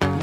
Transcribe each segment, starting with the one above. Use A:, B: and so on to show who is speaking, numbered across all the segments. A: and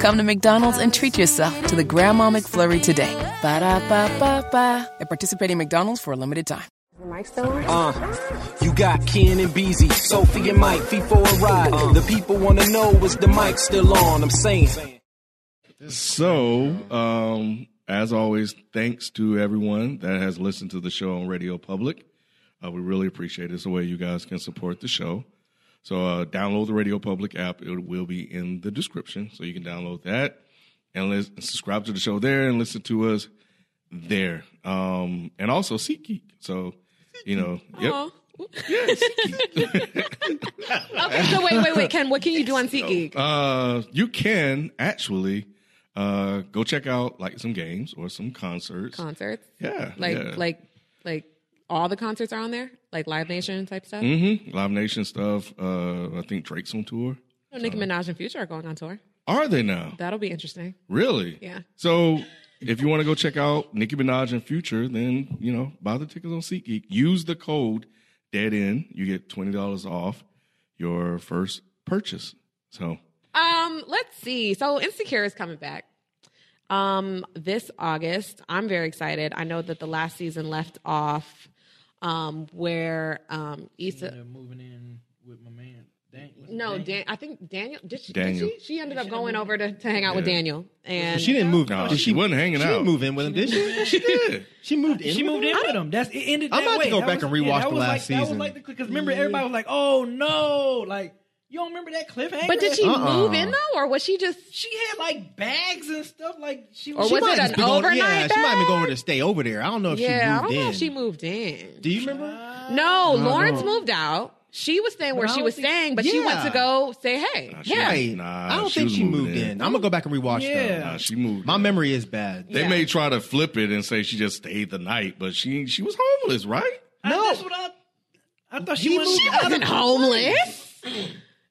A: Come to McDonald's and treat yourself to the Grandma McFlurry today. Ba da ba ba ba. At participating McDonald's for a limited time.
B: The mic still on? Ah.
C: Uh, you got Ken and Beezy, Sophie and Mike, feet for a ride. the people wanna know is the mic still on? I'm saying.
D: So, um, as always, thanks to everyone that has listened to the show on Radio Public. Uh, we really appreciate it. It's a way you guys can support the show. So, uh, download the Radio Public app. It will be in the description. So, you can download that and lis- subscribe to the show there and listen to us there. Um, and also SeatGeek. So, you know, yep. Yeah, SeatGeek.
B: Okay, so wait, wait, wait, Ken, what can you do on SeatGeek?
D: Uh, you can actually uh, go check out like some games or some concerts.
B: Concerts?
D: yeah,
B: Like,
D: yeah.
B: like, like all the concerts are on there? Like Live Nation type stuff?
D: Mhm. Live Nation stuff. Uh, I think Drake's on tour.
B: Oh, Nicki Minaj and Future are going on tour.
D: Are they now?
B: That'll be interesting.
D: Really?
B: Yeah.
D: So if you want to go check out Nicki Minaj and Future, then you know buy the tickets on SeatGeek. Use the code Dead End. You get twenty dollars off your first purchase. So
B: Um, let's see. So Insecure is coming back. Um, this August. I'm very excited. I know that the last season left off um where um Issa
E: moving in with my man. Dang, what's his
B: No,
E: name?
B: Dan, I think Daniel did she,
D: Daniel.
B: Did she? she ended up going over to, to hang out with Daniel. And
F: She didn't move.
D: No,
F: did
D: she wasn't hanging
F: she
D: out.
F: didn't move in with him, did she?
D: she did.
F: She moved in.
E: She
F: with
E: moved
F: him?
E: in with him. That's it ended.
F: I'm
E: that
F: about to
E: way.
F: go
E: That
F: back
E: was-
F: and rewatch
E: yeah, that
F: the
E: was
F: last
E: like,
F: season.
E: That was like because remember everybody was like, "Oh no!" Like you don't remember that cliffhanger?
B: But did she
F: Uh-uh.
B: move in though, or was she just?
E: She had like bags and stuff. Like she
B: Or
E: she
B: was
F: might
B: it
F: just
B: an
F: be going-
B: overnight
F: Yeah, she might have
B: bag?
F: been going to stay over there. I don't know if
B: Yeah, I
F: she moved
B: don't know
F: in.
B: if she moved in.
F: Do you remember?
B: No, Lawrence moved out. She was staying where
E: I
B: she
E: don't
B: was
E: think-
B: staying, but she went to
F: Yeah.
B: go say hey.
D: Nah, she-
B: yeah,
F: Right.
D: Nah,
F: I don't
D: she
F: think
D: was
F: she
D: moving
F: moved in.
D: in.
F: I'm gonna go back and rewatch
E: Yeah.
F: them.
D: Nah, she moved.
F: My memory is bad.
D: They
B: Yeah.
D: may try to flip it and say she just stayed the night, but she she was homeless, right?
E: No, that's what I. I thought she
F: He
E: was.
F: moved
B: she wasn't homeless.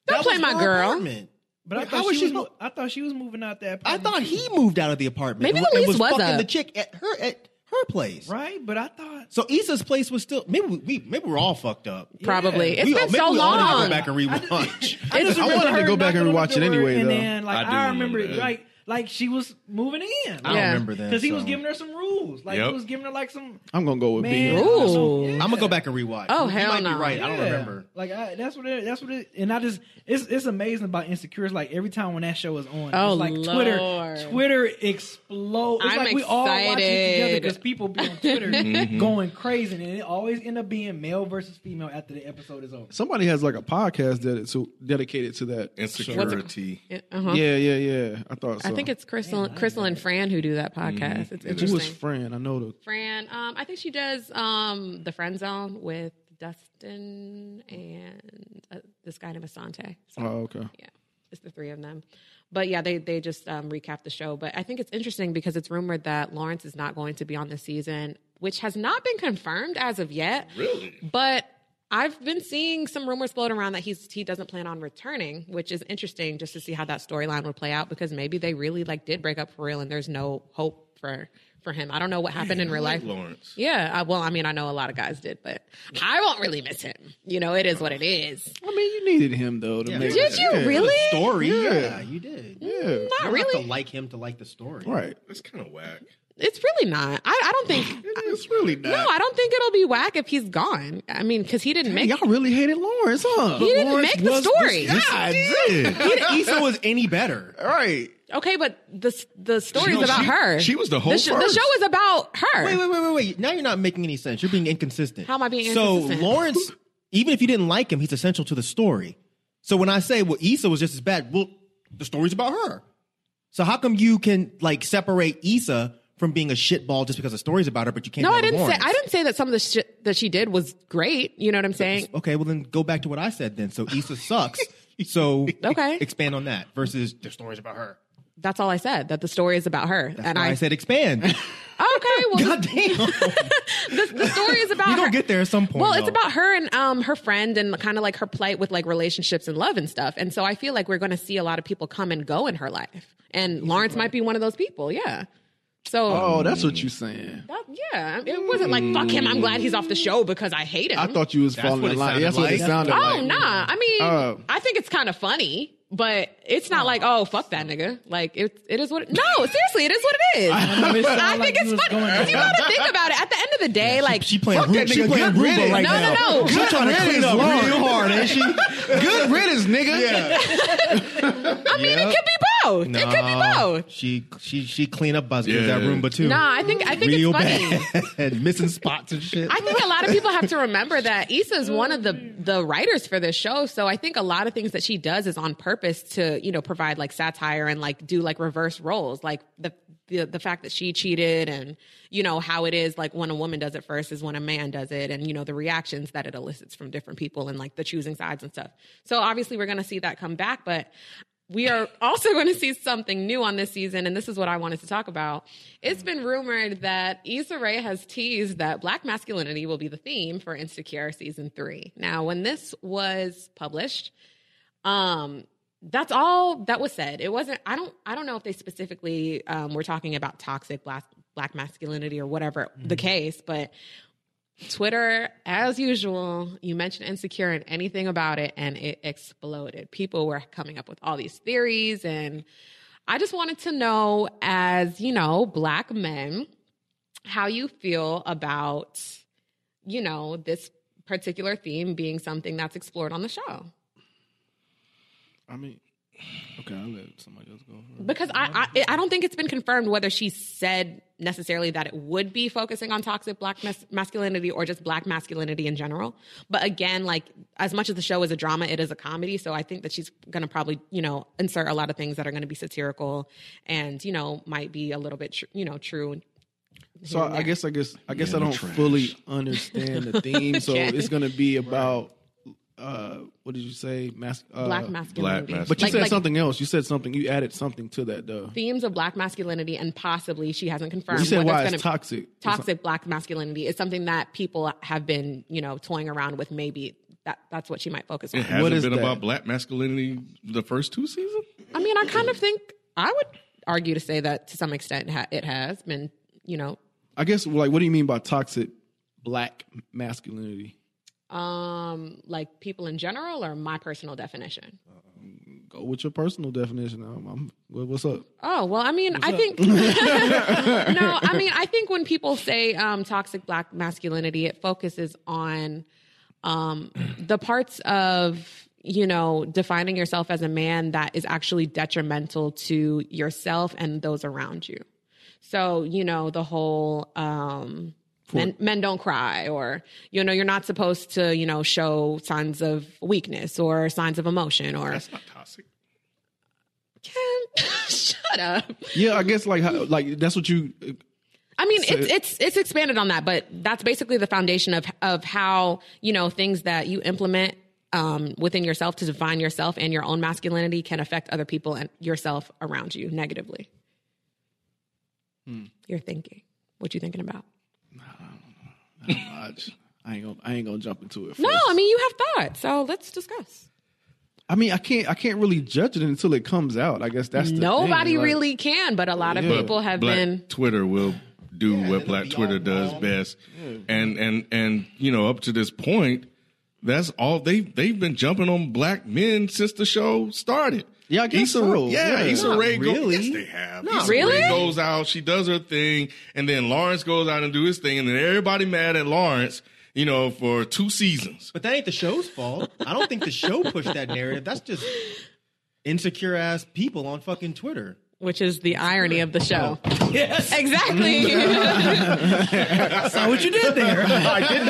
B: Don't play my
F: her
B: girl.
F: apartment.
E: But I
F: Wait,
E: thought
F: how
E: she was.
F: was she
E: mo-
F: mo-
E: I thought she was moving out that.
F: I
E: apartment,
F: thought
E: too.
F: he moved out of the apartment.
B: Maybe
F: and-
B: the
F: and
B: lease was
F: fucking
B: up.
F: the chick at her at her place.
E: Right, but I thought.
F: So Issa's place was still maybe we- we maybe we're all fucked up.
B: Probably.
F: We
B: It's
F: all-
B: been
F: maybe
B: so
F: we all need to
B: long.
F: Go back and rewatch.
E: I, just
F: I
E: remember
F: wanted to
E: her
F: go back and
E: knocking on the
F: rewatch it
E: door,
F: anyway,
E: And
F: though.
E: then, like
D: I do
E: I, remember,
D: remember that.
E: like like she was moving in.
F: I don't
B: Yeah.
F: remember that
E: Because he was
F: so.
E: giving her some rules. Like
D: Yep.
E: he was giving her like some.
G: I'm gonna go with
E: Man,
G: B.
B: Ooh.
F: I'm gonna go back and rewatch.
B: Oh,
F: you
B: hell
F: might
B: no.
F: be right. I don't
E: Yeah.
F: remember.
E: Like I, that's what it, that's what it. And I just it's it's amazing about Insecure. It's like every time when that show is on,
B: Oh,
E: it's like
B: Lord.
E: Twitter Twitter explodes. It's
B: I'm
E: like we all watch it together
B: excited. Mm-hmm.
E: because people be on Twitter going crazy, and it always end up being male versus female after the episode is over.
G: Somebody has like a podcast that to dedicated to that.
D: Insecurity.
B: Uh-huh.
G: Yeah, yeah, yeah. I thought so.
B: I think it's Crystal, Crystal and Fran who do that podcast. It's
G: who
B: interesting.
G: was Fran? I know the
B: Fran, um, I think she does um, the Friend Zone with Dustin and uh, this guy named Asante. So,
G: Oh, okay.
B: yeah, it's the three of them. But yeah, they they just um, recap the show. But I think it's interesting because it's rumored that Lawrence is not going to be on this season, which has not been confirmed as of yet. Really, but. I've been seeing some rumors floating around that he's he doesn't plan on returning, which is interesting just to see how that storyline would play out because maybe they really like did break up for real and there's no hope for for him. I don't know what happened in real life.
D: Lawrence.
B: Yeah, I, well, I mean, I know a lot of guys did, but I won't really miss him. You know, it is what it is.
G: I mean, you needed him though to make.
B: Did you really?
F: Story. Yeah,
G: Yeah.
F: you did.
G: Yeah.
B: Not
F: You don't have
B: really.
F: to like him to like the story.
G: Right.
D: That's kind of whack.
B: It's really not. I, I don't think.
G: It's really not.
B: No, I don't think it'll be whack if he's gone. I mean, because he didn't make.
F: Y'all really hated Lawrence, huh?
B: He didn't make the story.
F: God, damn. Issa was any better.
G: All right.
B: Okay, but the s- the story's
D: No,
B: about
D: she-
B: her.
D: she was the
B: The,
D: whole
B: sh- the
D: first.
B: show is about her.
F: Wait, wait, wait, wait, wait. Now you're not making any sense. You're being inconsistent.
B: How am I being inconsistent?
F: So Lawrence, even if you didn't like him, he's essential to the story. So when I say well, Issa was just as bad, well, the story's about her. So how come you can like separate Issa from being a shitball just because the story's about her, but you can't?
B: No,
F: go
B: I
F: to
B: didn't
F: Lawrence?
B: say. I didn't say that some of the shit that she did was great. You know what I'm saying?
F: Okay, well then go back to what I said then. So Issa sucks. So
B: Okay.
F: expand on that versus the story's about her.
B: That's all I said. That the story is about her. and
F: I,
B: I,
F: said expand.
B: okay, well,
F: God damn.
B: the, the story is about
F: You gonna
B: her-
F: get there at some point,
B: Well, it's
F: though.
B: about her and um her friend and kind of like her plight with like relationships and love and stuff. And so I feel like we're going to see a lot of people come and go in her life. And Lawrence might be one of those people. Yeah. So
G: Oh, that's what you saying.
B: that- yeah, it wasn't like fuck him. I'm glad he's off the show because I hate him.
G: I thought you was falling
F: what
G: in
F: it
G: line.
F: sounded
G: That's what it
F: like.
G: sounded
B: Oh
G: like.
B: nah. I mean,
G: Oh.
B: I think it's kind of funny, but it's not like oh fuck that nigga. Like it, it is what. It, no, seriously, it is what it is.
E: know, it sounded
B: I
E: like
B: think
E: you
B: it's
E: was
B: funny.
E: going
B: 'Cause you
E: there.
B: gotta think about it. At the end of the day, like
F: she playing,
G: Fuck that
F: Ru- she
G: nigga.
F: playing
G: Get rid
F: Rubo
G: of
F: right
G: it.
B: No,
F: now.
B: no, no.
F: She trying to
G: Get rid
F: clean
G: of
F: up
G: Lawrence.
F: real hard, ain't she?
G: Good riddance, nigga.
B: I mean, it could be both. It could be both.
F: She she she clean up buzzers
D: Yeah.
F: at Roomba too.
B: Nah, I think I think
F: real
B: it's funny.
F: bad, missing spots and shit.
B: I think a lot of people have to remember that Issa is one of the the writers for this show. So I think a lot of things that she does is on purpose to you know provide like satire and like do like reverse roles, like the the, the fact that she cheated and you know how it is like when a woman does it first is when a man does it, and you know the reactions that it elicits from different people and like the choosing sides and stuff. So obviously we're gonna see that come back, but we are also going to see something new on this season, and this is what I wanted to talk about. It's been rumored that Issa Rae has teased that black masculinity will be the theme for Insecure season three. Now, when this was published, um, that's all that was said. It wasn't. I don't. I don't know if they specifically um, were talking about toxic black black masculinity or whatever the case, but Twitter, as usual, you mentioned Insecure and anything about it, and it exploded. People were coming up with all these theories, and I just wanted to know, as you know, black men, how you feel about, you know, this particular theme being something that's explored on the show.
G: I mean, okay, I'll let somebody else go. first.
B: Because I, I, I don't think it's been confirmed whether she said necessarily that it would be focusing on toxic black mas- masculinity or just black masculinity in general. But again, like as much as the show is a drama, it is a comedy. So I think that she's going to probably, you know, insert a lot of things that are going to be satirical and, you know, might be a little bit, tr- you know, true.
G: So I guess I guess I guess I don't
D: trash.
G: fully understand the theme. So it's gonna be about uh what did you say? Mas- uh,
B: Black masculinity.
D: masculinity.
G: But you
D: Like-
G: said
B: like-
G: something else. You said something. You added something to that though.
B: Themes of black masculinity and possibly she hasn't confirmed.
G: You said
B: whether
G: why
B: Um, gonna-
G: it's toxic.
B: toxic black masculinity is something that people have been, you know, toying around with. Maybe that that's what she might focus on.
D: It hasn't
G: is
D: been
G: that?
D: about black masculinity the first two seasons?
B: I mean, I kind of think I would argue to say that to some extent ha- it has been, you know,
G: I guess like what do you mean by toxic black masculinity?
B: um, like people in general or my personal definition.
G: Go with your personal definition. I'm, I'm, what- what's up?
B: Oh well, I mean, I think no, I mean, I think when people say um, toxic black masculinity, it focuses on um, the parts of you know defining yourself as a man that is actually detrimental to yourself and those around you. So you know the whole um, men, men don't cry, or you know you're not supposed to you know show signs of weakness or signs of emotion or
D: It's not toxic.
B: shut up.
G: Yeah, I guess like how, like that's what you. uh,
B: I mean, it's it's it's expanded on that, but that's basically the foundation of of how you know things that you implement um, within yourself to define yourself and your own masculinity can affect other people and yourself around you negatively. You're thinking. What you thinking about?
G: I, I ain't gonna I ain't gonna jump into it. First.
B: No, I mean you have thought, so let's discuss.
G: I mean I can't I can't really judge it until it comes out. I guess that's the
B: Nobody
G: thing, like-
B: really can, but a lot of
G: Yeah.
B: people have
D: black
B: been.
D: Twitter will do what Black Twitter does best, and and and you know up to this point, that's all they they've been jumping on black men since the show started.
G: Yeah, I guess
D: Issa,
G: so.
D: Yeah,
G: Yeah.
D: Issa
G: Not
D: Rae go-
F: really.
D: Yes, they have. Issa
B: really.
D: Rae goes out, she does her thing, and then Lawrence goes out and do his thing, and then everybody mad at Lawrence, you know, for two seasons.
F: But that ain't the show's fault. I don't think the show pushed that narrative. That's just insecure ass people on fucking Twitter.
B: Which is the irony of the show. Yes. Exactly.
F: Saw what you did there. I didn't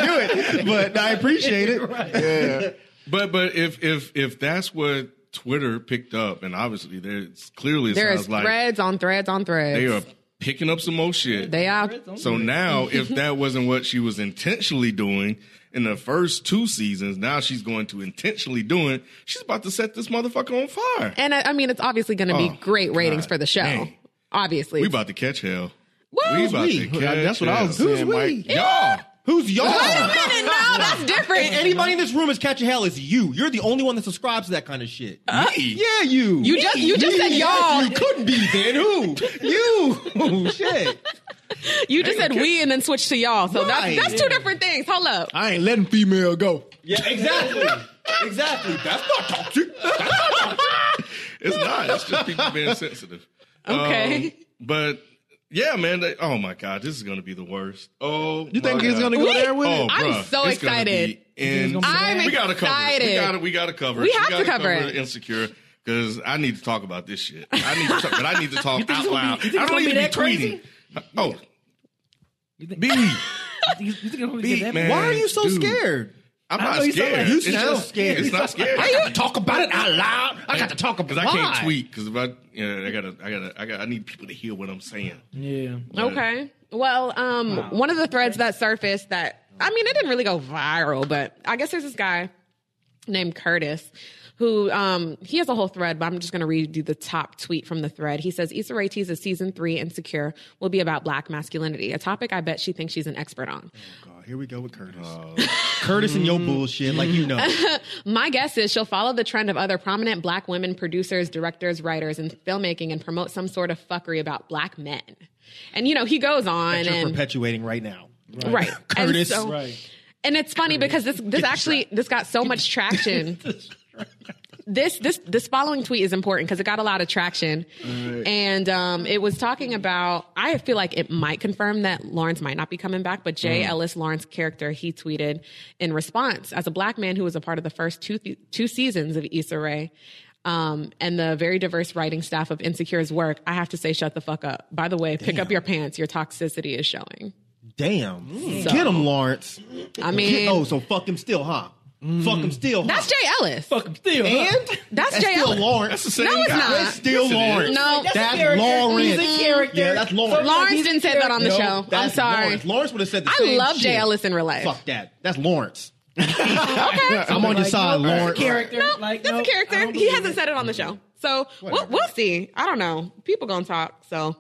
F: do it, but I appreciate it.
D: But but if if if that's what Twitter picked up, and obviously there's clearly
B: There
D: sounds
B: is
D: like
B: threads on threads on threads.
D: they are picking up some more shit.
B: They are.
D: So now, if that wasn't what she was intentionally doing in the first two seasons, now she's going to intentionally doing. She's about to set this motherfucker on fire.
B: And I, I mean, it's obviously going to be
D: Oh,
B: great ratings
D: God
B: for the show.
D: dang.
B: Obviously.
D: We about to catch hell.
B: Well,
D: we about to
G: we?
D: catch
G: That's what I was
D: hell.
G: Who's saying, we? Mike.
D: Y'all.
F: Who's y'all?
B: Wait a minute, no, that's different.
F: Anybody in this room is catching hell is you. You're the only one that subscribes to that kind of shit.
D: Me?
F: yeah, you.
B: You just- you just said y'all.
F: You couldn't be then. Who? you. shit.
B: You just said we and then switched to y'all. So
F: Right.
B: that's, that's two different things. Hold up.
G: I ain't letting female go.
F: Yeah, exactly. exactly. That's not toxic.
D: It's not. It's just people being sensitive.
B: Okay.
D: Um, but yeah, man. They, oh my god, this is gonna be the worst. Oh,
G: You think
D: my
G: it's
D: God.
G: gonna go
B: We-
G: there with
D: Oh,
G: it?
B: I'm
D: bruh,
B: so
D: it's gonna be
B: excited.
D: In,
B: I'm
D: we gotta cover it.
B: excited.
D: We gotta, we gotta cover it.
B: We have to
D: gotta
B: cover it.
D: Insecure, because I need to talk about this shit. I need to, talk, but I need to talk out
F: it's gonna be-
D: loud.
F: you think
D: I
F: it's
D: don't
F: gonna
D: need
F: be
D: to be
F: that crazy?
D: tweeting. Oh,
E: You think,
D: B,
E: you think it's gonna
D: Beat,
E: get that
D: man.
E: bad?
F: Why are you so
D: Dude.
F: scared?
D: I'm
F: I
D: not
F: know you sound
D: scared.
F: like you
D: it's
F: sound
D: just
F: scared.
D: It's not scared.
F: I gotta talk about it out loud. I got to talk about
D: because
F: it.
D: I can't tweet. Because if I, yeah, I gotta, I gotta, I got, I need people to hear what I'm saying.
E: Yeah.
B: Okay. Well, um, one of the threads that surfaced that I mean, it didn't really go viral, but I guess there's this guy named Curtis who um he has a whole thread, but I'm just gonna read you the top tweet from the thread. He says Issa Rae teases season three insecure will be about black masculinity, a topic I bet she thinks she's an expert on.
F: Oh, Here we go with Curtis. Curtis and your bullshit, like you know.
B: My guess is she'll follow the trend of other prominent black women producers, directors, writers, and filmmaking and promote some sort of fuckery about black men. And you know, he goes on
F: that you're
B: and
F: perpetuating right now.
B: right. And
F: Curtis.
B: so-
E: Right.
B: And it's funny because this this actually this got so much traction. This this this following tweet is important because it got a lot of traction, and um, it was talking about. I feel like it might confirm that Lawrence might not be coming back, but Jay Ellis Lawrence's character he tweeted in response as a black man who was a part of the first two two seasons of Issa Rae. Um, and the very diverse writing staff of Insecure's work, I have to say, shut the fuck up. By the way, pick up your pants. Your toxicity is showing.
F: Damn. Get him, Lawrence.
B: I mean,
F: oh, so fuck him still, huh? Fuck him still. huh?
B: that's Jay Ellis.
E: Fuck still. huh?
F: And
B: That's Jay
F: still
B: Ellis.
D: That's
F: Lawrence.
D: the same
B: No, it's
D: guy.
B: not.
F: That's still
D: Yes, it
F: Lawrence.
D: is.
B: No,
F: That's,
E: a character.
F: Lawrence.
E: He's a character.
F: Yeah, that's Lawrence.
B: Lawrence didn't say that on the
F: No,
B: show. I'm
F: that's
B: sorry.
F: Lawrence. Lawrence would have said the
B: I
F: same
B: love
F: shit.
B: Jay Ellis in real life.
F: Fuck that. That's Lawrence.
B: Okay.
F: I'm on your
E: Like,
F: side,
E: no, that's a
F: Lawrence.
E: Character.
B: No,
E: like,
B: that's
E: no,
B: a
E: I
B: character.
E: don't
B: He
E: believe
B: hasn't
E: it.
B: said it on the show. So we'll,
F: Whatever.
B: we'll see. I don't know. People gonna talk. So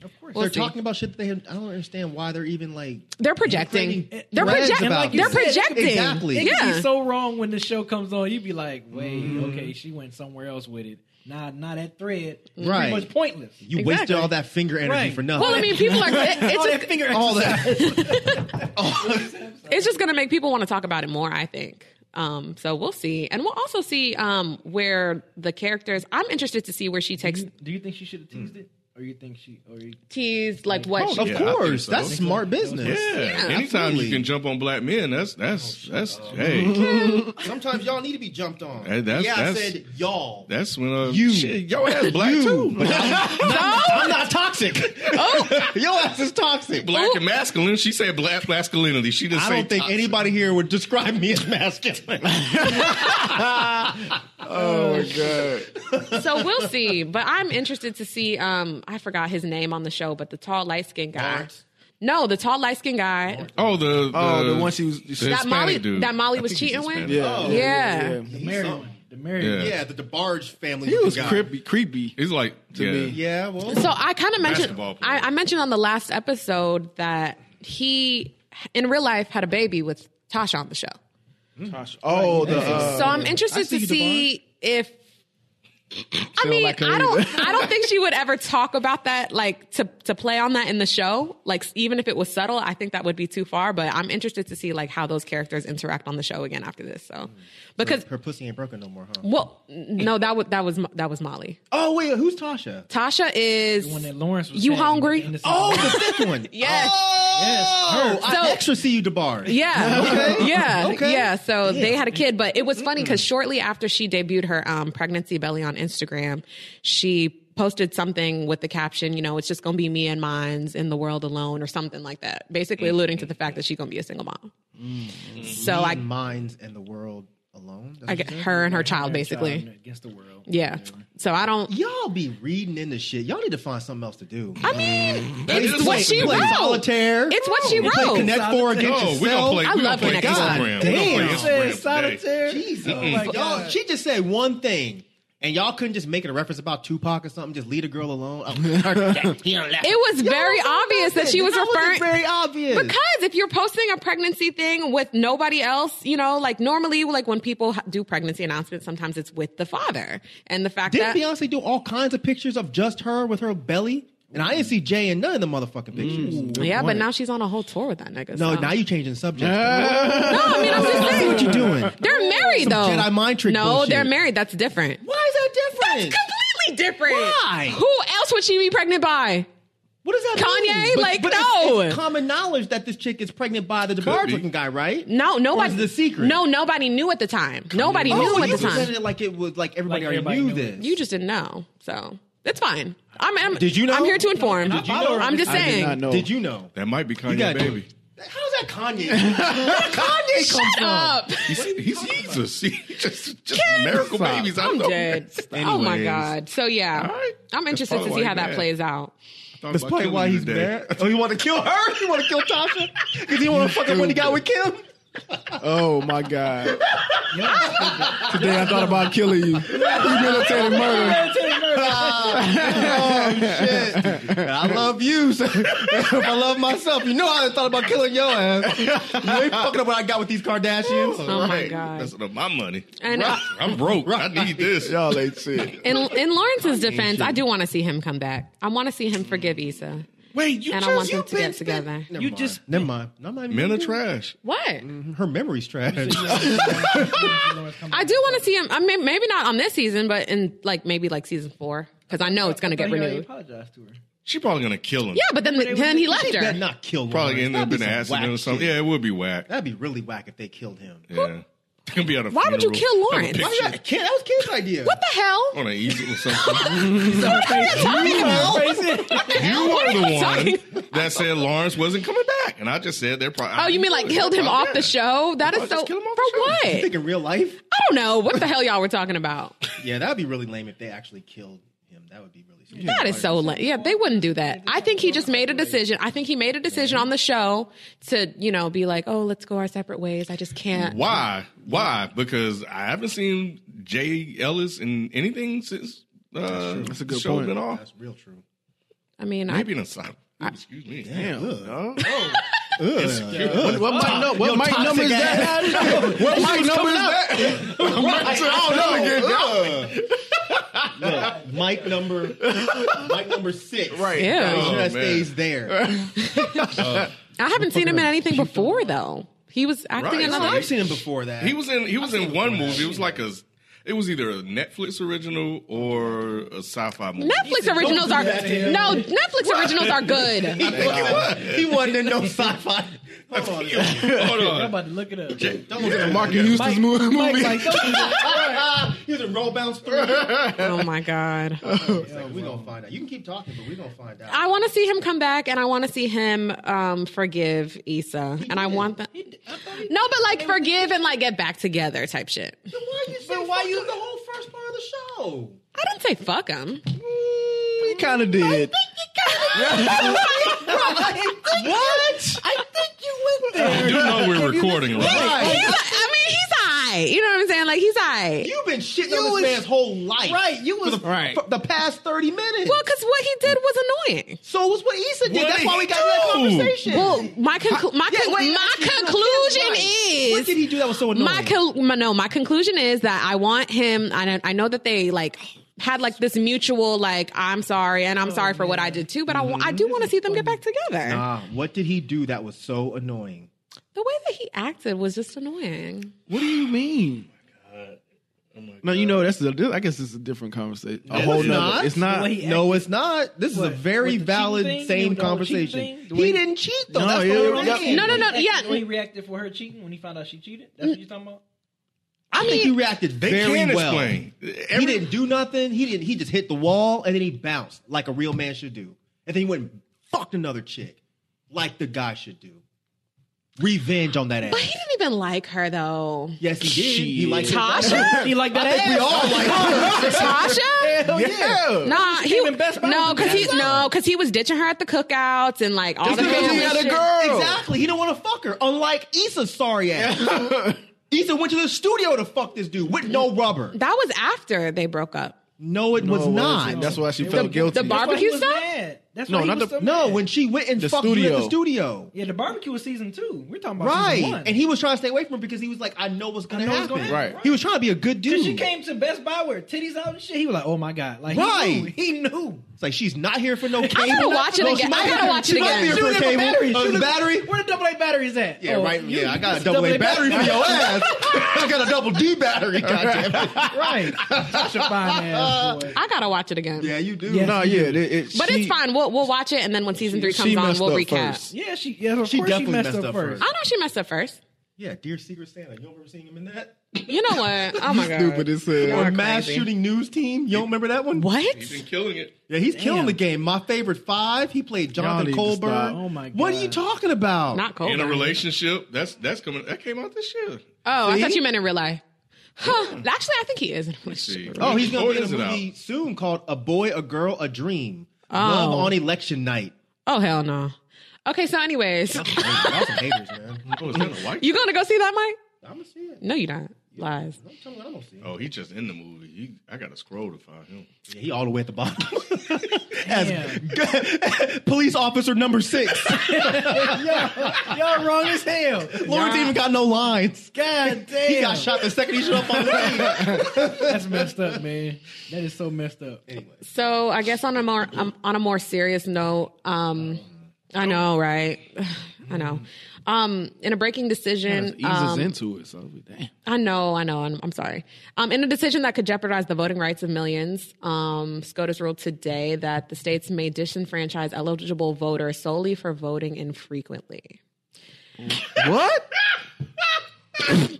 F: they're
B: see.
F: talking about shit that they. have- I don't understand why they're even like.
B: they're projecting.
F: creating
B: They're
F: threads
B: projecting.
F: about
B: They're
F: this.
B: projecting.
F: Exactly.
E: It could
B: Yeah.
E: be so wrong when the show comes on. You'd be like, wait,
F: Mm-hmm.
E: okay, she went somewhere else with it. Nah, nah, that thread. is
F: Right.
E: Pretty much pointless.
F: You
B: Exactly.
F: wasted all that finger energy
E: Right.
F: for nothing.
B: well, I mean, people are. It, it's
E: All
B: just,
E: that finger
F: all that.
B: it's just gonna make people want to talk about it more. I think. Um, so we'll see, and we'll also see um, where the characters. I'm interested to see where she takes
E: Do you, do you think she should have teased it, or you think she, or you,
B: teased like what?
F: Oh,
B: she,
F: of
D: Yeah, I think
F: course,
D: so.
F: that's smart business.
D: Yeah. Anytime
F: absolutely.
D: you can jump on black men, that's that's that's hey,
F: Sometimes y'all need to be jumped on.
D: Hey, that's-
F: yeah, I
D: that's-
F: said y'all.
D: that's when uh,
F: You.
D: shit, your ass black
F: You.
D: too.
F: I'm not toxic. oh, your ass is toxic.
D: black and masculine. She said black masculinity. She didn't
F: I
D: say
F: don't think
D: toxic.
F: anybody here would describe me as masculine.
B: so we'll see. But I'm interested to see. Um, I forgot his name on the show, but the tall light skinned guy.
F: Lawrence?
B: No, the tall light skinned guy
D: Oh, the the,
G: Oh, the one she was- That
B: that
D: Hispanic
B: Molly
D: dude.
B: that Molly
D: I
B: was
D: think he's
B: cheating with.
D: Hispanic.
G: Yeah.
B: Yeah.
E: the married one, the married
D: Yeah.
E: one.
F: yeah, the DeBarge family.
G: He was
F: guy.
G: creepy. Creepy.
D: He's like yeah.
G: me.
F: Yeah, well,
B: So I kind of mentioned
D: Basketball player.
B: I, I mentioned on the last episode that he in real life had a baby with Tasha on the show.
E: Hmm.
G: Oh, the uh,
B: So I'm interested
F: see
B: to
F: you,
B: see if I
G: Sound
B: mean,
G: like her
B: I don't
G: either.
B: I don't think she would ever talk about that like to to play on that in the show. Like even if it was subtle, I think that would be too far, but I'm interested to see like how those characters interact on the show again after this. So
G: Hmm.
B: because
F: her pussy ain't broken no more, huh?
B: well, no, that was that was Mo- that was Molly.
F: Oh wait, who's Tasha?
B: Tasha is
E: When that Lawrence was
B: You
E: saying
B: hungry?
E: in the season.
F: Oh, the thick one.
B: Yes.
F: Oh,
E: Yes,
F: I
E: her.
B: So-
F: extra see you DeBarge.
B: Yeah.
F: Okay.
B: Yeah.
F: Okay. Mm.
B: Yeah. So they had a kid, but it was funny because shortly after she debuted her um, pregnancy belly on Instagram, she posted something with the caption, you know, it's just going to be me and mine's in the world alone or something like that,
F: Mm.
B: basically alluding to the fact that she's going to be a single mom. So I,
F: minds and the world. alone. That's
B: I
F: what
B: get
F: you said?
B: her and her child,
E: Child
B: basically.
E: against the world.
B: Yeah. So I don't.
F: Y'all be reading into shit. Y'all need to find something else to do.
B: I mean,
D: That
B: it's
D: is
B: what
D: like-
B: she
F: play
B: wrote.
F: solitaire.
B: It's what she
F: You play
B: wrote.
F: Connect Four against
D: No, Oh,
F: yourself.
D: we gonna play.
B: I
D: we gonna
B: love
D: play
B: Connect Four.
D: Instagram. We gonna
F: Damn.
D: play
E: Said
D: Instagram today.
E: solitaire.
F: Jesus.
E: Oh my
F: Y'all,
E: God.
F: she just said one thing. And y'all couldn't just make it a reference about Tupac or something. Just leave a girl alone. Oh, her- he don't laugh.
B: It was very obvious that she was
F: Mm. How it
B: referring.
F: very obvious.
B: Because if you're posting a pregnancy thing with nobody else, you know, like normally, like when people h- do pregnancy announcements, sometimes it's with the father. And the fact
F: Did
B: that
F: Beyonce do all kinds of pictures of just her with her belly? And I didn't see Jay in none of the motherfucking pictures.
B: yeah, but now she's on a whole tour with that nigga.
F: No,
B: so.
F: now you changing the subject.
B: No, I mean I'm just
F: I see
B: saying
F: what you're doing.
B: they're married though.
F: Jedi mind trick
B: No,
F: bullshit.
B: they're married. That's different.
F: Why is that different?
B: That's completely different.
F: Why?
B: Who else would she be pregnant by?
F: what does that
B: Kanye?
F: mean?
B: Like,
F: it's-
B: no.
F: It's, common knowledge that this chick is pregnant by the
D: Could
F: DeBarge
D: be.
F: looking guy, right?
B: No, nobody.
F: is it a secret?
B: No, nobody knew at the time. Nobody
F: Oh,
B: knew
F: well,
B: at
F: you
B: the time.
F: presented it like it was like everybody
E: Like
F: already
E: everybody
F: knew,
E: knew
F: this.
B: You just didn't know, so it's fine. I'm. I'm
F: Did you know?
B: I'm here to inform.
E: Did you know?
B: I'm just
G: I did
B: saying.
G: not know.
F: Did you know?
D: That might be Kanye
F: You gotta do
D: baby.
F: it. How's that Kanye? Kanye come
B: Shut
F: from?
B: up.
D: He's, he's Jesus. He just, just miracle
G: Stop.
D: babies. I
B: I'm
D: know.
B: dead. Oh my
D: Anyways,
B: god. So yeah,
D: All right.
B: I'm
D: That's
B: interested to
D: probably
B: see
D: why
B: how
D: he
B: that
D: mad.
B: plays out.
D: Thought
F: That's
D: about
F: probably
D: killing
F: why
D: you
F: he's
D: today.
F: mad. Oh, you want to kill her? You want to kill Tasha? Because you want to fuck up when the guy with Kim?
G: Oh my god! Today I thought about killing you. You meditated murder.
F: I love you. So if I love myself, you know I thought about killing your ass. You ain't fucking up what I got with these Kardashians.
B: Oh my
D: Right.
B: god.
D: That's enough my money.
B: And, uh,
D: I'm broke. I need this.
G: Y'all ain't shit.
B: In, in Lawrence's defense, I do want to see him come back. I want to see him forgive Issa.
D: Wait, you
B: And I
D: just
B: want them
D: you
B: to get together.
F: Never you mind. just never mind. I'm not even
D: men are trash.
B: What?
F: Her memory's trash.
B: I do want to see him. I mean, maybe not on this season, but in like maybe like season four, because I know it's gonna get renewed.
E: Apologize to her.
D: She probably gonna kill him.
B: Yeah, but then then he left
F: Better
B: her.
F: not kill.
D: probably
F: Lawrence.
D: end up
F: That'd
D: in
F: be
D: an
F: some
D: accident
F: whack
D: or something.
F: shit.
D: Yeah, it would be whack.
F: That'd be really whack if they killed him.
D: Yeah, it's gonna be at a
B: Why would you
D: funeral. Have
B: kill
D: a
B: Lawrence? Why
D: picture
F: Yeah, Kim- that was Kim's idea.
B: What the hell?
D: on an easel or something. you
B: What
D: are
B: are you
D: the
B: talking
D: one that said Lawrence wasn't coming back, and I just said they're probably.
B: Oh, you mean like killed him off the show? That is
D: Just
B: so. For
D: kill him off the show.
B: what?
F: You think in real life?
B: I don't know what the hell y'all were talking about.
F: Yeah, that'd be really lame if they actually killed him. That would be really. Stupid.
B: That is so lame. Yeah, they wouldn't do that. I think he just made a decision. I think he made a decision on the show to, you know, be like, oh, let's go our separate ways. I just can't.
D: Why? Why? Because I haven't seen Jay Ellis in anything since uh,
G: That's
D: the
G: a good
D: show
G: point.
D: been off.
F: That's real true.
B: I mean, I,
D: Maybe in a side. Excuse me.
G: Damn. no.
D: Excuse me.
G: What, what mic, no, what mic
F: toxic
G: number is that? what mic number is that?
F: Look, Mike number, Mike number six.
G: Right.
B: Ew.
F: Make sure
D: Oh,
F: that
D: man.
F: stays there.
B: I haven't seen him in anything before, though. He was acting
D: Right.
B: in
D: No,
B: another.
F: I've seen him before that.
D: He was in. He was in one movie. It was like a. It was either a Netflix original or a sci-fi movie.
B: Netflix originals are no. Netflix originals are good.
F: he wasn't in no sci-fi. Hold on.
D: Hold
E: I'm
D: on.
E: about to look it up.
F: Don't look at him.
G: Marcus Houston's mo- movie.
E: Mike, like, don't do that.
F: He was in Roll Bounce 3. We're
B: Oh my god.
F: going to find out. You can keep talking, but we're going to find out.
B: I want to see him come back, and I want to see him um, forgive Issa, and I want that. No, but like forgive and like get back together type shit.
F: Then why you say why you the whole first part of the show?
B: I didn't say fuck him.
G: He kind of did.
F: What? I think you went
D: You do know we're recording, right?
B: He's, I mean, he's high. You know what I'm saying? Like he's high.
F: You've been shitting
E: You
F: on this
E: was-
F: man's whole life.
E: Right, you
F: For
E: was-
F: the,
G: Right.
F: for the past 30 minutes.
B: Well, because what he did was annoying.
F: so it was what Issa did.
D: What
F: That's
D: did
F: why we
D: he
F: got in that
D: do?
F: conversation.
B: Well, my conclu- my
F: Yeah,
B: con-
F: wait,
B: my
F: actually, you know,
B: conclusion
F: right.
B: is
F: What did he do that was so annoying?
B: my, con- my no my conclusion is that i want him I know, I know that they like had like this mutual like i'm sorry and i'm sorry for what i did too but I wa- I, do want to see them get back together
F: Ah, what did he do that was so annoying?
B: the way that he acted was just annoying
G: What do you mean? No, you know that's a, this- I guess it's a different conversation. A whole
F: it's not.
G: nother. It's not.
E: The way he
F: No, it's not. This is
E: What?
F: a very
E: With the
F: valid,
E: cheating thing?
F: same
E: With the whole cheating
F: conversation.
E: thing? The
F: He
E: way-
F: didn't cheat though.
G: No,
F: That's
G: yeah,
F: the whole
G: yeah.
F: thing.
B: No, no, no,
E: That's
B: yeah.
E: the way he reacted for her cheating when he found out she cheated. That's what you're talking about.
F: I think you reacted
D: They
F: very
D: can
F: well.
D: explain. Every-
F: he didn't do nothing. He didn't. He just hit the wall and then he bounced like a real man should do. And then he went and fucked another chick, like the guy should do. revenge on that ass.
B: But he didn't even like her though.
F: Yes, he did. He liked
B: Tasha?
F: He liked that. I think we all like
B: Tasha?
F: Hell yeah.
B: Nah, he
F: in Best Buy
B: no,
F: with
B: because he
F: Best Buy.
B: no, because he was ditching her at the cookouts and like all the family shit.
F: Exactly. He didn't want to fuck her. Unlike Issa's sorry ass. Issa went to the studio to fuck this dude with no rubber.
B: That was after they broke up.
F: No, it was
G: Oh, well,
F: not.
G: That's why she felt guilty.
B: the bar-
E: That's why
B: Barbecue
E: he was
B: stuff?
E: mad. That's
G: No,
E: why he
G: not
E: was
G: the-
E: so
F: No,
E: mad.
F: when she went and
G: The
F: fucked you at the
G: studio.
F: studio.
E: yeah, the barbecue was season two. We're talking about season
F: Right.
E: one.
F: And he was trying to stay away from her because he was like, I know what's going
E: I
F: to
E: know what's
F: happen.
E: gonna happen. Right.
F: He was trying to be a good dude.
E: Cause she came to Best Buy with her titties out and shit. He was like, "Oh my god!" Like,
F: Right.
E: he knew. He knew.
F: It's like, she's not here for no cable.
B: gotta watch it
F: No,
B: again.
F: she might
B: I
F: be-
B: gotta watch it
F: she might be
B: again.
F: here for
E: Shoot
F: a
E: it for
F: cable.
E: batteries.
F: Uh,
E: Shoot it-
F: battery.
E: Where the double A batteries at?
F: Yeah,
E: Oh,
F: right.
E: you-
F: yeah, I got
E: it's
F: a double A battery for
E: battery.
F: your ass. I got a double D battery. Goddamn.
E: right. Such a fine ass boy.
B: I gotta watch it again.
F: Yeah, you do.
E: Yes.
G: no, yeah, it, it,
B: But
G: she,
B: it's fine. We'll we'll watch it and then when season three comes
G: she
B: on,
G: messed
B: we'll
G: up
B: recap.
G: first.
E: Yeah, she. Yeah, of
F: She
E: course she
F: definitely
E: messed, up, first.
B: I know she messed up first.
F: Yeah, dear Secret Santa. You don't remember seeing him in that?
B: You know what? Oh my god.
G: Stupid as hell.
F: Or mass shooting news team. You don't remember that one?
B: What?
D: He's been killing it.
F: Yeah, he's killing the game. My favorite five. He played Jonathan
G: need to
F: Colbert.
G: stop.
E: Oh, my
F: What are
E: God.
F: you talking about?
B: Not cold.
D: In a relationship, that's that's coming. That came out this year.
B: Oh, I
F: See?
B: thought you meant in real life. Huh. Actually, I think he is in a relationship.
F: Oh, he's gonna
D: Or
F: be in a
D: is it
F: movie
D: out?
F: soon called "A Boy, a Girl, a Dream." Love
B: Oh.
F: on election night.
B: Oh hell no. Okay, so anyways,
F: Y'all some haters, man.
D: Oh, is that a white?
B: you gonna go see that, Mike?
F: I'm gonna see it.
B: No, you not. Lies.
F: Don't tell me I don't see it.
D: Oh, he's just in the movie. He, I got to scroll to find him.
F: Yeah, he all the way at the bottom.
E: Damn.
F: As police officer number six.
E: Y'all wrong as hell.
F: Lawrence even got no lines.
E: God damn.
F: He got shot the second he showed up on the scene.
E: That's messed up, man. That is so messed up.
B: So I guess on a more um, on a more serious note, um, I know, right? I know. Um, in a breaking decision,
G: Eases
B: um,
G: into it, so I'll be damn.
B: I know, I know, I'm, I'm sorry. Um, in a decision that could jeopardize the voting rights of millions, um, SCOTUS ruled today that the states may disenfranchise eligible voters solely for voting infrequently.
G: What?
F: I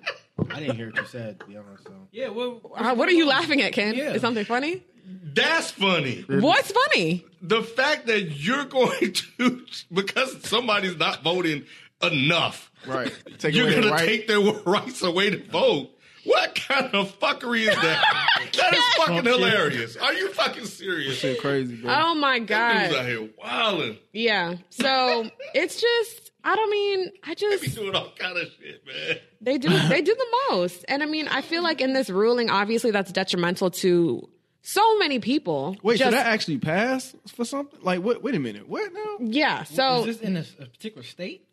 F: didn't hear what you said, to be honest. So.
E: Yeah. Well,
B: Uh, what are you laughing at, Ken?
E: Yeah.
B: Is something funny?
D: That's funny.
B: What's funny?
D: The fact that you're going to because somebody's not voting enough,
G: Right. Take
D: you're
G: away
D: going
G: their
D: to
G: right.
D: take their rights away to vote. What kind of fuckery is that? that is fucking hilarious. Are you fucking serious?
G: Shit crazy, bro.
B: Oh my god!
D: Dudes out here wilding.
B: Yeah. So it's just I don't mean I
D: They be
B: just
D: doing all kind of shit, man.
B: they do they do the most. And I mean I feel like in this ruling obviously that's detrimental to so many people.
G: Wait,
B: Just-
G: should that actually pass for something? Like, what? Wait a minute. What now?
B: yeah.
E: is
B: So
E: this in a, a particular state?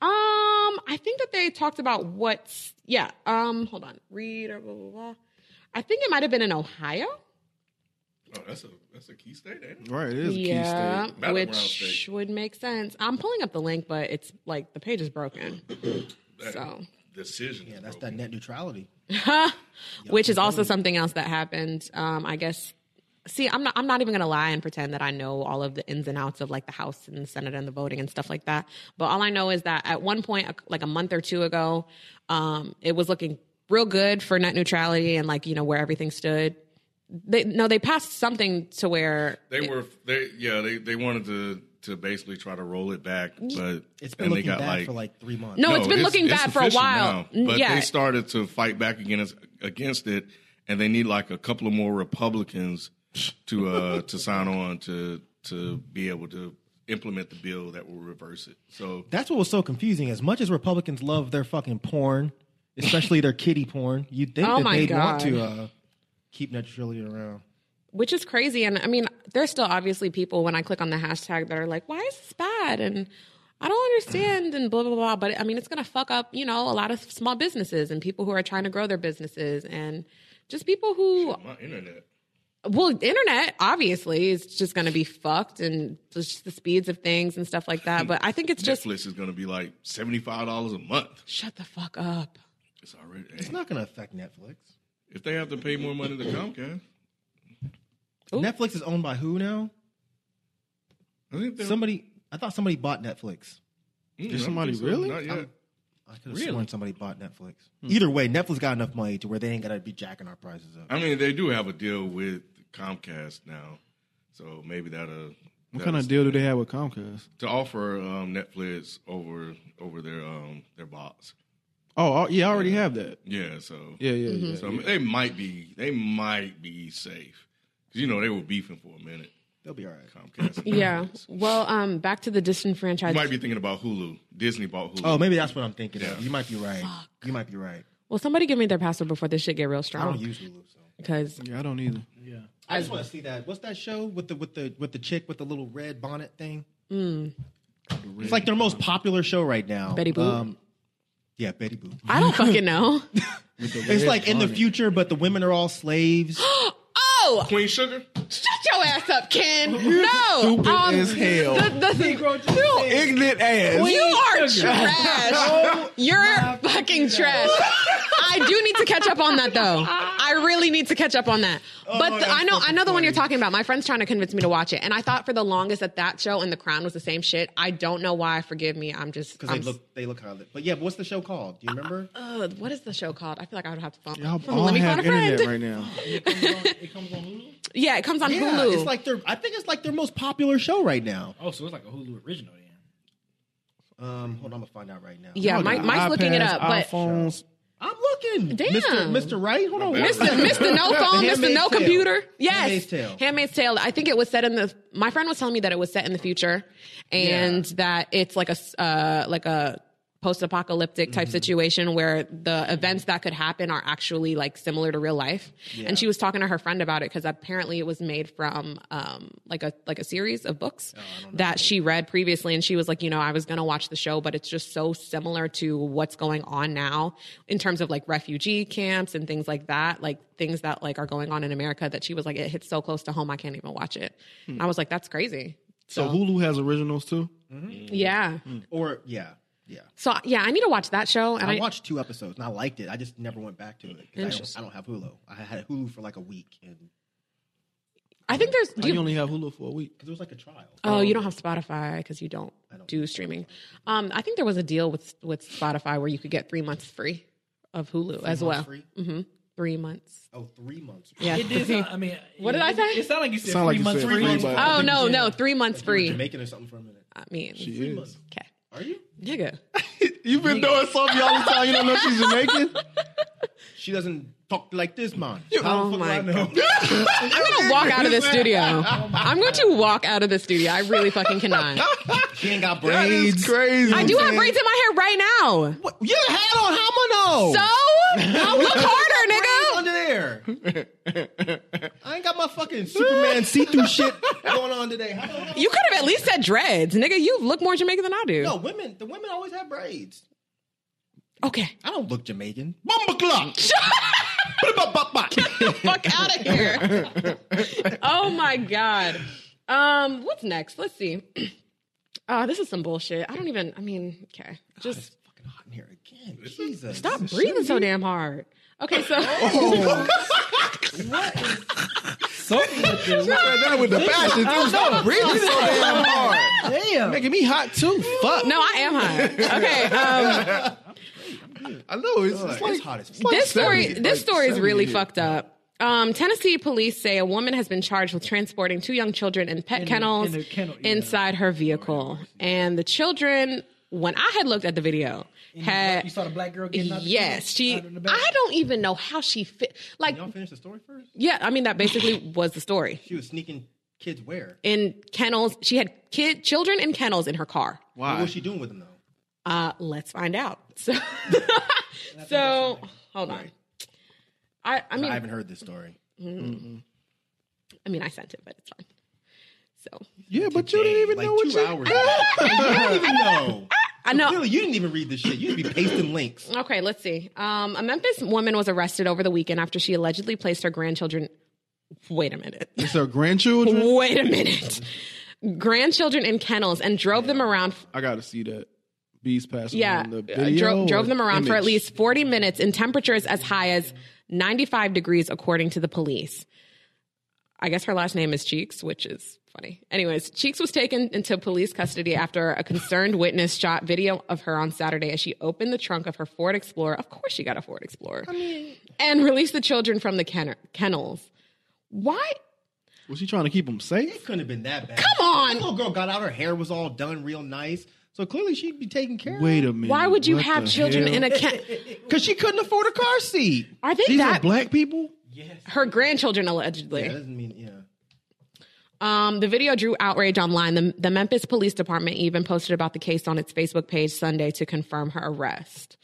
B: um I think that they talked about what's yeah, um hold on. Read or blah blah blah. I think it might have been in Ohio.
D: Oh, that's a that's a key state, ain't it?
G: Right. It is a
B: Yeah,
G: key state.
D: Battleground
B: which
D: state.
B: would make sense. I'm pulling up the link, but it's like the page is broken. so
D: Decision.
F: Yeah, that's that net neutrality.
B: which is also something else that happened. Um, I guess. See, I'm not. I'm not even gonna lie and pretend that I know all of the ins and outs of like the House and the Senate and the voting and stuff like that. But all I know is that at one point, like a month or two ago, um, it was looking real good for net neutrality and like you know where everything stood. They no, they passed something to where
D: They were they yeah they they wanted to to basically try to roll it back, but
F: It's been
D: and they
F: looking
D: got
F: bad
D: like
F: for like three months.
B: no, it's been looking bad for a
D: official
B: while.
D: now, but
B: yeah,
D: they started to fight back against against it, and they need like a couple of more Republicans to uh to sign on to to be able to implement the bill that will reverse it. So
F: That's what was so confusing. As much as Republicans love their fucking porn, especially their kitty porn, you'd think
B: Oh
F: that
B: my
F: they'd
B: God.
F: want to uh, keep net neutrality around.
B: which is crazy. And I mean, there's still obviously people when I click on the hashtag that are like, why is this bad? And I don't understand and blah, blah, blah. But I mean, it's going to fuck up, you know, a lot of small businesses and people who are trying to grow their businesses and just people who,
D: my internet.
B: well, the internet obviously is just going to be fucked and just the speeds of things and stuff like that. But I think it's just
D: Netflix is going to be like seventy five dollars a month.
B: shut the fuck up.
D: It's already
F: It's not going to affect Netflix.
D: if they have to pay more money to Comcast.
F: Netflix is owned by who now?
D: I think they-
F: Somebody. I thought somebody bought Netflix.
D: Mm, I
G: Did
D: don't
G: somebody
D: think so.
G: really?
D: Not yet.
F: I could have sworn somebody bought Netflix. Either way, Netflix got enough money to where they ain't got to be jacking our prices up.
D: I mean, they do have a deal with Comcast now, so maybe that'll
G: What kind of deal do they have with Comcast?
D: to offer um, Netflix over over their um, their box.
G: Oh, oh, yeah, I already have that.
D: Yeah, so
G: Yeah, yeah, yeah.
D: so I mean, they might be they might be safe because you know they were beefing for a minute.
F: They'll be all right.
D: Comcast.
B: Yeah. Well, um, back to the disenfranchised.
D: You might be thinking about Hulu. Disney bought Hulu.
F: Oh, maybe that's what I'm thinking. of.
D: Yeah.
F: You might be right. You might be right.
B: well, somebody give me their password before this shit get real
F: I don't
B: strong.
F: use Hulu. So.
B: Because
G: Yeah, I don't either.
F: I just want to see that. What's that show with the with the with the chick with the little red bonnet thing? It's like their most popular show right now.
B: Mm.
F: Um,
B: Betty Boop?
F: yeah, Betty Boop.
B: I don't fucking know.
F: It's like in the future, but the women are all slaves.
B: oh,
D: Queen Sugar.
B: shut your ass up, Ken. No.
G: Stupid
B: um,
G: as hell.
B: The, the, you,
G: Ignorant ass.
B: you are trash. You're fucking trash. I do need to catch up on that though. I really need to catch up on that.
G: Oh,
B: But the- I know I know the one you're talking about. My friend's trying to convince me to watch it, and I thought for the longest that that show and The Crown was the same shit. I don't know why. Forgive me. I'm just.
F: Because
B: I'm
F: they look they look hot. But yeah, but what's the show called? Do you remember?
B: Uh, what is the show called? I feel like I would have to phone.
G: Y'all
B: phone-
G: all
B: Let me
G: have
B: phone a friend.
G: internet right now.
E: it comes on Hulu.
B: Yeah, it comes on
F: yeah,
B: Hulu.
F: it's like their I think it's like their most popular show right now.
E: Oh, so it's like a Hulu original then.
F: Um, hold on, I'm gonna find out right now.
B: yeah,
G: Y'all
B: Mike,
G: got
B: Mike's looking it
G: iPads,
B: up, but
G: iPhones.
F: I'm looking.
B: Damn.
F: Mr. Mr. Right? Hold on.
B: Mr. Mr. No phone, Mr. No
F: Handmaid's Tale.
B: computer. Yes.
F: Handmaid's Tale.
B: Handmaid's Tale. I think it was set in the. My friend was telling me that it was set in the future, and that it's like a s- uh, like a post-apocalyptic
F: Mm-hmm.
B: type situation where the events that could happen are actually like similar to real life. And she was talking to her friend about it because apparently it was made from um, like a like a series of books that she read previously, and she was like, you know, I was gonna watch the show, but it's just so similar to what's going on now in terms of like refugee camps and things like that, like things that like are going on in America that she was like, it hits so close to home, I can't even watch it. I was like, that's crazy.
G: So Hulu has originals too.
B: Yeah.
F: Or yeah. Yeah.
B: So yeah, I need to watch that show. And
F: I,
B: I,
F: watched two episodes and I liked it. I just never went back to it. 'cause I don't,
B: Interesting.
F: I don't have Hulu. I had Hulu for like a week and
B: I think there's. Do
G: You
B: you,
G: only have Hulu for a week.
F: because it was like a trial.
B: oh, you don't have Spotify because you don't, do streaming. Um, I think there was a deal with with Spotify where you could get three months free of Hulu as well.
F: free?
B: hmm Three months.
F: Oh, three months.
B: Yeah.
E: It did. Sound, I mean,
B: What
E: it-
B: did I say?
E: It sounded like you said
G: Sound
E: three
G: like you
E: months.
G: said
E: free
G: free
E: months.
G: months.
B: Oh no, no, three months free.
F: Jamaican or something for a minute.
B: I mean,
G: She is.
B: okay,
F: Are you?
B: nigga.
G: You've been doing something all the time. You don't know she's Jamaican.
F: She doesn't talk like this, man.
B: Oh my
F: god.
B: I'm gonna walk out of this studio. I'm going to walk out of the studio. I really fucking cannot.
F: She ain't got
G: That is
F: braids.
G: crazy.
B: I do have braids in my hair right now.
F: What? You had on how
B: So
F: much?
B: look harder,
F: Braids
B: nigga.
F: under there. I ain't got my fucking Superman see-through shit going on today. How the hell-
B: You could have at least said dreads, nigga. You look more Jamaican than I do.
F: No, women. The women always have braids.
B: Okay.
F: I don't look Jamaican. Bumba clock.
B: fuck out of here. oh my god. Um, what's next? Let's see. Oh, this is some bullshit. I don't even. I mean, okay, just
F: fucking hot in here again. Jesus.
B: stop breathing so damn hard. Okay, so
G: that with the fashion too. Stop breathing so damn hard.
E: Damn.
G: Making me hot too. Fuck.
B: no, I am high. Okay, um,
G: I know it's, it's like
F: It's hot as
G: like
B: this story.
G: 70,
B: This
G: like
B: story is really
G: 70.
B: fucked up. Um, Tennessee police say a woman has been charged with transporting two young children in pet
E: In the-
B: kennels
E: in the kennel, yeah.
B: inside her vehicle, and the children. When I had looked at the video, had
E: You saw the black girl getting out the
B: Yes, she.
E: out of the back?
B: I don't even know how she fit. Like,
F: Y'all finish the story first?
B: yeah, I mean that basically was the story.
F: She was sneaking kids where?
B: In kennels, she had kid children in kennels in her car.
F: What was she doing with them though?
B: Uh, let's find out. So, so hold on. I I mean
F: I
B: I,
F: haven't heard this story.
B: mean I sent it, but it's fine. So
G: Yeah, but you didn't even
F: like
G: know what
F: two
G: you.
F: hours. I don't even know.
B: I know.
F: Really, you didn't even read this shit. You'd be pasting links.
B: Okay, let's see. Um, a Memphis woman was arrested over the weekend after she allegedly placed her grandchildren. Wait a minute.
G: It's her grandchildren.
B: Wait a minute. Grandchildren in kennels and drove them around
G: I gotta see that. Bees passing
B: Yeah,
G: on the
B: uh,
G: video.
B: drove, drove
G: or
B: them around for at
G: image?
B: least 40 minutes in temperatures as high as 95 degrees, according to the police. I guess her last name is Cheeks, which is funny. Anyways, Cheeks was taken into police custody after a concerned witness shot video of her on Saturday as she opened the trunk of her Ford Explorer. Of course, she got a Ford Explorer. And released the children from the kenner, kennels. Why?
G: Was he trying to keep him safe?
F: It couldn't have been that bad. Come on. Little girl got out. Her hair was all done real nice. So clearly she'd be taken care
G: Wait
F: of.
G: a minute.
B: Why would you have children in a cat?
F: Because she couldn't afford a car seat.
B: Are they
G: These
B: that
G: are black people.
B: her grandchildren allegedly?
F: That doesn't mean, yeah.
B: Um, the video drew outrage online. The, the Memphis Police Department even posted about the case on its Facebook page Sunday to confirm her arrest.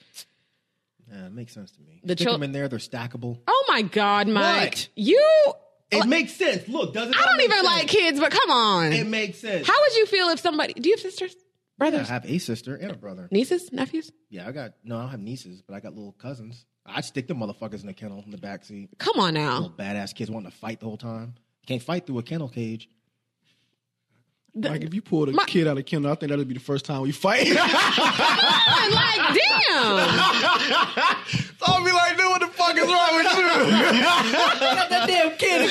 F: Nah, it makes sense to me.
B: The
F: Stick
B: chil-
F: them in there. They're stackable.
B: Oh my God, Mike!
F: What?
B: You,
F: It makes sense. Look, does it?
B: I
F: not
B: don't
F: make
B: even
F: sense?
B: like kids, but come on.
F: It makes sense.
B: How would you feel if somebody? Do you have sisters,
F: Yeah, I
B: brothers,
F: have a sister and a brother.
B: nieces, nephews?
F: Yeah, I got no. I don't have nieces, but I got little cousins. I'd stick the motherfuckers in the kennel in the back seat.
B: Come on now.
F: Little badass kids wanting to fight the whole time. Can't fight through a kennel cage.
G: Like if you pulled a
B: My-
G: kid out of Kendall, I think that'd be the first time we fight.
B: I'm like, damn.
F: I'll be like, dude, what the fuck is wrong with you?
E: that damn kid.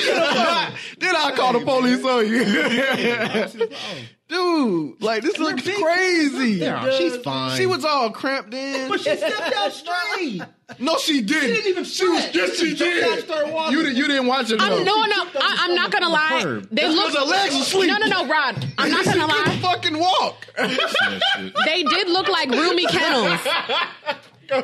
G: then I call the police on you, dude. Like this looks crazy.
F: Yeah, she's fine.
G: She was all cramped in.
F: but she stepped out straight.
G: no, she didn't.
F: didn't even
G: she was,
F: fret.
G: yes, she
F: She jumped out,
G: did.
F: started walking.
G: You, di- you didn't watch it.
B: I'm
G: though.
B: no, no. I, I'm not gonna lie.
F: curb.
B: They
G: That's
B: look.
G: 'cause her legs are sleep.
B: No, no, no, Rod. I'm not gonna
G: She couldn't
B: lie.
G: fucking walk.
B: They did look like roomy kennels.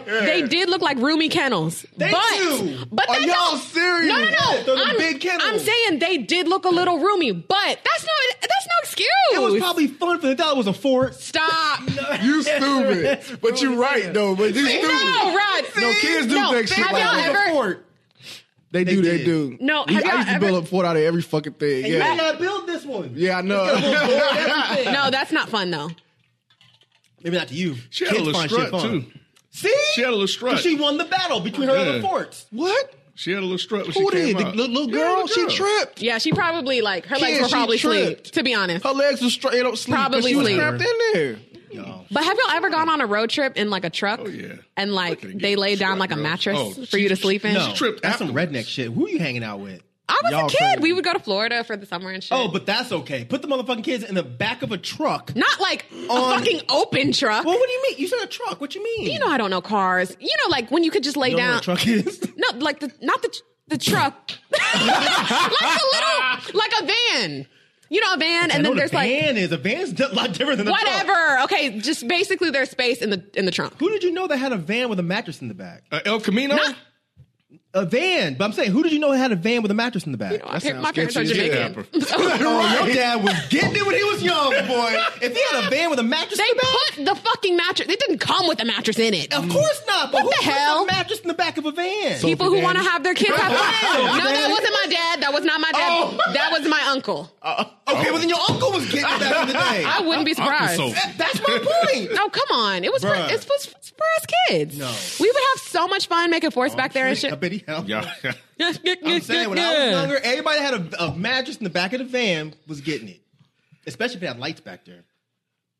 B: They did look like roomy kennels.
F: They
B: but,
F: do. Oh,
B: but
G: Are
B: that
G: y'all
B: don't-
G: serious?
B: No, no, no.
F: Yeah, they're the
B: I'm,
F: big kennels.
B: I'm saying they did look a little roomy, but that's no that's no excuse.
F: It was probably fun for them. That was a fort.
B: Stop. No,
G: You stupid. But you right though. But you stupid.
B: Rod.
G: No, kids do
B: no,
G: think shit
B: have
G: like
B: y'all
G: that.
B: ever,
G: They do. They,
F: did.
G: do.
B: No,
G: we,
B: have
G: I
B: y'all
G: used to
B: ever-
G: build up fort out of every fucking thing.
F: You
G: Yeah,
F: gotta build this one.
G: yeah, I know.
B: No, that's not fun though.
F: Maybe not to you.
D: She had a little strut too.
F: See?
D: She had a little strut.
F: She won the battle between her other
D: Yeah.
F: forts.
G: what?
D: She had a little strut when
G: Who
D: she came
G: did? The
D: out.
G: little, little
D: Yeah,
G: girl? She
D: girl.
G: tripped.
B: Yeah, she probably like her legs
G: Kid,
B: were
G: she
B: probably sleep,
G: tripped.
B: to be honest.
H: Oh.
G: Her legs were straight up sleep. 'cause
B: Probably
G: she was
B: sleep.
G: strapped in there.
B: But have y'all ever gone on a road trip in like a truck?
D: Oh, yeah.
B: And like
D: Look at it
B: they
D: get
B: lay down
D: struck,
B: like a
D: girl.
B: mattress
D: Oh,
B: for you to sleep in?
F: No,
D: tripped
F: that's some
D: afterwards.
F: redneck shit. Who are you hanging out with?
B: I was
G: Y'all
B: a kid.
G: crazy.
B: We would go to Florida for the summer and shit.
F: Oh, but that's okay. Put the motherfucking kids in the back of a truck.
B: not like a
F: On-
B: fucking open truck.
F: Well, what do you mean? You said a truck. What you mean?
B: you know I don't know cars. You know, like when you could just lay
F: You don't know
B: down.
F: what a truck is.
B: No, like the not the the truck, like a little, like a van. You know, a van, and then there's
F: a
B: like
F: van is a van's a lot different than a truck.
B: whatever. Okay, just basically there's space in the in the trunk.
F: Who did you know that had a van with a mattress in the back?
D: Uh, El Camino.
B: Not-
F: A van, but I'm saying, who did you know had a van with a mattress in the back?
B: You know, my par-
G: sounds
B: my parents are
G: sketchy as
B: Jamaican.
D: hell.
F: Oh, your dad was getting it when he was young, boy. If he had a van with a mattress
B: They
F: in the back,
B: put the fucking mattress. It didn't come with a mattress in it.
F: of course not.
B: What
F: But who
B: the
F: puts
B: hell?
F: a mattress in the back of a van?
B: People who want to have their kids have. no, that
F: Daddy.
B: wasn't my dad. That was not my dad.
F: Oh.
B: That was my uncle.
F: okay, well then your uncle was getting it back in the day.
B: uh, I wouldn't be surprised.
D: Uncle Sophie.
F: That- That's my point.
B: No, come on. It was for,
F: Bruh.
B: it was for us kids.
F: No. Oh,
B: We would have so much fun making force back there and
F: I
B: shit.
F: bet he helped.
D: Yeah.
F: I'm saying when I was younger, everybody that had a, a mattress in the back of the van was getting it, especially if they had lights back there.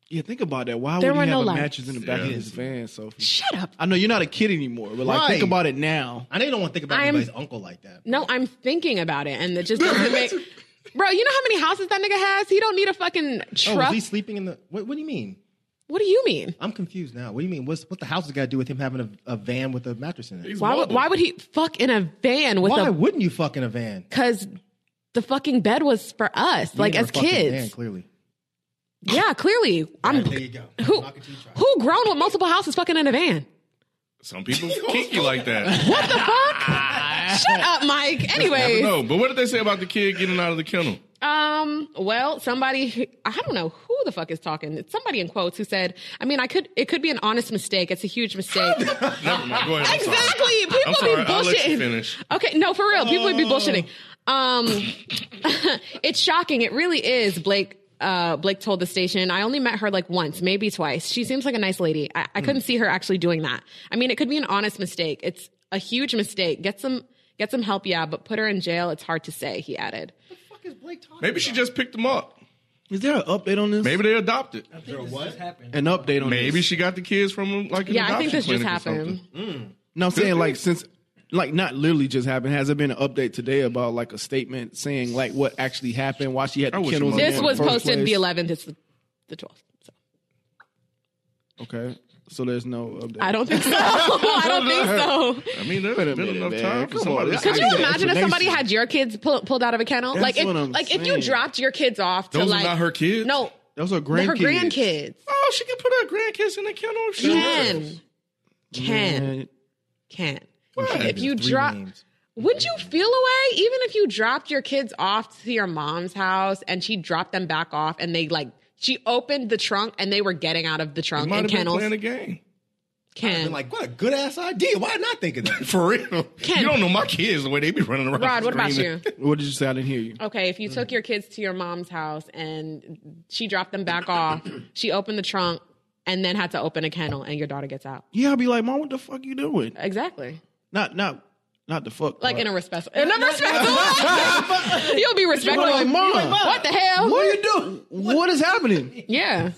G: Yeah, think about that. Why
B: There
G: would
B: were
G: he
B: no
G: have a
B: lights.
G: mattress in the back of
D: Yeah.
G: his van, Sophie?
B: Shut up.
G: I know you're not a kid anymore, but like think
F: Right.
G: about it now.
F: I know you don't want to think about
B: I'm-
F: anybody's uncle like that.
B: No, I'm thinking about it, and it just doesn't make. Bro, you know how many houses that nigga has? He don't need a fucking
F: Oh, was
B: truck.
F: he sleeping in the? What, what do you mean?
B: what do you mean?
F: I'm confused now. What do you mean? What's what the house has got to do with him having a, a van with a mattress in it?
D: He's
B: Why would
D: mobile.
B: why would he fuck in a van with
F: Why
B: a?
F: wouldn't you fuck in a van?
B: Because the fucking bed was for us, like
F: You
B: as
F: ain't never fucked in a van,
B: kids.
F: clearly.
B: yeah, clearly. I'm.
F: there you go.
B: Who
F: Knock it till you try.
B: who grown with multiple houses fucking in a van?
D: Some people kinky like that.
B: What the fuck? Shut up, Mike. Anyways.
D: No, but what did they say about the kid getting out of the kennel?
B: Um, well, somebody who- I don't know who the fuck is talking. It's somebody in quotes who said, I mean, I could it could be an honest mistake. It's a huge mistake.
D: Never mind. Go ahead. I'm sorry.
B: exactly. People
D: I'm sorry.
B: be bullshitting.
D: I'll let you finish. Oh.
B: Okay, no, for real. People would be bullshitting. Um it's shocking. It really is, Blake. Uh, Blake told the station, I only met her like once, maybe twice. She seems like a nice lady. I, I
D: Mm.
B: couldn't see her actually doing that. I mean, it could be an honest mistake. It's a huge mistake. Get some, get some help, yeah, but put her in jail. It's hard to say, he added.
F: What the fuck is Blake talking
D: Maybe she just picked him up.
G: Is there an update on this?
D: Maybe they adopted.
E: What happened?
G: an update on
D: Maybe
G: this.
D: she got the kids from like an
B: Yeah, I
D: adoption
B: think this just
D: clinic or
B: happened.
D: something.
G: No, I'm saying like since like not literally just happened. Has there been an update today about like a statement saying like what actually happened? Why she had
D: I
G: the
D: wish
G: kennels? in
D: it was.
B: This
G: there in
B: was
G: the first
B: posted
G: place?
B: the 11th. It's the, the 12th. So.
G: Okay,
H: So there's no update.
B: I don't think so. I don't think so.
D: I mean, there's been
H: minute,
D: enough
H: man.
D: time for
H: Come
D: somebody.
H: on,
D: to
H: could
B: Could
D: say
B: you
D: that.
H: Yeah,
B: imagine if somebody
H: explanation.
B: had your kids pull, pulled out of a kennel?
H: That's
B: like if
H: what I'm
B: like if you
H: saying.
B: dropped your kids off to
D: Those are
B: like
D: not her kids?
B: No,
H: Those are
B: they're
H: grandkids.
B: her grandkids.
D: Oh, she can put her grandkids in the kennel. if she wants.
B: Can, can,
H: Man,
B: can.
D: What?
B: If you drop, would you feel away even if you dropped your kids off to your mom's house and she dropped them back off and they like she opened the trunk and they were getting out of the
D: They
B: trunk
D: might
B: and
D: have been
B: kennels?
D: playing a game.
F: And
B: Can
F: like, what a good ass idea. Why did I not think of that?
D: For real.
B: Ken.
D: You don't know my kids the way they be running around.
B: Rod, what about
D: screaming.
B: you?
H: What did you say? I didn't hear you.
B: Okay, if you
H: Mm-hmm.
B: took your kids to your mom's house and she dropped them back off, she opened the trunk and then had to open a kennel and your daughter gets out.
H: Yeah, I'd be like, Mom, what the fuck you doing?
B: Exactly.
H: Not, not, not the fuck. Uh,
B: Like in
H: part.
B: a respectful, in a respectful way. You'll be respectful.
H: You're like, "Mom,
B: what the hell?
H: What are you doing? what is happening?
B: Yeah.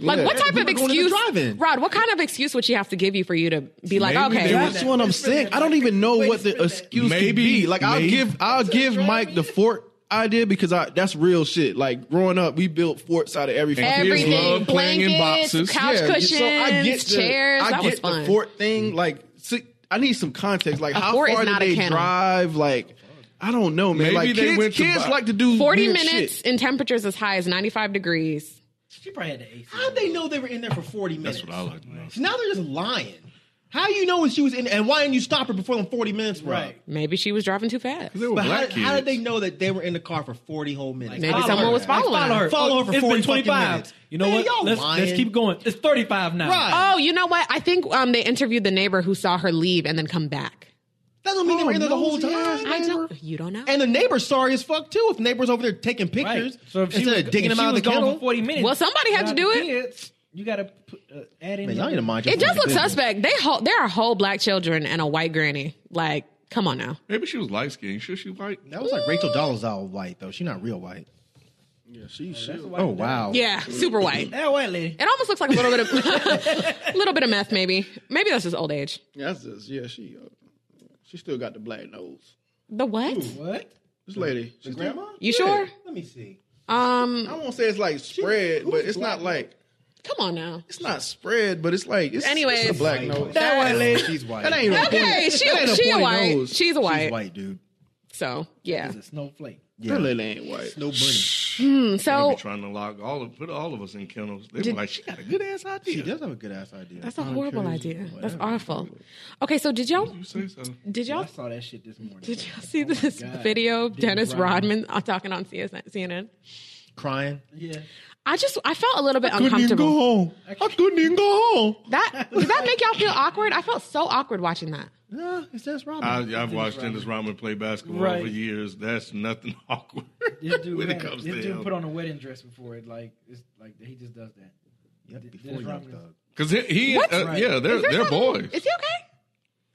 B: Like what type of
F: People are going to
B: excuse,
F: drive-in.
B: Rod? What kind of excuse would she have to give you for you to be like,
D: Maybe they
B: okay,
D: were-
H: That's what I'm saying. I don't even know what the excuse could
D: Maybe-
H: be. Like I'll
D: maybe-
H: give I'll give Mike the fort idea because I that's real shit. Like growing up, we built forts out of everything.
D: kids
B: everything,
D: love playing in
B: blankets,
D: boxes.
B: couch
H: Yeah,
B: cushions,
H: so I get the,
B: chairs.
H: I
B: that
H: get
B: was fun.
H: the fort thing. Like si- I need some context. Like how
B: fort is
H: far did
B: not a
H: they
B: kennel.
H: drive? Like I don't know,
D: Maybe
H: man. like
D: they
H: kids,
D: went to
H: kids
D: buy-
H: like to do
B: 40
H: weird
B: minutes
H: shit.
B: in temperatures as high as 95 degrees.
E: She probably had the AC.
F: How'd they know they were in there for 40 minutes?
D: That's what I like to know.
F: So now they're just lying. How you know when she was in and why didn't you stop her before them 40 minutes were up?
E: Right.
B: Maybe she was driving too fast.
D: They were
F: But how,
D: black kids.
F: how did they know that they were in the car for 40 whole minutes?
B: Maybe
F: Follow
B: someone
F: her.
B: was following
F: Like,
B: her.
F: Follow her Oh, for
E: it's
F: 40
E: been
F: fucking
E: 25.
F: minutes.
E: You know
F: Man,
E: what?
F: y'all
E: Let's,
F: lying.
E: let's keep going. It's 35 now.
F: Right.
B: Oh, you know what? I think um, they interviewed the neighbor who saw her leave and then come back.
F: That don't mean they were in there the whole
H: nosy ass
F: time.
B: Oh, I don't. You don't know.
F: And the neighbor's sorry as fuck too. If the neighbor's over there taking
E: Right.
F: pictures
E: So if she
F: instead
E: was,
F: of digging
E: if
F: them
E: she
F: out of
E: was
F: the
E: gone
F: kennel,
E: for 40 minutes.
B: Well, somebody had to
E: without
B: do
E: the
B: it.
E: kids, you got to put, uh, add in.
F: man,
E: the-
F: y'all need to mind your
B: it does
F: fucking
B: look
F: business.
B: suspect. They whole, there are whole black children and a white granny. Like, come on now.
D: Maybe she was light skinned. Should she white?
F: That was like Rachel Dolezal white though. She's not real white. Oh wow.
B: Yeah, super white.
E: That white lady.
B: It almost looks like a little bit of little bit of meth, maybe. Maybe that's just old age.
H: Yeah, that's just, yeah, she uh, she still got the black nose.
B: The what?
E: What?
H: This lady, the
F: Grandma?
B: You sure?
F: Let me see.
B: Um,
H: I won't say it's like spread, but it's not like
B: come on now.
H: it's not spread, but it's like it's,
B: Anyways.
H: it's a black nose.
B: That white lady.
F: She's white.
H: That ain't no
B: Okay,
H: pointy-
B: she,
H: that ain't no
B: she a
H: pointy
B: white.
H: nose.
B: She's a white.
F: She's white, dude.
B: So yeah.
E: It's a snowflake.
H: That lady ain't white.
F: No bunny.
D: They
B: So
D: be trying to lock all of put all of us in kennels. They were like, she got a good ass idea.
F: She does have a good ass idea.
B: that's a horrible idea. That's awful. Okay, so did y'all
D: You say so.
B: did y'all
E: I saw that shit this morning.
B: did y'all see this video of Dennis Rodman uh, talking on CSN, CNN?
F: Crying.
E: Yeah.
B: I just I felt a little bit uncomfortable.
F: home. I couldn't even go home.
B: That did that make y'all feel awkward? I felt so awkward watching that.
F: No, it's just Robin.
D: I, I've watched Dennis Rodman play basketball
E: Right.
D: for years. That's nothing awkward
E: This dude,
D: when it
E: had-
D: comes
E: this
D: to
E: dude
D: him.
E: put on a wedding dress before it. Like it's like he just does that.
F: Yep,
E: Dennis
F: before Young
E: Rodman.
F: Thug.
D: Because he, he
B: What's
D: uh,
E: right?
D: yeah, they're
B: Is there
D: they're
B: something-
D: boys.
B: Is he okay?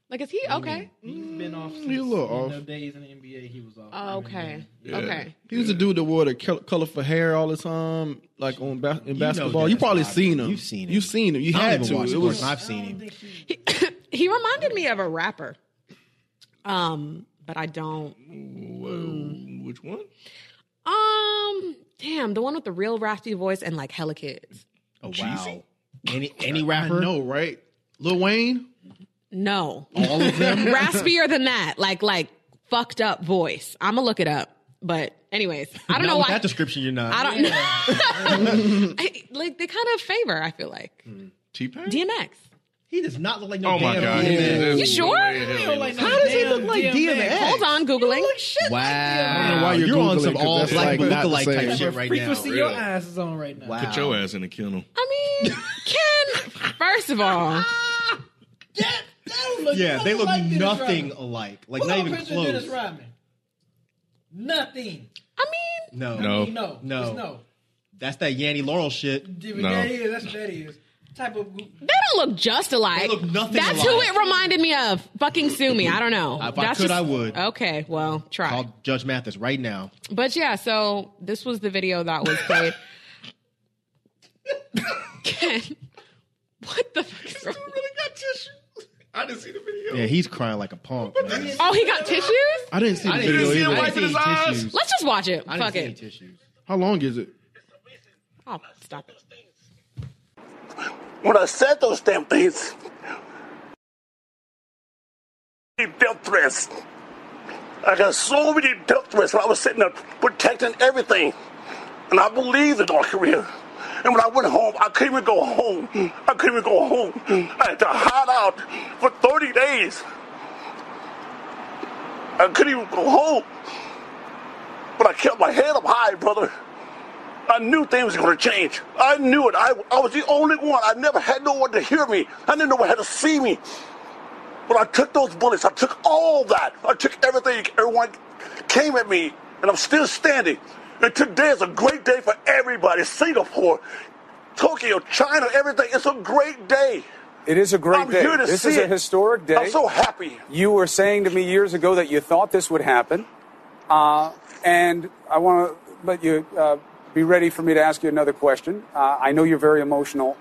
B: Like, is he okay?
E: He's been off since
H: a little
E: you know,
H: off.
E: days in the NBA. He was off.
B: Oh, okay.
D: Yeah.
B: Okay.
H: He was a dude that wore the col- colorful hair all the time, like on ba- in basketball.
F: Dennis
H: You probably
F: Rodman.
H: seen him.
F: You've seen him.
H: You've seen him. You
F: I
H: had
F: don't even
H: to.
F: watch
H: It
F: it.
H: was
F: I've seen him.
B: He reminded me of a rapper. Um, but I don't.
D: Whoa, which one?
B: Um, damn, the one with the real raspy voice and like hella kids.
F: Oh wow. Any any rapper?
H: no right. Lil Wayne.
B: No.
F: All of them.
B: Raspier than that. Like like fucked up voice. I'ma look it up. But anyways, I don't
F: Not
B: know
F: with
B: why
F: that description. You're not.
B: I don't I- like they kind of favor, I feel like.
F: Mm.
D: T Pain.
B: DMX.
F: He does not look like no
D: Oh my
F: damn
D: god!
F: man.
B: You sure?
F: How does he look like
E: Damn,
F: DMX?
B: Hold on, Googling.
F: Wow.
H: I don't know why you're
F: on
H: Googling,
F: some
H: 'cause
F: all
H: that's
F: black
H: like not the
F: lookalike
H: same.
F: type shit right now.
E: Frequency your
D: Really?
E: eyes is on right now.
F: Wow.
D: Put your ass in the kennel.
B: I mean, Ken, first of all,
F: Yeah, they look
E: like Dennis
F: nothing
E: Rodman.
F: alike. Like
E: Pull
F: not
E: up a
F: even
E: picture of Dennis
F: close.
E: Rodman. Nothing.
B: I mean,
F: No.
D: No.
E: No.
F: No.
E: Just no.
F: That's that Yanny Laurel shit.
E: Dude,
D: No.
E: That is. That's what that is. Type of.
B: they don't look just alike.
F: They look nothing
B: That's
F: alike.
B: who it reminded me of. Fucking sue me. I don't know.
F: If I
B: That's
F: could, I would.
B: Okay, well, try.
F: Call Judge Mathis right now.
B: But yeah, so this was the video that was played. Ken, what the fuck is wrong?
D: I didn't see the video.
F: Yeah, he's crying like a punk. Man.
B: Oh, he got tissues?
H: I didn't see the
F: I didn't
H: video.
F: see
H: either.
F: him
D: wiping his eyes?
F: tissues.
B: Let's just watch it.
F: I didn't
B: Fuck
F: see any
B: it.
F: tissues.
H: How long is it?
B: Oh, stop it.
I: When I said those damn things, death threats. I got so many death threats, and I was sitting there protecting everything. And I believed in North Korea. And when I went home, I couldn't even go home. I couldn't even go home. I had to hide out for 30 days. I couldn't even go home. But I kept my head up high, brother. I knew things was going to change. I knew it. I, I was the only one. I never had no one to hear me. I didn't know one had to see me. But I took those bullets. I took all that. I took everything. Everyone came at me, and I'm still standing. And today is a great day for everybody. Singapore, Tokyo, China, everything. It's a great day.
J: It is a great
I: I'm
J: day.
I: here to
J: this
I: see
J: is a
I: it.
J: historic day.
I: I'm so happy.
J: You were saying to me years ago that you thought this would happen, uh, and I want to let you uh, be ready for me to ask you another question. Uh, I know you're very emotional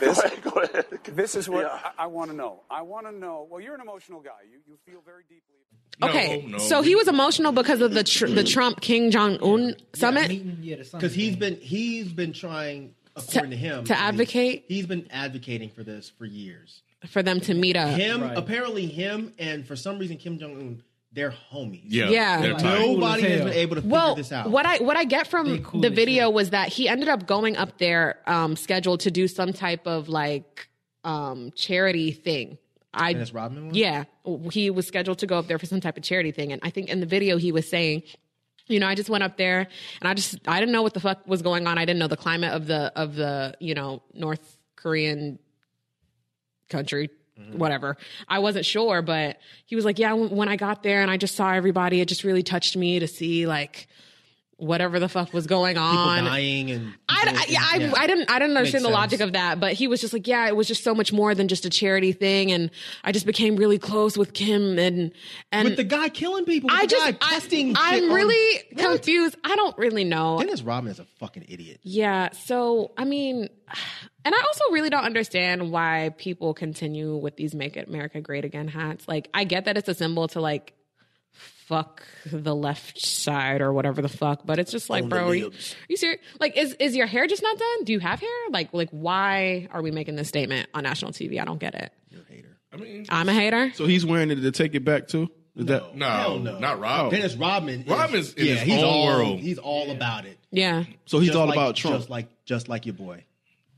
I: Go
J: this.
I: ahead, go ahead.
J: This is what
I: Yeah.
J: I, I want to know. I want to know. Well, you're an emotional guy. You, you feel very deeply.
B: Okay,
D: No, no.
B: so he was emotional because of the tr- the Trump King Jong Un summit.
E: Meeting, yeah, the summit.
F: because he's been he's been trying according to, him
B: to advocate?
F: He's been advocating for this for years.
B: for them to meet up.
F: Him apparently him and for some reason Kim Jong Un they're homies.
D: Yeah.
B: Yeah.
D: they're tight.
E: Cool as
F: Nobody has
E: hell.
F: been able to figure
B: Well,
F: this out.
B: what I what I get
E: They
B: from
E: cool
B: the
E: as
B: video
E: hell.
B: was that he ended up going up there um, scheduled to do some type of like um, charity thing. I
F: Dennis Rodman was?
B: Yeah, he was scheduled to go up there for some type of charity thing, and I think in the video he was saying, you know, I just went up there and I just I didn't know what the fuck was going on. I didn't know the climate of the of the you know North Korean country,
F: Mm-hmm.
B: whatever. I wasn't sure, but he was like, yeah. When when I got there and I just saw everybody, it just really touched me to see like whatever the fuck was going
F: people
B: on.
F: dying and
B: I, I, yeah, I,
F: Yeah.
B: I didn't I didn't understand the
F: sense.
B: logic of that, but he was just like, yeah, it was just so much more than just a charity thing, and I just became really close with Kim and and
F: with the guy killing people. with
B: I
F: the
B: just
F: guy
B: I,
F: posting shit
B: I'm
F: on-
B: really
F: What?
B: confused. I don't really know.
F: Dennis Rodman is a fucking idiot.
B: Yeah. So, I mean, and I also really don't understand why people continue with these Make America Great Again hats. Like, I get that it's a symbol to like fuck the left side or whatever the fuck, but it's just like, bro, are you, are you serious? Like, is, is your hair just not done? Do you have hair? Like, like why are we making this statement on national TV? I don't get it.
D: I mean,
B: I'm a hater.
G: So he's wearing it to take it back too. Is that Oh.
D: no, Oh, not Rob.
F: Dennis Rodman. is-
D: Rodman's in
F: yeah,
D: his
F: he's
D: own
F: all,
D: world.
F: He's all about it.
B: Yeah.
G: so he's
F: Just
G: all
F: like-
G: about Trump.
F: Just like just like your boy.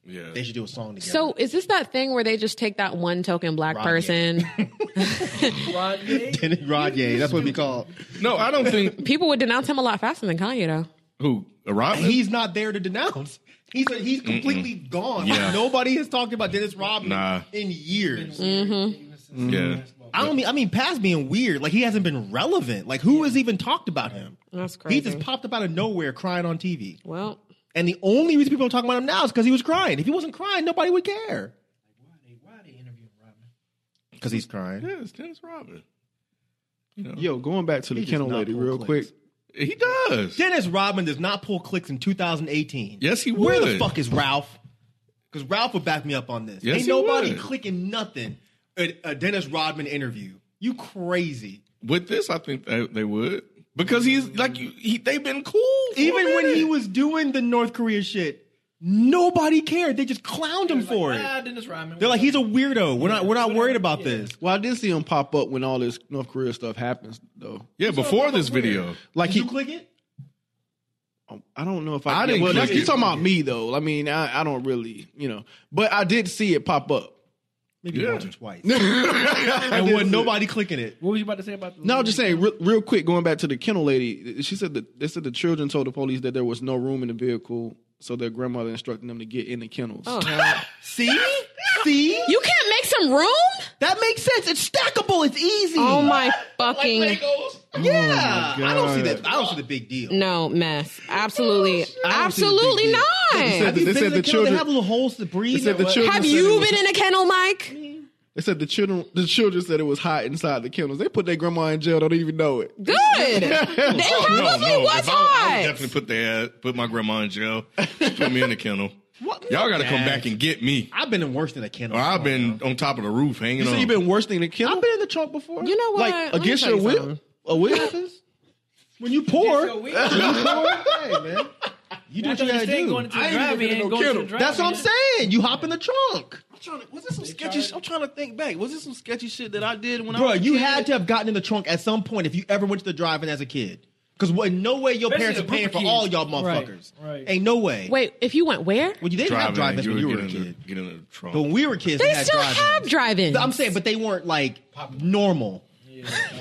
D: Yeah.
F: They should do a song together.
B: So is this that thing where they just take that one token black
F: Rodney.
B: person?
E: Rodney.
F: Dennis Rodman. That's what we call.
D: No, I don't think
B: People would denounce him a lot faster than Kanye though.
D: who Rodman.
F: He's not there to denounce. He's he's completely gone. Like,
D: Yeah.
F: nobody has talked about Dennis Rodman
D: Nah.
F: in years.
B: Mm-hmm.
D: yeah.
F: I don't mean I mean past being weird. Like he hasn't been relevant. Like who has even talked about him?
B: That's
F: He
B: crazy.
F: just popped up out of nowhere crying on TV.
B: Well,
F: And the only reason people are talking about him now is because he was crying. If he wasn't crying, nobody would care. Because he's crying.
D: Yeah, it's Dennis Rodman.
G: Yo, going back to the
F: just
G: kennel
F: not
G: lady
F: pull
G: real
F: clicks.
G: quick.
D: He does.
F: Dennis Rodman does not pull clicks in 2018.
D: Yes, he
F: Where the
D: would.
F: fuck is Ralph? Because Ralph would back me up on this.
D: Yes,
F: Ain't
D: he
F: nobody
D: would.
F: clicking nothing at a Dennis Rodman interview. You crazy.
D: With this, I think they, they would because he's like you- he, they've been cool. for a
F: Even when he
D: minute.
F: was doing the North Korea shit, nobody cared. They just clowned him for it.
E: Ah, Dennis Rodman.
F: They're like, he's a weirdo. We're not we're not worried about this.
G: Well, I did see him pop up when all this North Korea stuff happens though.
D: yeah before this video.
G: Like
F: Did
G: he,
F: you click it?
G: Um, I don't know if
D: I
G: I,
D: didn't
G: Well,
D: click
G: that's, you
D: it.
G: talking about me though. I mean, I, I don't really, you know, but I did see it pop up.
F: Maybe
D: Yeah.
F: once or twice. and was nobody clicking it.
E: what was you about to say about the?
G: No, I'm just saying, real, real quick, going back to the kennel lady, she said that they said the children told the police that there was no room in the vehicle, so their grandmother instructed them to get in the kennels.
F: See? See?
B: You can't make some room?
F: That makes sense. It's stackable. It's easy.
B: Oh my fucking
G: Oh
F: Yeah. I don't see that. I don't see the big deal.
B: no mess. Absolutely.
F: don't see the
B: Absolutely
F: big
B: not.
F: deal.
G: said
F: Have
G: they
F: you been
G: said
F: in
G: the
F: the kennel? They
G: children-
F: have little holes to breathe.
G: They said
F: in?
G: the children. said
B: Have
G: it
B: you
G: was-
B: been in a kennel, Mike?
G: They said the children. The children said it was hot inside the kennels. They put their grandma in jail. Don't even know it.
B: Good. They probably
D: If I, I would
B: was hot.
D: definitely put the put my grandma in jail. put me in the kennel.
F: What?
D: Y'all got to come
F: Dad.
D: back and get me.
F: I've been in worse than a kennel.
D: Or I've
F: Come on
D: been
F: now.
D: on top of the roof hanging
G: You
D: on.
G: said you've been worse than the kennel.
F: I've been in the trunk before.
B: You know what?
G: like
B: Let me
G: against
B: tell
G: your
B: you
G: will.
B: something.
G: A will.
F: when you pour, when you pour, hey man. You do
E: I
F: what you
E: thought you
F: gotta
E: said
F: do.
E: going into the
G: I ain't
E: drive-in,
G: even gonna
E: going
G: get
E: to the
G: him.
E: drive-in.
F: That's what I'm saying. You hop in the trunk,
G: I'm trying to, was this some sketchy? I'm trying to think back. Was this some sketchy shit that I did when I
F: bro.
G: was a
F: You
G: kid?
F: had to have gotten in the trunk at some point if you ever went to the drive-in as a kid. Because in no way your
E: Especially
F: parents
E: the
F: are paying for
E: group of
F: all
E: kids.
F: y'all
E: Right,
F: motherfuckers.
E: right.
F: Ain't no way.
B: Wait, if you went where?
F: Well, you didn't have drive-ins when you were a
D: get in
F: kid.
D: The, get in the trunk.
F: But when we were kids,
B: They
F: had
B: still
F: drive-ins.
B: have drive-ins.
F: I'm saying, but they weren't like normal.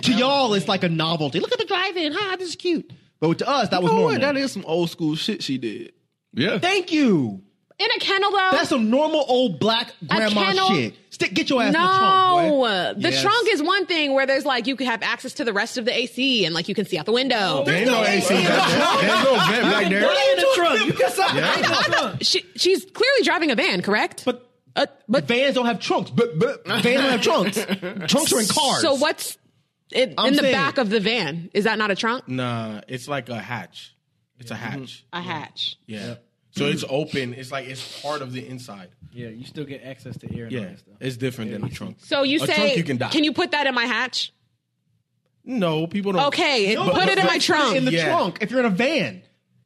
F: to y'all, it's like a novelty. Look at the drive-in. Ha, this is cute. But to us, that was
G: Oh,
F: normal.
G: wait, that is some old school shit she did.
D: yeah.
F: Thank you.
B: in a kennel though.
F: That's some normal old black grandma
B: kennel?
F: shit. Stick, get your ass in the trunk.
B: no,
F: boy.
B: the, trunk,
F: Yes.
B: is one thing where there's like you could have access to the rest of the AC and like you can see out the window.
D: There ain't no AC. back there. There's no vent back there.
E: Why in the trunk? You can sign.
D: Yeah.
E: in the trunk.
B: she she's clearly driving a van, correct?
F: But
B: uh, but
F: vans don't have trunks. But, but vans don't have trunks. trunks are in cars.
B: so what's in,
F: I'm
B: in the
F: saying-
B: back of the van? Is that not a trunk?
H: Nah, it's like a hatch. It's a hatch.
D: Mm-hmm.
B: A hatch.
H: Yeah. So it's open. It's like it's part of the inside.
E: Yeah, you still get access to air and all
H: Yeah.
E: that stuff.
H: It's different than a trunk.
B: So you
H: a
B: say
H: trunk you can die.
B: you put that in my hatch?
H: No, people don't.
B: Okay,
H: No,
B: put
H: but-
B: it in
H: but-
B: my trunk.
F: in the
H: Yeah.
F: trunk if you're in a van?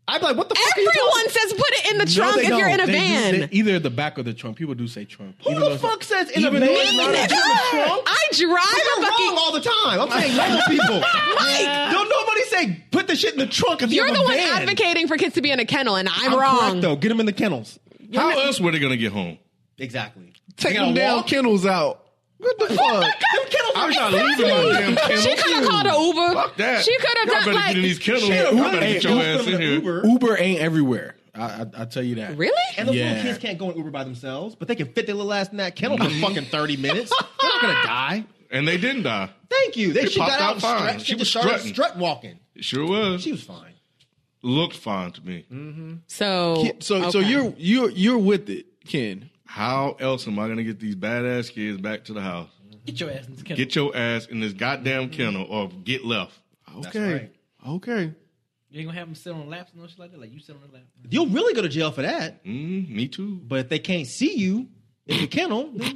F: I'd be like, what the fuck? are you
B: Everyone
F: talking-
B: says put it in the
H: No,
B: trunk
H: they
B: if you're
H: don't.
B: in a
H: They do
B: van.
H: say either the back or the trunk. People do say trunk.
F: Who
H: Even
F: the
H: though it's-
F: fuck says in a
H: even though it's
F: van?
H: not a
F: that you're in the trunk?
B: I drive a
F: You're wrong
B: fucking.
F: all the time. I'm saying normal people. Mike, don't nobody say put the shit in the trunk if you
B: You're
F: have
B: the
F: a
B: one
F: van.
B: advocating for kids to be in a kennel, and I'm,
F: I'm
B: wrong.
F: correct, though. Get them in the kennels.
D: How else were they going to get home?
F: Exactly.
G: Take them down kennels out. What the fuck?
F: Them kennels
D: I'm
F: are
D: not leaving my damn kennel.
B: She could have called an Uber.
D: Fuck that.
B: She could have
D: Y'all
B: done
D: better
B: like.
D: get in these kennels.
F: Shit,
D: Y'all better
F: Uber.
D: get
F: Don't
D: your
F: put
D: ass
F: them
D: in
F: in
D: here.
F: an Uber.
H: Uber ain't everywhere. I, I, I tell you that.
B: Really?
F: And those
H: Yeah.
F: little kids can't go in Uber by themselves, but they can fit their little ass in that kennel
D: Mm-hmm.
F: for fucking 30 minutes. They're not going to die.
D: And they didn't die.
F: Thank you. They,
D: She
F: she got
D: popped
F: out
D: out fine.
F: and
D: She
F: stretched. She
D: was
F: was started
D: strutting.
F: strut walking.
D: It sure was.
F: She was fine.
D: Looked fine to me.
H: Mm-hmm.
B: So,
G: So so
B: okay.
G: you're you're you're with it, Ken.
D: How else am I going to get these badass kids back to the house?
E: Get your ass in the kennel.
D: Get your ass in this goddamn kennel or get left.
G: Okay. Okay.
E: You ain't gonna have them sit on laps and no shit like that. Like you sit on the lap.
F: You'll really go to jail for that.
D: Mm, me too.
F: But if they can't see you in the kennel, then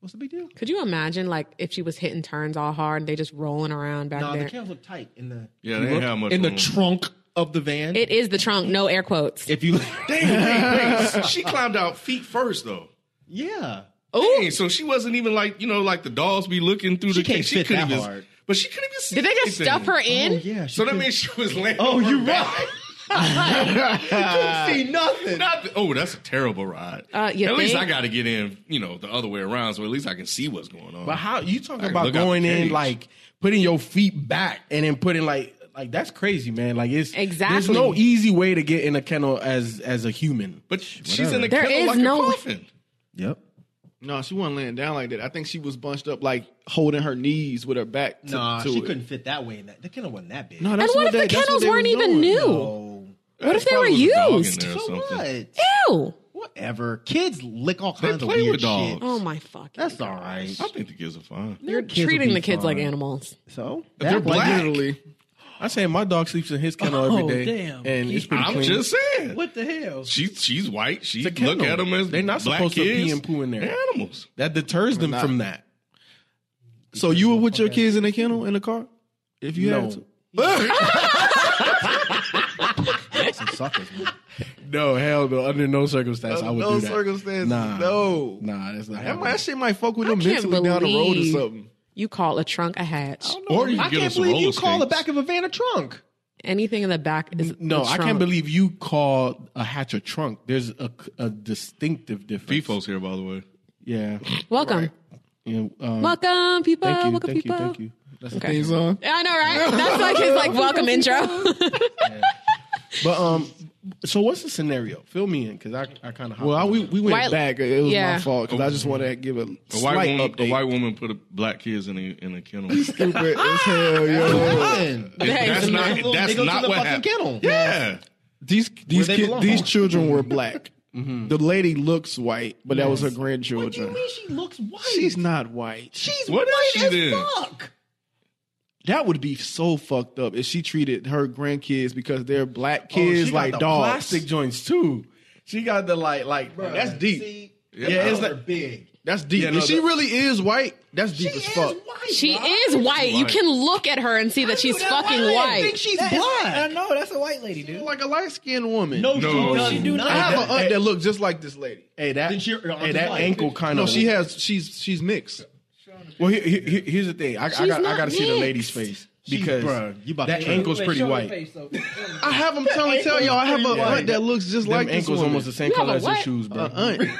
F: what's the big deal?
B: could you imagine like if she was hitting turns all hard and they just rolling around back
F: No, the
B: there?
F: kennels look tight in the
D: Yeah, they ain't have much
F: in the
D: room.
F: trunk of the van.
B: It is the trunk, no air quotes.
F: if you,
D: Damn, wait, wait. she climbed out feet first though.
F: yeah,
D: Dang, so she wasn't even like you know like the dolls be looking through
F: She
D: the case.
F: can't fit
D: couldn't
F: that
D: even-
F: hard.
D: But she couldn't even see.
B: Did they just
D: anything.
B: stuff her in?
F: yeah. She
D: So that
F: couldn't-
D: means she was laying.
F: oh,
D: on her
F: you're
D: back.
F: right. you couldn't see nothing.
D: Not the- oh, that's a terrible ride.
B: Uh, you
D: at least
B: think?
D: I got to get in, you know, the other way around, so at least I can see what's going on.
H: But how you talking
D: Like,
H: about
D: look out
H: going
D: the
H: in
D: cage.
H: like putting your feet back and then putting like like that's crazy, man. Like it's There's
B: Exactly.
H: no easy way to get in a kennel as as a human.
D: But she's in a
B: There
D: kennel
B: is
D: like
B: no-
D: a coffin.
F: Yep.
G: No, she wasn't laying down like that. I think she was bunched up like holding her knees with her back to,
F: Nah,
G: to
F: she
G: it.
F: couldn't fit that way in that. The kennel wasn't that big.
G: No,
B: and
G: that's
B: what if
G: they-
B: the
G: that's what
B: kennels
G: they was
B: weren't even
G: doing.
B: new?
F: No.
B: What if they were
D: Probably was a dog in
B: used?
D: there or
F: So
D: something.
F: what?
B: Ew!
F: Whatever. Kids lick all kinds
D: play
F: of weird
D: with dogs.
F: shit.
B: Oh my fucking.
F: That's all right.
D: I think the kids are fine.
B: You're
F: kids will
B: treating
F: be
B: the kids like
F: fine.
B: animals.
F: So
H: they're
F: that was-
H: black.
G: Literally.
H: I say my dog sleeps in his kennel
E: Oh,
H: every day,
E: damn.
H: and it's pretty
D: I'm
H: clean.
D: just saying.
E: What the hell?
D: She, she's white. She
H: It's a
D: look
H: kennel.
D: at them as
H: They're not
D: black
H: supposed to
D: kids.
H: pee and poo in there.
D: They're animals.
H: that deters them
G: not.
H: from that.
G: So you were with your kids in the kennel in the car? If you had
H: No.
G: to.
F: some suckers, man.
H: No hell no. Under no circumstance, I would
G: no
H: do that.
G: circumstances.
H: Nah,
G: No.
H: nah, that's not.
G: That,
H: happening.
G: might- that shit might fuck with
B: I
G: them
B: can't
G: mentally down the road or
B: believe-
G: something.
B: You call a trunk a hatch.
D: Or you
F: I
D: can get
F: can't
D: us some
F: believe
D: roller
F: you call the
D: skates.
F: back of a van a trunk.
B: Anything in the back is a
H: No, I
B: trunk.
H: can't believe you call a hatch a trunk. There's a, a distinctive difference.
D: FIFO's here, by the way.
H: Yeah.
B: Welcome,
H: yeah um,
B: welcome, people.
H: Thank you.
B: welcome,
H: Thank you.
B: people.
H: Thank you. That's
B: Okay.
H: the theme song.
B: Yeah, I know, right? That's like his like welcome intro.
H: But um, so what's the scenario? Fill me in because I, I kind of
G: Well, I, we, we went
B: White-
G: back. It was
B: Yeah.
G: my fault because I just want to give a,
D: A
G: slight
D: white, woman, a
G: update.
D: white woman put a black kids in a, in a kennel.
G: Stupid as hell, yo.
F: Man,
D: that's
B: some
D: not,
F: little
D: that's
F: niggas in
D: not
F: the
D: what
F: fucking
D: happened.
F: kennel.
D: Yeah.
G: These these
F: they
G: kid,
F: belong.
G: these children were black. The lady looks white, but that was her grandchildren.
F: what do you mean she looks white?
G: She's not white.
F: She's
D: What is
F: white
D: she
F: as
D: then?
F: fuck.
G: That would be so fucked up if she treated her grandkids because they're black kids
H: Oh, got
G: like
H: the
G: dogs.
H: Plastic joints too. She got the like like that's deep.
F: See,
H: yeah, it's
F: those
H: like
F: are big.
H: That's deep.
G: Yeah,
H: If
G: no,
H: she
G: that-
H: really is white, that's deep as fuck.
B: She is white. You
H: White.
B: can look at her and see that she's fucking white.
H: I think she's
E: That is- I
H: black.
E: know that's a white lady, dude.
H: Like a light skinned woman.
D: No, she No, does she
E: do not.
H: I have
E: That-
H: an aunt that looks just like this lady.
F: uh, Hey,
H: that,
F: Then she- her aunt
H: hey,
F: is
H: that
F: white.
H: ankle kind
G: No,
H: of.
G: she has. She's she's mixed.
H: Well, here, here- here- here's the thing. I, I
B: She's
H: got I
B: not
H: got to see the
B: mixed.
H: lady's face because
F: bruh, you about to
H: that
F: trip.
H: ankle's
E: Wait,
H: pretty
E: show your
H: white.
E: face, though.
G: I have. I'm telling tell y'all. I have a aunt that looks just
H: Them
G: like this
H: ankles
G: woman.
H: almost the same
B: You have
H: color
B: a
H: as her
B: what?
H: shoes, bro.
G: aunt.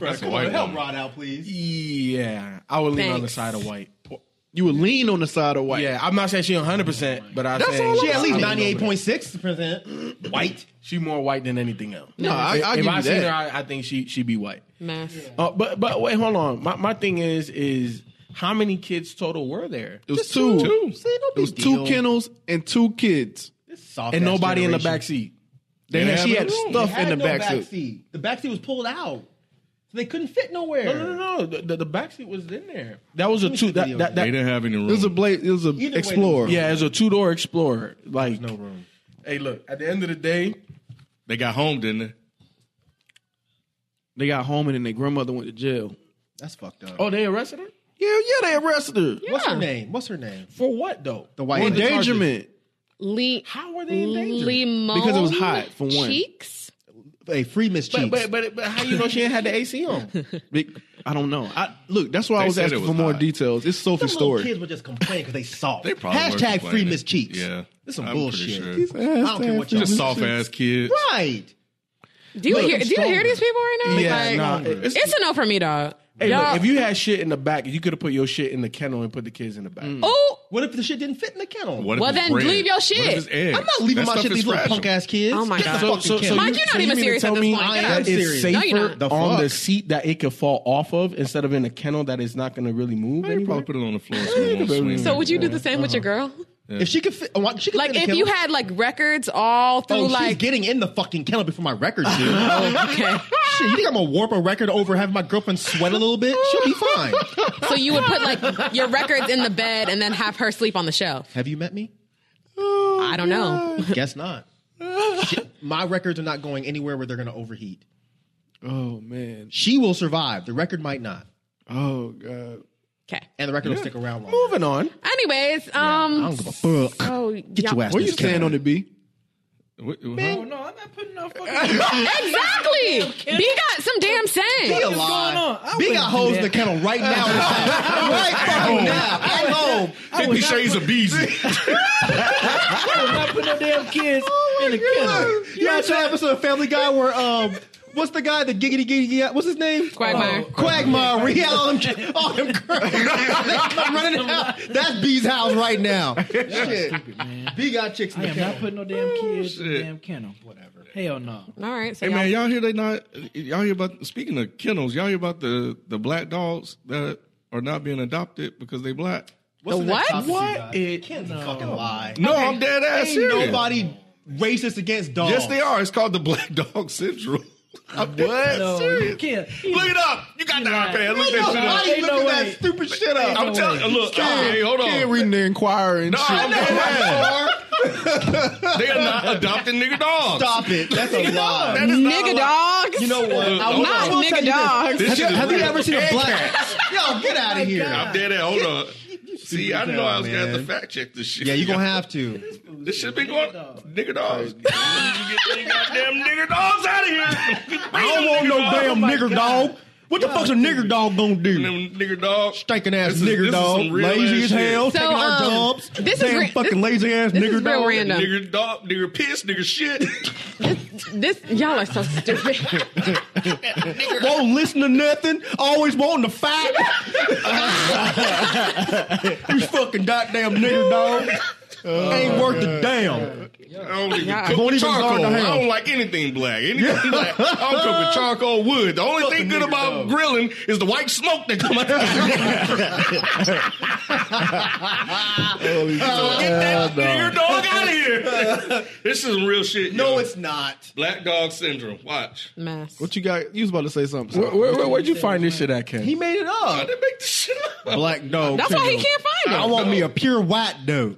D: That's a white
F: Help
D: woman.
F: Rod out, please.
H: Yeah, I would lean on the
B: Thanks.
H: side of white.
G: You would lean on the side of white.
H: Yeah, I'm not saying she 100, percent but I
G: That's
H: say
G: all
F: She at
G: I
F: least
G: don't know
F: ninety eight point six percent white.
H: She more white than anything else.
G: No, I-
H: if,
G: I
H: if
G: give
H: I
G: you
H: seen
G: that.
H: her, I, I think she she be white.
B: Math.
H: Uh, but but wait, hold on. My my thing is is how many kids total were there?
G: It was two.
D: Two.
G: It was two kennels and two kids,
F: Soft
H: and
F: ass
H: nobody in the
F: generation.
H: back seat. They
D: Yeah,
H: had, she
D: but
H: had
D: they don't.
H: stuff
F: They had
H: in the
F: no
H: back seat.
F: The back seat was pulled out, so they couldn't fit nowhere.
H: No, no, no, no. The, the, the back seat was in there. That was a two. That, that,
D: They
H: that,
D: didn't have any room.
G: It was a blade. It was a
F: Either way,
G: explorer.
H: yeah, it was a two door Explorer. Like
F: No room.
H: Hey, look. At the end of the day,
D: they got home, didn't they?
G: They got home and then their grandmother went to jail.
F: That's fucked up.
H: oh, they arrested her
G: Yeah, yeah, they arrested her.
F: What's her name? What's her name?
H: for what though?
F: The white
H: What are the charges?
G: Endangerment.
B: Le-
H: How were they endangered?
B: Limon
G: Because it was hot, for one.
B: Cheeks.
F: A free Miss Cheeks.
H: But, but but but how you know she ain't had the AC on?
G: Big- I don't know. I look. That's why
D: They
G: I was
D: said
G: asking
D: it was
G: for more
D: hot.
G: details. It's
F: Them
G: Sophie's
F: little
G: story.
F: kids were just complaining because they soft.
D: They probably were
F: Hashtag free
D: complaining.
F: Miss Cheeks.
D: Yeah.
F: This some
D: I'm pretty
F: bullshit.
D: sure.
F: I don't care what y'all
D: Just soft ass kids.
F: Right.
B: Do you hear? Do you hear these people right now? Like,
H: nah,
B: it's, a no for me, dog.
H: Hey, look, if you had shit in the back, you could have put your shit in the kennel and put the kids in the back.
B: oh,
F: What if the shit didn't fit in the kennel?
D: What if
B: Well,
D: it's
B: then
D: bread?
B: leave your
D: What if
B: shit.
D: it's eggs?
F: I'm not leaving
D: That
F: my
D: stuff
F: shit to
D: is
F: these little
D: fragile.
F: punk ass kids.
B: Oh my
F: Get the
B: God.
F: fucking kennel.
B: Mike, you're not even
H: mean to
B: serious
H: tell
B: at this
H: me
B: point.
H: I
B: Get
H: am
F: out.
H: serious.
F: No,
H: Safer
B: you're not.
F: The
H: on the
F: fuck?
H: seat that it could fall off of instead of in a kennel that is not going to really move.
D: They
H: anywhere?
D: probably put it on the floor so it won't swing.
B: so would you do the same with your
F: Uh-huh.
B: girl?
F: If she could fit, oh, she could
B: Like
F: fit in
B: if
F: the
B: you
F: kennel.
B: had like records all through,
F: Oh, she's
B: like
F: getting in the fucking kennel before my record, dude. okay. Shit, you think I'm gonna warp a record over having my girlfriend sweat a little bit? She'll be fine.
B: so you would put like your records in the bed and then have her sleep on the shelf.
F: Have you met me?
H: Oh,
B: I don't know.
F: Guess not. Shit, my records are not going anywhere where they're gonna overheat.
G: Oh man.
F: She will survive. The record might not,
G: Oh god.
B: Okay.
F: and the record will stick around longer.
H: Moving on.
B: Anyways,
F: I
B: um,
F: don't give a fuck.
B: so
F: Get your
B: y'all-
F: ass.
G: Where
F: in
G: you
F: this kennel.
G: stand on the B?
D: What- what-
E: Oh no, I'm not putting no fucking.
B: Exactly. B got some damn
F: Be
B: sense.
F: a lie.
E: I
F: Be
E: wouldn't
F: got
E: do
F: hoes
E: that.
F: in the kennel right now. right fucking now. At home.
D: Fifty Shades of Beezy.
E: I'm not putting no damn kids in the kennel.
F: Oh You know that episode of Family Guy where um, what's the guy, the giggity giggity? What's his name?
B: Quagmire.
F: Oh, Quagmire. Where he had all them, all them girls. they come running out. That's B's house right now. Shit. B got chicks in
E: I
F: the
E: am not
F: kennel.
E: putting no damn kids in the
D: shit.
E: damn kennel. Whatever. Hell no.
B: All right. So
D: Hey
B: y'all-
D: man, y'all hear they not? Y'all hear about? Speaking of kennels, y'all hear about the the black dogs that are not being adopted because they black?
F: What's
B: The
F: next
B: what?
F: topic you
H: What
F: got?
H: it-
F: Ken's a fucking lie.
D: No, I'm dead ass
F: Ain't
D: serious.
F: nobody racist against dogs.
D: Yes, they are. It's called the Black Dog Syndrome. I'm dead ass
E: No, you
D: serious.
E: can't.
D: Look it up. You got the iPad. Look that
F: Ain't
D: shit up.
F: nobody
E: Ain't no way.
F: looking that stupid shit up.
D: I'm telling you, look, hey, hold on.
G: Can't read the Inquirer and
D: No,
G: shit.
D: I'm dead ass. They are not adopting nigga dogs.
F: Stop it. That's a lie.
D: That is not a
B: nigga
D: lie.
B: dogs.
F: You know what?
D: Look,
F: I will-
D: Not
F: I will
B: nigga
F: tell you this.
B: dogs.
D: This
F: Have you,
D: shit is Oh
F: have you
D: real.
F: ever seen a
D: And
F: black?
D: cats.
F: Yo, get out of here.
D: I'm dead ass. Hold on. See, I didn't know I was gonna have to
F: man.
D: fact check this shit.
F: Yeah, you're gonna have to.
D: This shit been going nigga dogs. you get your goddamn nigga dogs out of here. I oh
F: nigger dog. What the fuck's a nigger dog gonna do?
D: Them nigga dogs.
F: Stinking ass
D: This is- this
F: nigger
D: is
F: dog,
D: some real
F: lazy
D: ass
F: as
D: shit.
F: hell,
B: So,
F: taking our
B: um,
F: jobs.
B: this is
F: Damn
B: re-
F: fucking
B: this-
F: lazy ass
B: this is
F: nigger
B: real
F: dog.
B: random.
D: Nigga dog, nigga piss, nigga shit.
B: This y'all are so stupid.
F: Won't listen to nothing. Always wanting to fight. you fucking goddamn nigger dog. Ain't worth a damn.
D: Uh, I don't even
B: Yeah.
D: cook
F: Won't
D: with
F: even guard
D: charcoal.
F: the
D: I
F: house.
D: don't like anything black. Anything black. I don't cook with charcoal wood. The only thing good about grilling is the white smoke that comes out.
G: Uh,
D: so get that nigger dog out of here. this is real shit.
F: No,
D: yo.
F: it's not.
D: black dog syndrome. Watch.
B: Mess.
G: What you got? You was about to say something.
H: Where, where, where, would you find this shit at, Ken?
F: He made it
D: I
F: up.
D: didn't make this shit up.
F: Black dog.
B: That's why he
F: syndrome.
B: can't
F: I
B: find
F: want me a pure white dog.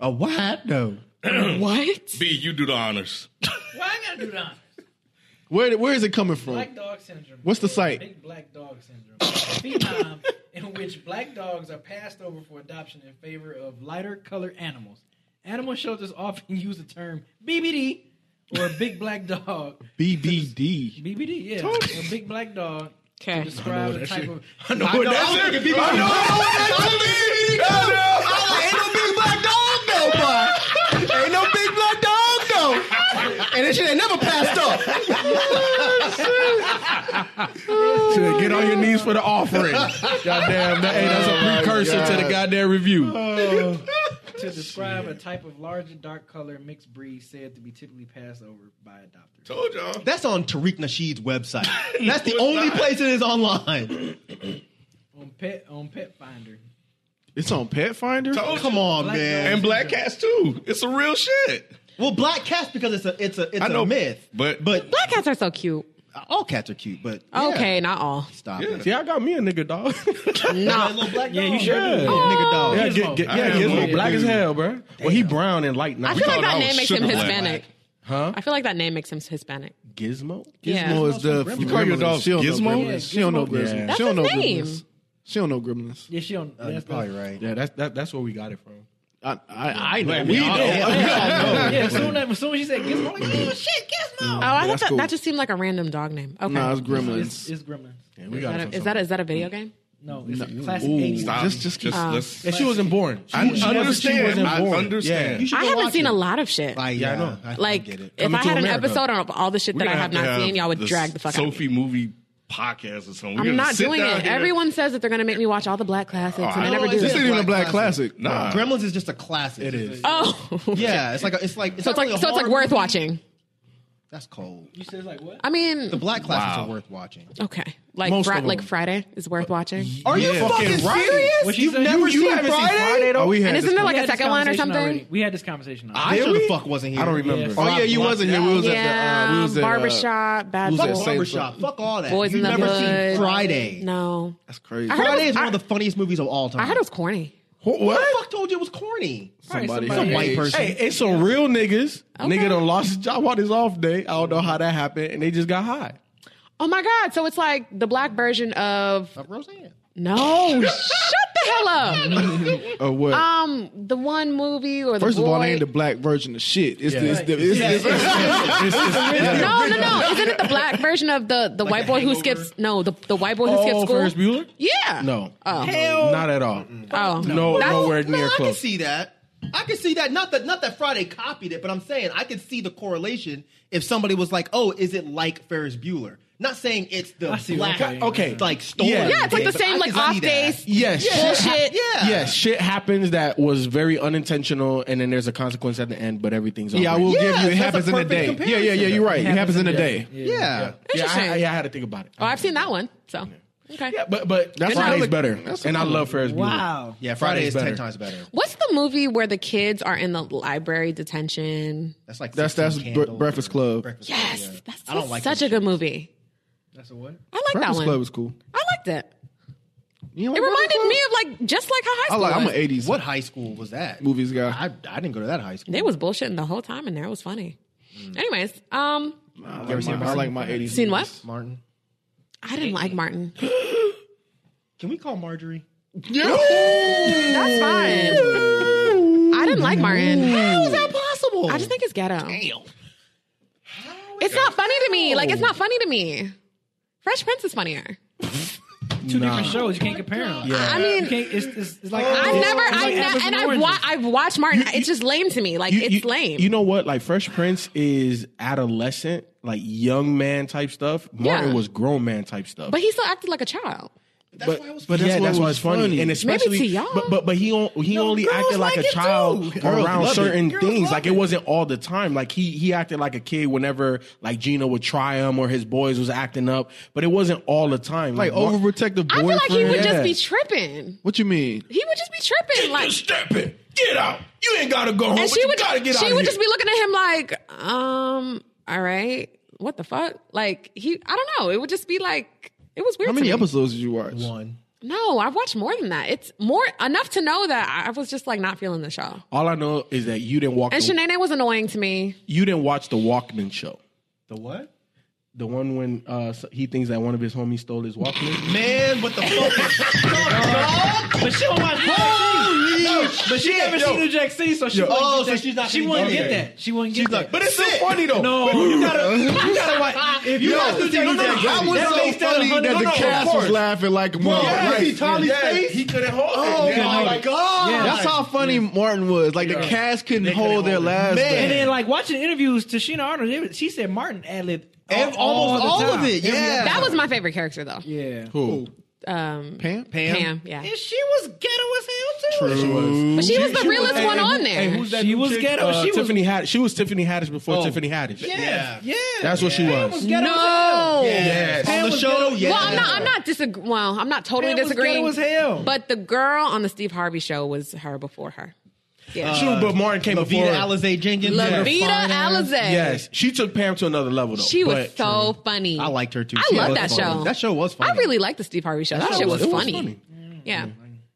F: A white dog.
B: it. What?
D: B, you do the honors.
E: Why I gotta do that?
G: Where where is it coming from?
E: Black dog syndrome.
G: What's the
E: Yeah,
G: site?
E: Big black dog syndrome. Phenom in which black dogs are passed over for adoption in favor of lighter colored animals. Animal shelters often use the term BBD or big black dog.
G: BBD.
E: BBD, yeah. or big black dog. To describe the type of.
H: I know what that's I know what that is. I know what that is. Ain't no big black dog though, boy. Ain't no big black dog though. And that shit ain't never passed
D: Shit, get on your knees for the offering. Goddamn, that, hey, that's
G: Oh
D: a precursor to the goddamn review.
G: Uh,
E: to describe a type of larger dark color mixed breed said to be typically passed over by adopters.
D: Told y'all.
F: That's on Tariq Nasheed's website. That's the only place it is online.
E: On pet on pet finder.
G: It's on Pet Finder.
F: Come on,
E: Black
F: man.
D: And black cats too. It's a real shit.
F: Well, black cats because it's a it's a it's
D: I know,
F: a myth.
D: but-
F: but
B: Black cats are so cute.
F: all cats are cute. But
B: Oh, Okay, not all.
F: stop it.
H: See, I got me a nigga dog.
B: No.
E: yeah, you sure
H: Yeah.
F: Nigga
B: Oh,
F: dog.
H: Yeah, get, get, yeah,
D: am
H: Gizmo,
D: one.
H: black as hell, bro. Well, he brown and light now.
B: I
H: He
B: feel like
H: thought
B: that
H: was
B: name makes him
H: sugar black.
B: Hispanic. Huh? I feel like that name makes him Hispanic.
H: Gizmo.
B: Yeah.
G: Gizmo is the
D: You call your dog
G: She don't know
D: Gizmo?
G: gremlins.
D: Yeah,
G: She don't know
E: Gizmo.
G: gremlins.
D: Yeah.
G: She
B: That's
G: don't know
B: his name.
G: gremlins. She don't know gremlins.
E: Yeah, she on
F: You're
E: that's
F: probably right.
H: Yeah, that's that, that's where we got it from.
G: I I, I know.
H: we all know.
E: Yeah, as soon as, as soon as she said Gizmo, I'm like, oh shit, Gizmo.
F: Mm.
B: Oh, I thought
G: that's
B: that,
G: cool.
B: that just seemed like a random dog name. Okay.
G: Nah, it's
E: It's,
G: gremlins.
E: it's Gremlins.
H: we
B: Is
H: got
B: that
H: it.
B: a- is that a, is that a video game?
E: No, it's a classic
G: Ooh,
E: 80s.
D: Stop.
G: Just just keep.
D: let's.
H: And she wasn't born. She,
D: I
H: she wasn't- She
D: understand.
H: wasn't
D: I
H: born.
D: understand.
H: Yeah.
F: You should
B: I
F: go
B: haven't
F: watch
B: seen
F: it.
B: a lot of shit.
F: I,
H: Yeah, I
F: yeah,
H: know.
F: I,
B: like,
F: get it.
B: if
H: Coming
B: I
H: to
B: had an
H: America.
B: episode on all the shit
D: We're
B: that I
D: gonna
B: have
D: to
B: not seen, y'all would
D: the
B: drag the fuck out of me.
D: Sophie movie podcast or something. We're
B: I'm
D: gonna
B: not
D: sit
B: doing
D: down
B: it.
D: here-
B: Everyone says that they're going to make me watch all the black classics, and
D: I
B: I
D: don't
B: never
D: like
B: do.
G: This
B: it.
G: ain't even a black classic.
D: Nah.
F: Gremlins is just a classic. It
H: is.
B: Oh,
F: Yeah, it's like a, it's like it's
B: so it's like
F: not really a
B: so it's like
F: horror
B: worth
F: movie.
B: watching.
F: That's cold.
E: You said it's like what?
B: I mean,
F: The black classics
D: Wow.
F: are worth watching.
B: okay, like
G: Most
B: Fri-
G: of 'em.
B: like Friday is worth watching,
F: Are you fucking, serious?
E: What she
F: You've
E: said-
F: never
E: You- you
F: seen,
E: haven't seen
F: Friday?
E: Friday, though?
G: Oh, we had
B: and isn't there
G: this-
B: like
E: We
B: a
E: had this
B: second one or
E: conversation
B: something?
E: already. We had this conversation. already.
F: I sure
G: Did
F: the
G: we?
F: fuck wasn't here.
G: I don't remember.
E: Yeah.
G: Oh yeah, you
F: Black-
G: wasn't here. We was at the. We
B: Yeah,
G: was at, uh,
B: barbershop, bad
G: we was at
B: boy,
G: Saint-
F: Barbershop. Fuck all that.
B: boys in
F: You've
B: the
F: never
B: hood.
F: seen Friday.
B: No,
G: That's crazy.
B: I heard
F: Friday
B: it
F: is
B: was-
F: one of the funniest movies of all time.
B: I heard it was corny.
G: Wh-
F: Who the
G: What?
F: fuck told you it was corny?
G: Somebody,
E: Some
G: her
F: white
G: age.
F: person.
H: Hey, it's some real niggas.
B: Okay.
H: Nigga done lost his job on his off day. I don't know how that happened, and they just got high.
B: Oh my god! So it's like the black version of
F: Of Roseanne.
G: Oh,
B: no. shut the hell up.
G: Or what?
B: Um, the one movie or the
G: First of all,
B: boy-
G: they ain't the black version of shit. It's the, it's the, it's it's-
B: No, no, no. Isn't it the black version of the the white boy who skips? No, the the white boy who skips
H: Oh,
B: school.
H: Ferris Bueller?
B: Yeah.
H: No,
B: Oh.
H: not at all.
B: Oh.
H: No,
B: That's-
H: nowhere
F: No,
H: near
F: I can
H: close.
F: see that. I can see that. Not that not that Friday copied it, but I'm saying I could see the correlation if somebody was like, "Oh, is it like Ferris Bueller?" Not saying it's the
E: I see what
F: black,
E: you're saying.
H: Okay.
F: like story.
H: Yeah.
B: Yeah, it's like the
F: but I
B: same
F: can
B: like
F: see
B: off
F: that.
B: days.
H: Yes,
B: Bullshit.
F: Yeah.
H: Yes, shit happens that was very unintentional, and then there's a consequence at the end, but everything's
G: yeah, I will
H: alright.
G: give
F: Yeah,
G: you. It
F: that's a
G: happens in a
F: perfect
G: day. Yeah, yeah, yeah.
F: comparison.
G: You're right. It happens in a
E: Yeah.
G: day.
F: Yeah.
H: Yeah, I- I,
B: Interesting.
H: yeah, I had to think about it.
B: Oh, I've seen that one. So okay.
H: yeah, but but that's
B: Good
H: Friday's
B: knowledge.
H: better, and I love Ferris Bueller.
E: Wow.
F: Yeah, Friday is
H: Friday's
F: ten
H: better.
F: times better.
B: What's the movie where the kids are in the library detention?
F: That's like
G: That's- that's
F: 16
G: Bre-
F: Candles
G: Breakfast
F: or-
G: Club.
F: Breakfast
B: Yes,
F: Club, yeah.
B: that's
F: I don't like
B: such
F: that
B: a good movie.
E: That's a
B: I
E: what?
B: like
G: Breakfast
B: that
G: Club
B: one.
G: was cool.
B: I liked it.
G: You know
B: It
G: what
B: reminded
G: Breakfast
B: me of like just like how
G: Club?
B: high school.
G: I like. I'm
B: was.
G: an '80s
F: What high school was that?
G: movies guy.
F: I I didn't go to that high school.
B: They was bullshitting the whole time in there. It was funny.
G: Mm.
B: Anyways, um,
G: I like my- I like my '80s.
B: seen what?
G: movies.
F: Martin.
B: I didn't like Martin.
F: Can we call Marjorie?
B: That's fine. I didn't like Martin.
F: How is that possible?
B: I just think it's ghetto. It's not funny to me. Like it's not funny to me. Fresh Prince is funnier.
E: Two different shows. You can't compare them.
B: I
E: You
B: mean,
E: can't, it's, it's, it's
H: Oh,
E: like
F: Oh.
B: I've
E: it's
B: never,
E: like
B: I've
E: apples
B: ne- and I've,
E: oranges.
B: wa- I've watched Martin.
H: You- you-
B: it's just lame to me. Like
H: You-
B: it's
H: you-
B: lame.
H: You know what? Like Fresh Prince is adolescent, like young man type stuff. Martin
B: Yeah.
H: was grown man type stuff.
B: but he still acted like a child.
F: that's
H: but,
F: why it was
H: but yeah,
G: what
H: that's why
G: was
H: it's funny.
G: funny.
H: And
G: Maybe
H: especially
B: to y'all.
H: But but, but he on, he
F: No,
H: only
F: girls
H: acted like,
F: like
H: a
F: it
H: child
F: too. Girls
H: around
F: love it.
H: certain
F: Girls
H: things.
F: love
H: Like
F: it.
H: it wasn't all the time. Like he he acted like a kid whenever like Gina would try him or his boys was acting up. But it wasn't all the time.
G: Like
H: Mar-
G: overprotective boyfriend.
B: I feel like he would just
H: Yeah.
B: be tripping.
G: What you mean?
B: He would just be tripping. Like,
H: stepping. Get out. You ain't gotta go home.
B: and
H: but
B: she
H: you
B: would,
H: gotta get
B: she
H: out of
B: would
H: here.
B: just be looking at him like, um, all right, what the fuck? Like he, I don't know. It would just be like, it was weird.
G: How many
B: to me.
G: episodes did you watch?
F: one.
B: No, I've watched more than that. It's more enough to know that I was just like not feeling the show.
H: All I know is that you didn't walk.
B: And
H: the-
B: Shanae was annoying to me.
H: you didn't watch the Walkman show.
F: The what?
H: The one when uh, he thinks that one of his homies stole his Walkman.
F: Man, what the fuck?
E: But she don't watch New Jack City. No, but she never seen New Jack City, so she
F: Oh. Yo.
E: wouldn't,
F: Oh,
E: get,
F: so
E: that.
F: she's not
E: she
F: gonna
E: wouldn't
F: get
E: get
F: it.
E: that. She wouldn't get that.
F: but it's so funny though.
E: no, you gotta, you gotta watch. If you
F: Yo,
E: watch New Jack
F: no, no,
E: City,
F: that was
E: that
F: so
E: makes that a
F: funny
E: hundred-
F: that
H: Oh,
F: the
E: no, no,
F: cast
E: of
F: was
E: course.
H: laughing like
F: Bro,
H: motherfucker.
F: you see Tolly's face?
H: He couldn't hold
F: Oh
H: it.
F: my god!
G: That's how funny Martin was. Like the cast couldn't hold their laughs.
F: Man.
G: back.
E: And then, like watching interviews, Tashina Arnold, they were- she said Martin ad lib
F: Ev- almost all, of it. Yeah,
B: That was my favorite character though.
E: Yeah,
G: Who?
B: Um,
G: Pam?
B: Pam. yeah.
E: and she was ghetto as hell too.
B: But she was the realest
H: Hey,
B: one
H: who-
B: on there.
H: Hey, who's that
E: She
H: new
E: was
H: chick?
E: ghetto.
H: Uh,
E: She was-
H: Tiffany Haddish. She was Tiffany Haddish before
F: Oh.
H: Tiffany Haddish.
E: Yeah, yeah,
H: That's what she
E: Pam
H: was.
E: was ghetto as
B: No.
E: hell.
H: Yes.
E: Pam
F: on the
E: was
F: show.
E: ghetto-
F: Yeah,
B: Well, I'm not. I'm not disagree. Well, I'm not totally
E: Pam was
B: disagreeing.
E: ghetto as hell.
B: But the girl on the Steve Harvey show was her before her. Yeah.
H: True, but Martin came before.
F: Levita
H: her.
F: Alizé Jenkins.
B: Lavita
F: Yeah.
B: Alizé.
H: Yes, she took Pam to another level though.
B: She was
H: but-
B: so funny.
F: I liked her too.
B: I
F: She
B: love
F: was
B: that
F: funny.
B: show.
F: That show was funny.
B: I really liked the Steve Harvey show. That,
H: That
B: shit
H: was-
B: was,
H: it was
B: funny.
H: funny.
B: Yeah.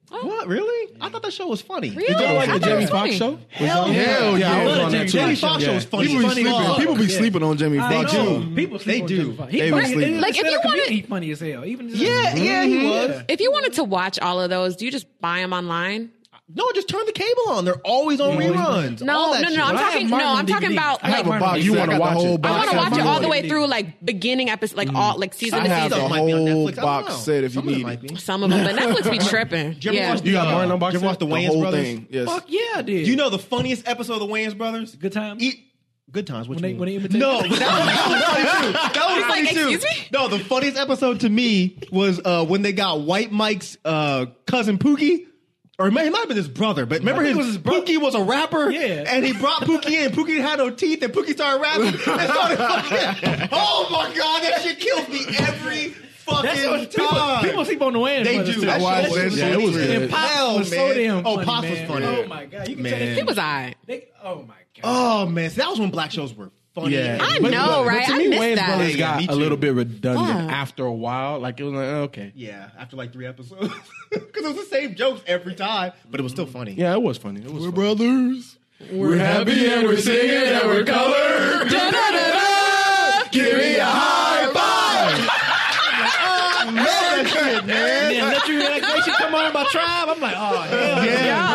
F: What really? I thought that show was funny.
B: Really?
H: Did y'all like
B: I thought
H: the
B: it
H: Jamie
B: was funny.
H: Foxx show? Was
E: Hell
H: y'all-
E: yeah.
G: Hell yeah, I
H: was
G: love
H: on
E: the
H: that
E: Jamie
H: too.
E: Foxx
F: show
H: Yeah.
F: was funny.
G: People be
F: funny
G: sleeping.
F: as
G: People be
E: fuck.
G: sleeping on Jamie
E: I
G: Foxx.
E: know.
G: too.
E: People sleep
F: They
E: on
F: do.
E: Jamie Foxx. He
G: They be
E: funny-
G: sleeping.
B: Like, if
E: stand-up
B: you wanna-
E: comedian, he funny as hell. Even
F: Yeah, yeah, he was.
B: If you wanted to watch all of those, do you just buy them online?
F: No, just turn the cable on. They're always on reruns.
B: No,
F: All
B: no,
F: that
B: no,
F: shit.
B: no. I'm
E: But I have
B: talking.
E: Martin
B: No,
E: on
B: I'm talking
E: DVD.
B: about
E: I have
G: a
B: like.
G: box.
H: You
G: set.
H: wanna
G: I got the
H: watch it.
G: whole
H: I
B: I
G: box
B: want to
G: set.
B: watch it all the way
E: DVD.
B: through, like beginning episode, like all like season
G: I
B: to
G: have
B: season.
G: the
F: Might be on
G: whole
F: Netflix. I don't
G: box
F: know.
G: set if you
F: Some of it
G: need
F: might
G: it.
F: be.
B: Some of them, but Netflix be tripping.
F: you ever
B: Yeah.
F: watch
H: You got
F: Uh,
H: Martin on box
F: you ever
H: set?
F: watch the
G: The
F: Wayans
G: whole
F: brothers?
G: thing. Yes.
E: Fuck yeah, I did.
F: You know the funniest episode of the Wayans brothers?
E: good time.
F: Eat good times. What
E: When
F: you
E: they-
F: mean?
E: when they imitate-
F: no, but that was, that was funny too. That was
B: He's
F: funny
B: like,
F: too.
B: "Excuse me?"
F: No, the funniest episode to me was uh, when they got White Mike's uh, cousin Pookie. Or it might, it might have been his brother, but remember
E: I think it was
F: his,
E: his bro-
F: Pookie was a rapper,
E: Yeah.
F: and he brought Pookie in. Pookie had no teeth, and Pookie started rapping. And started fucking, oh my god, that shit kills me every fucking
E: That's what people,
F: time.
E: people sleep on the way.
F: They do. That
G: watched
F: shit
G: that
F: was-
G: shit. Yeah, it was good.
E: And Pop
F: Hell,
E: was so
F: man.
E: damn
F: Oh,
E: funny,
F: Pop was
E: man.
F: funny.
E: Oh my god, you can tell
G: Man.
E: that
B: It was I.
E: They, oh my god.
F: Oh man, so that was when black shows were funny.
H: Yeah,
B: I
H: But-
B: know,
H: but
B: right?
H: to
B: I
H: me,
B: missed
H: Wayne's
B: that.
H: Brothers
F: Yeah,
H: got
F: me
H: a little
F: too.
H: bit redundant
B: Fuck.
H: after a while. Like it was like oh, okay,
F: Yeah, after like three episodes, because it was the same jokes every time, but it was still funny.
H: yeah, it was funny. It was
G: We're
H: funny.
G: brothers. We're happy and we're singing and we're colored. Give me a high five.
F: oh, that shit, man.
E: And then let you relaxation come on by tribe. I'm like, oh hell.
F: Yeah.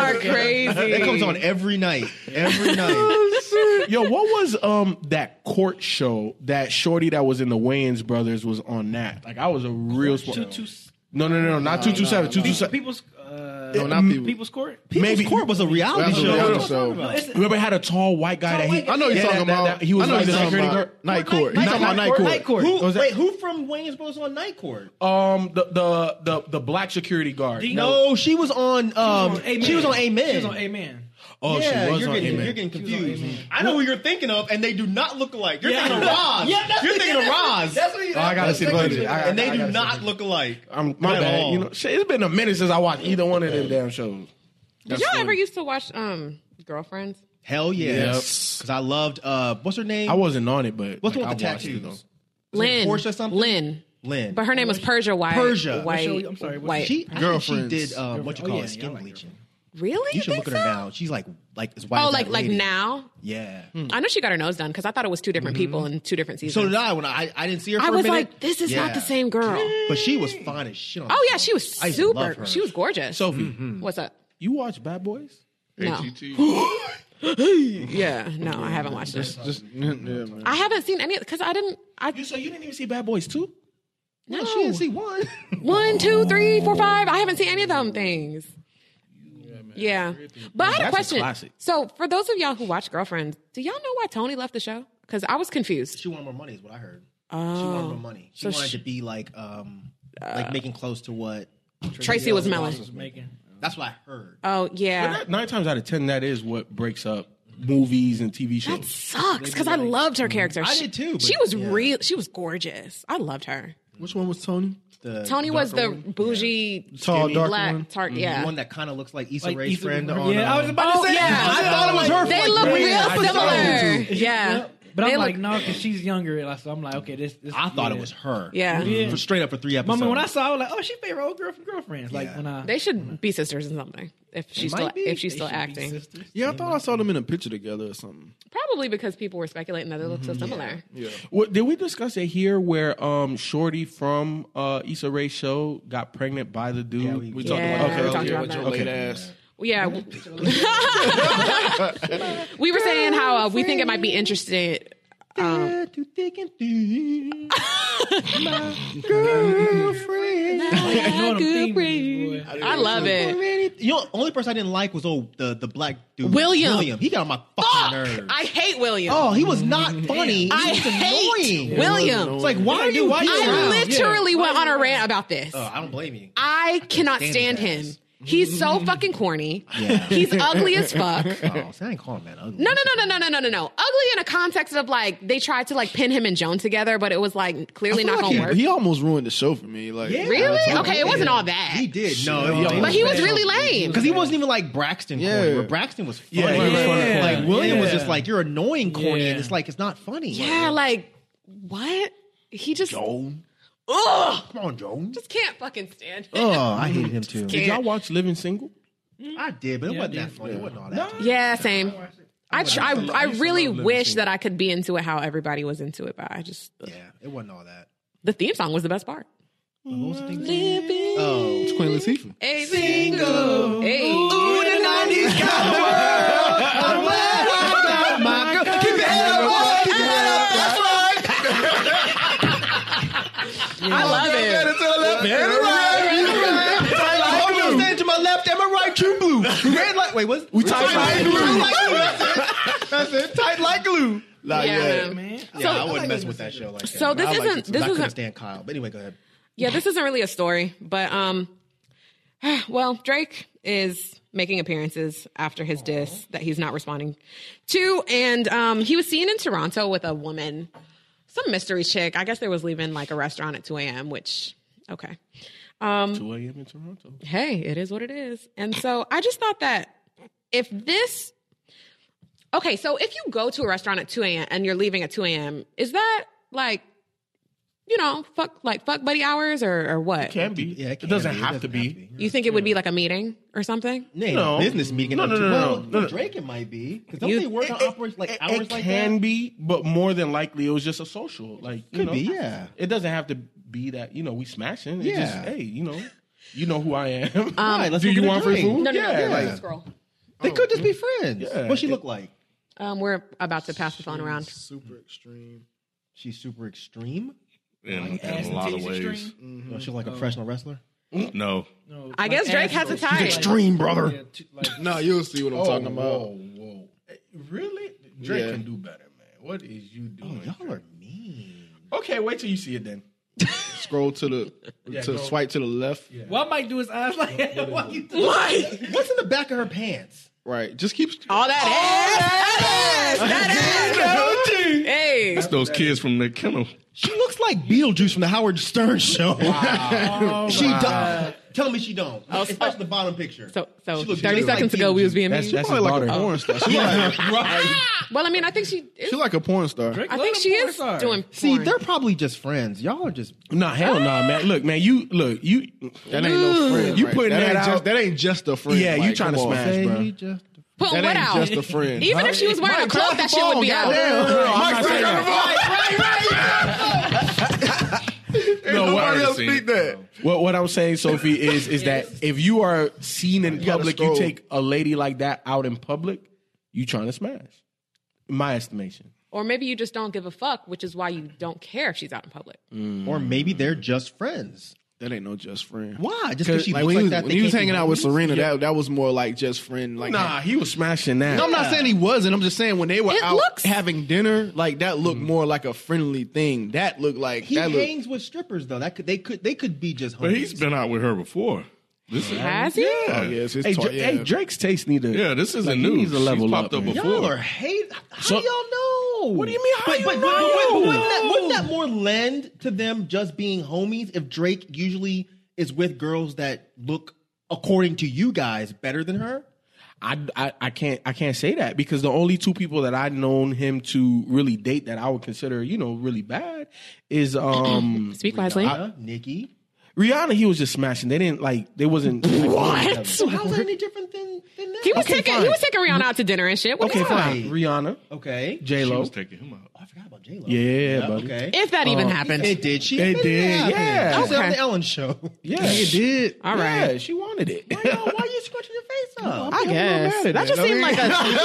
B: Y'all are crazy.
F: That comes on every night, every night.
H: Yo, what was um that court show that Shorty that was in the Wayans brothers was on that? Like I was a real sport.
E: Two, two,
H: No, no, no, no, not two two seven, two two
E: people's,
H: seven. Mm.
E: people's, uh,
G: No, not people.
E: people's court.
F: People's
H: Maybe-
F: Court was a reality
G: That's a
F: show.
G: reality
E: No,
G: show.
E: it's,
H: Remember, it had a tall white guy that he.
G: I know you're
H: Yeah,
G: talking
H: that- that-
G: about.
H: that- he was
G: I know
H: like
G: you're
H: the
G: talking
H: security
G: about
H: guard.
G: Night Court. You're
E: Night-
G: talking about
E: Night
G: Night
E: Court.
G: Court.
E: Court.
F: Who,
H: Was that-
F: wait, who from Wayne's Bros on Night Court?
H: Um, the the the the black security guard.
F: no, she was on. Um, she was on Amen.
E: She was on Amen.
H: Oh,
F: yeah,
H: she was
F: you're,
H: on
F: getting,
H: Amen.
F: you're getting
E: was on
F: confused.
E: Amen.
F: I know who you're thinking of, and they do not look alike. You're
E: Yeah.
F: thinking of Roz.
E: Yeah, that's-
F: you're thinking of Roz.
E: That's what you.
H: Oh, I gotta see the budget. I- I-
F: and they
H: I
F: do
H: gotta see
F: not
H: the-
F: look alike.
H: I'm my
F: At
H: bad.
F: all.
H: You know, shit, it's been a minute since I watched either one of them damn shows.
B: Did y'all ever used to watch um Girlfriends?
F: Hell yeah.
H: Yes.
F: Because I loved, uh, what's her name?
H: I wasn't on it, but
F: What's the
H: like,
F: one with
H: I
F: the
H: watched it,
F: tattoos?
B: Lynn.
F: Portia something?
B: Lynn.
F: Lynn.
B: But her name was Persia White.
F: Persia. What
B: White.
E: I'm sorry, what-
B: White.
F: she, girlfriend.
G: Girlfriends.
F: She did, um, what you
E: Oh,
F: call
E: yeah, yeah,
F: it,
E: I
F: skin
E: like
F: bleaching.
B: really?
F: You should
B: think
F: look at her
B: so?
F: now. She's like, like as white
B: Oh,
F: as
B: like
F: that
B: like
F: lady.
B: now.
F: Yeah.
B: I know she got her nose done because I thought it was two different people in two different seasons.
F: Mm-hmm. So did I when I I didn't see her. For
B: I
F: a
B: was
F: minute.
B: like, this is not
F: Yeah.
B: the same girl.
F: But she was fine as shit. On
B: Oh
F: the
B: yeah,
F: show.
B: she was
F: I used to love
B: super.
F: her.
B: She was gorgeous.
F: Sophie.
B: What's up?
H: You watch Bad Boys?
B: No.
F: Mm.
B: Yeah, no, I haven't watched it.
G: Just yeah, man.
B: I haven't seen any because I didn't. I
H: You so you didn't even see Bad Boys two?
B: no.
F: She didn't see one.
B: One, two, three, four, five. I haven't seen any of them things. Yeah, but I had a
H: That's a
B: question.
H: classic.
B: So, for those of y'all who watch Girlfriends, do y'all know why Tony left the show? Because I was confused.
F: she wanted more money, is what I heard. She wanted more money. She
B: Oh. So Uh,
F: wanted
B: she-
F: to be like um like making close to what.
B: Tracy was melon.
E: Making. uh,
F: That's what I heard.
B: Oh yeah,
H: That, nine times out of ten, that is what breaks up movies and TV shows.
B: that sucks. Because I loved her character.
F: mm, I
B: She-
F: did too, but-
B: She was
F: yeah.
B: real. She was gorgeous. I loved her.
G: Which one was Tony?
F: The
B: Tony was the bougie,
G: Tall, dark
B: black,
G: one?
B: tar-
F: the
B: yeah.
F: Mm-hmm.
B: Oh,
F: one that kind of looks like Issa
E: Like
F: Rae's
E: Issa-
F: friend.
E: yeah,
F: on,
E: I was
F: um,
E: about to say.
B: yeah.
E: I thought it was her.
B: They look real
H: I just
B: similar.
H: thought it
B: Yeah.
E: But
B: They
E: I'm like,
B: look-
E: no, because she's younger. and I- So I'm like, okay, this. this
F: I thought
E: yeah.
F: it was her.
B: Yeah. Yeah.
F: For straight up for three episodes.
E: Mama, when I saw, it, I was like, oh, she favorite old girl from girlfriends. Like when I
B: They should be sisters in something if she's
E: might
B: still
E: be.
B: if she's
E: They
B: still
E: should be
B: acting.
E: sisters.
G: Yeah, I thought I saw them in a picture together or something.
B: Probably because people were speculating that they look
E: Mm-hmm.
B: so similar.
H: Well, did we discuss it here where um Shorty from uh Issa Rae show got pregnant by the dude? we, talked
B: Yeah,
H: about
B: we talked
H: okay,
B: about
H: okay,
B: that.
H: okay.
G: Late ass.
B: Well, Yeah. w- we were saying how uh, we think it might be interesting.
H: Uh,
B: Um,
E: You know them theme
B: I
E: music, boy.
B: love it.
F: You know, only person I didn't like was old the the black dude
B: William.
F: William. He got on my
B: Fuck!
F: fucking nerves.
B: I hate William.
F: oh, he was not funny. He
B: I
F: was
B: hate
F: annoying.
B: William.
F: It's like why are you? Why
B: I literally went on a rant about this.
E: Oh,
F: I don't blame you.
B: I cannot stand
F: stand his
B: him. He's so fucking corny. He's ugly as fuck.
F: Oh, so I ain't calling that ugly.
B: No, no, no, no, no, no, no, no, no. Ugly in a context of like they tried to like pin him and Joan together, but it was like clearly not gonna work.
G: He almost ruined the show for me. Like,
B: really? Okay, it wasn't all that.
F: He did. No,
B: But he was really lame.
F: Because he wasn't even like Braxton corny.
G: Yeah.
F: Where Braxton was funny.
H: he was
E: funny.
F: Like William was
E: Yeah.
F: just like you're annoying corny,
E: Yeah.
F: and it's like it's not funny.
B: Yeah, like what? He just
F: Joan.
B: ugh,
F: Come on, Joan.
B: just can't fucking stand him.
F: Oh, I hated him too.
H: Did y'all watch Living Single?
F: I did, but it wasn't that funny. It wasn't all that.
B: Yeah, same. I tr- I, I really wish that I could be into it how everybody was into it, but I just
F: Yeah, it wasn't all that.
B: the theme song was the best part.
F: Oh,
G: Queen Latifah.
B: Hey, single. Hey. I love it.
F: stand to my left and my right, true blue. Red light. Wait, what? We tight like glue. That's it. Tight like glue.
G: Like,
B: Yeah.
F: Yeah, I wouldn't mess with that show like that.
B: So this
F: I liked
B: isn't-
F: it too,
B: this
F: 'cause I couldn't
B: isn't-
F: stand Kyle. But anyway, go ahead.
B: Yeah, this isn't really a story, but um, well, Drake is making appearances after his diss that he's not responding to, and um, he was seen in Toronto with a woman, some mystery chick. I guess they was leaving like a restaurant at two a.m. Which okay,
H: Two AM in Toronto.
B: hey, it is what it is. And so I just thought that if this, okay, so if you go to a restaurant at 2 a.m. and you're leaving at 2 a.m., is that like, you know, fuck, like fuck buddy hours or, or what?
H: Can be.
F: Yeah,
H: Yeah,
F: it
H: it,
F: can
H: doesn't
F: be. It
H: have to
F: doesn't have
H: be.
F: to be.
B: You think it would be like a meeting or something?
F: Nay,
H: No.
F: business meeting.
H: No,
F: like,
H: no, no, no,
F: well,
H: no, no, no.
F: for Drake, it might be because don't
B: You-
F: they work on operations like
H: it,
F: hours
H: it
F: like
H: can
F: that?
H: be, but more than likely it was just a social. Like you
F: Could
H: know,
F: be, yeah.
H: It doesn't have to be that you know we smashing. It's just,
F: Yeah.
H: hey, you know, you know who I am.
F: Right, let's
H: Do
F: go
H: you
F: get a
H: want free
F: drink.
H: food?
B: Um, No, no,
H: yeah,
B: no.
H: like,
B: Just Scroll.
F: They could just be friends.
H: Oh. Yeah.
F: What's she look like?
B: Um, we're about to pass the phone around.
G: Super extreme.
F: She's super extreme.
D: in,
E: Ass
D: in a
E: and
D: lot of
E: titties
D: ways.
E: extreme?
F: She's
H: Oh.
F: like a professional wrestler.
D: No.
E: No,
B: I
E: like
B: guess Drake
E: ass
B: has a
E: or-
B: type.
F: Extreme, brother.
E: Yeah, t- like,
G: No, you'll see
F: Oh,
G: what I'm talking about.
H: Oh, whoa.
F: Eh,
H: Really? Drake
G: Yeah.
H: can do better, man. What is you doing?
F: Oh, Y'all are mean.
H: Okay, wait till you see it then.
G: Scroll to the, to swipe to the left.
E: What Mike do his eyes like? Why you do
B: Mike!
F: What's in the back of her pants?
G: Right. Just keep.
B: All that ass! That ass! That ass! Hey!
D: It's those kids from the kennel.
F: She looks like Beetlejuice from the Howard Stern show. she don't. Tell me she don't. Especially the bottom picture.
B: Oh, So, so
F: She looks
B: 30
F: just like
B: seconds ago, we was being
H: That's
B: mean. Oh.
H: that's his
G: Probably like
H: daughter.
G: a porn star. She like,
B: Well, I mean, I think she is
G: she like a porn star.
B: I think she is doing.
F: See,
B: porn.
F: they're probably just friends. Y'all are just.
H: Nah, hell no, nah,
G: Ah.
H: man. Look, man, you look, you
G: That ain't no friend.
H: You
G: right?
H: putting
G: that,
H: that
G: ain't Just,
H: out-
G: that ain't just a friend.
H: Yeah, you
G: Mike.
H: trying to
G: Come on.
H: smash, bro.
F: just.
B: Put
G: That
B: what
G: ain't
B: out?
G: just a friend.
B: Even if she was wearing a cloak, that shit would be out.
H: not saying
D: No,
G: Nobody
D: already
G: else
D: seen
G: think
D: it.
G: that.
H: What what I was saying, Sophie, is is that if you are seen in
G: gotta
H: public, you
G: scroll.
H: take a lady like that out in public, you trying to smash. In my estimation.
B: Or maybe you just don't give a fuck, which is why you don't care if she's out in public.
F: Or maybe they're just friends.
G: That ain't no just friend.
F: Why? Just
G: Cause
F: because she
G: like, when
F: looks like
G: he was,
F: that.
G: when
F: they
G: he was
F: can't
G: hanging
F: be
G: out with
F: friends?
G: Serena, that that was more like just friend. Like
H: he was smashing that.
G: No, I'm not saying he wasn't. I'm just saying when they were
B: It
G: out
B: looks-
G: having dinner, like that looked more like a friendly thing. That looked like
F: He
G: that looked-
F: hangs with strippers though. That could they could they could be just.
D: But
F: homies.
D: he's been out with her before. This is,
B: Has he?
D: Yeah.
G: Oh, yeah, it's his
H: Hey,
G: toy-
H: Dra-
G: yeah.
H: hey, Drake's taste need to.
D: Yeah, this isn't
H: like,
D: new.
H: He needs to level
D: She's popped up
H: man.
D: before.
F: Y'all are hate. How
H: So-
F: do y'all know?
H: What do you mean, how
F: but,
H: you
F: but, but-
H: know?
F: but- but wouldn't, that, wouldn't that more lend to them just being homies if Drake usually is with girls that look, according to you guys, better than her?
H: I, I, I can't I can't say that because the only two people that I've known him to really date that I would consider you know really bad is um
B: Speak wisely.
F: Huh? Uh, Nikki.
H: Rihanna. He was just smashing. They didn't like they wasn't like,
B: What?
F: How's that any different than, than that?
B: He was
H: Okay,
B: taking
H: fine.
B: he was taking Rihanna out to dinner and shit. What
H: Okay,
B: the fuck?
H: fine. Rihanna,
F: Okay.
D: She
H: J Lo.
D: was taking him out.
F: I forgot about J Lo.
H: Yeah, buddy.
F: Okay.
B: If that even
F: Oh.
B: happened.
F: It did. She.
H: It did, yeah.
F: I was on
B: Okay.
F: the Ellen show.
H: Yeah, it did. All
B: right.
H: Yeah, she wanted it.
F: Why, y'all- why are you scratching your face up?
B: I guess. That just seemed like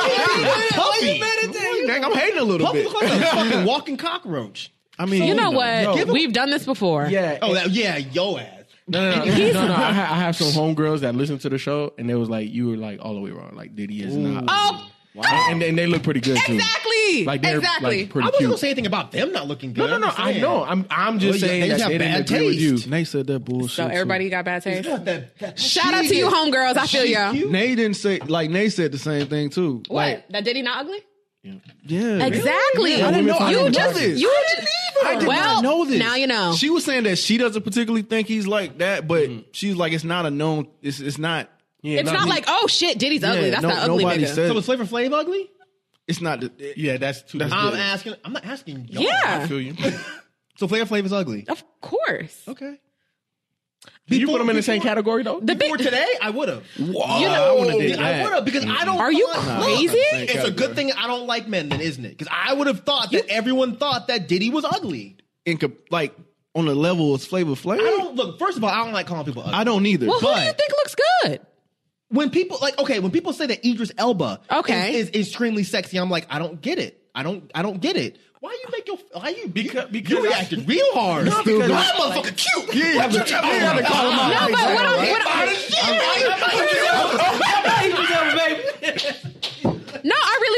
B: a
F: Why you mad at that?
H: Dang, I'm hating a little
F: Puffy
H: bit.
F: look like a fucking walking cockroach.
H: I mean,
B: You know
H: Yo,
B: what? We've done this before.
H: yeah.
F: Oh, that, yeah, yo ass.
H: No, no, no. no, no. I, ha- I have some homegirls that listen to the show, and they was like, "You were like all the way wrong. Like Diddy is not."
B: Oh,
H: And, and, and they look pretty good too.
B: exactly.
H: Like they're
B: exactly.
H: like
F: I
H: pretty
F: wasn't
H: cute.
F: gonna say anything about them not looking good.
H: no, no, no.
F: I'm just
H: I
F: saying.
H: know. I'm I'm
G: Oh,
H: just
F: Well, yeah,
H: saying
F: they
H: that
F: just have
H: they didn't
F: bad
H: agree with
F: taste.
H: you.
G: Nay said that bullshit.
B: so everybody got bad taste.
F: Not that- that-
B: Shout out to you, homegirls. I feel ya.
G: too. Nay didn't say like Nay said the same thing too.
B: What?
G: Like
B: that did he not ugly?
G: yeah,
B: Exactly.
G: I didn't know. I
B: You
G: didn't know
B: just
G: this.
B: you
G: I
B: just,
G: I did
B: well,
G: not know this.
B: Now you know.
G: She was saying that she doesn't particularly think he's like that, but she's like it's not a known. It's it's not.
H: Mm-hmm. Yeah,
B: it's not like, oh shit, Diddy's ugly. That's
G: no-
B: not ugly
G: nobody
B: nigga.
G: said-
F: So was Flavor Flav ugly?
G: It's not. The,
H: Yeah, that's too. That's
F: I'm
H: good.
F: asking. I'm not asking. Y'all.
B: yeah.
H: I feel you.
F: So Flavor Flav is ugly.
B: Of course.
F: Okay.
H: Do you put
F: Before-
H: them in the same
F: before-
H: category though?
B: The
F: Before
B: big-
F: today, I would have.
H: Whoa,
B: Uh,
F: You
H: I wanna
F: know,
H: date
F: I
H: that.
F: would have because I don't.
B: Are you
F: want-
B: crazy?
G: think-
F: It's a good thing I don't like men, then, isn't it? Because I would have thought that everyone thought that Diddy was ugly.
G: in comp- like on the level of Flavor Flav.
F: I don't look. First of all, I don't like calling people ugly.
G: I don't either.
B: well, who do you
F: but-
B: think looks good?
F: when people like okay, when people say that Idris Elba
B: Okay.
F: is, is extremely sexy, I'm like, I don't get it. I don't. I don't get it. Why you make your? Why you? Because, because you reacted real hard. No, because that motherfucker cute. Yeah, you have to call him
B: No, but what I'm, what I'm- no, I really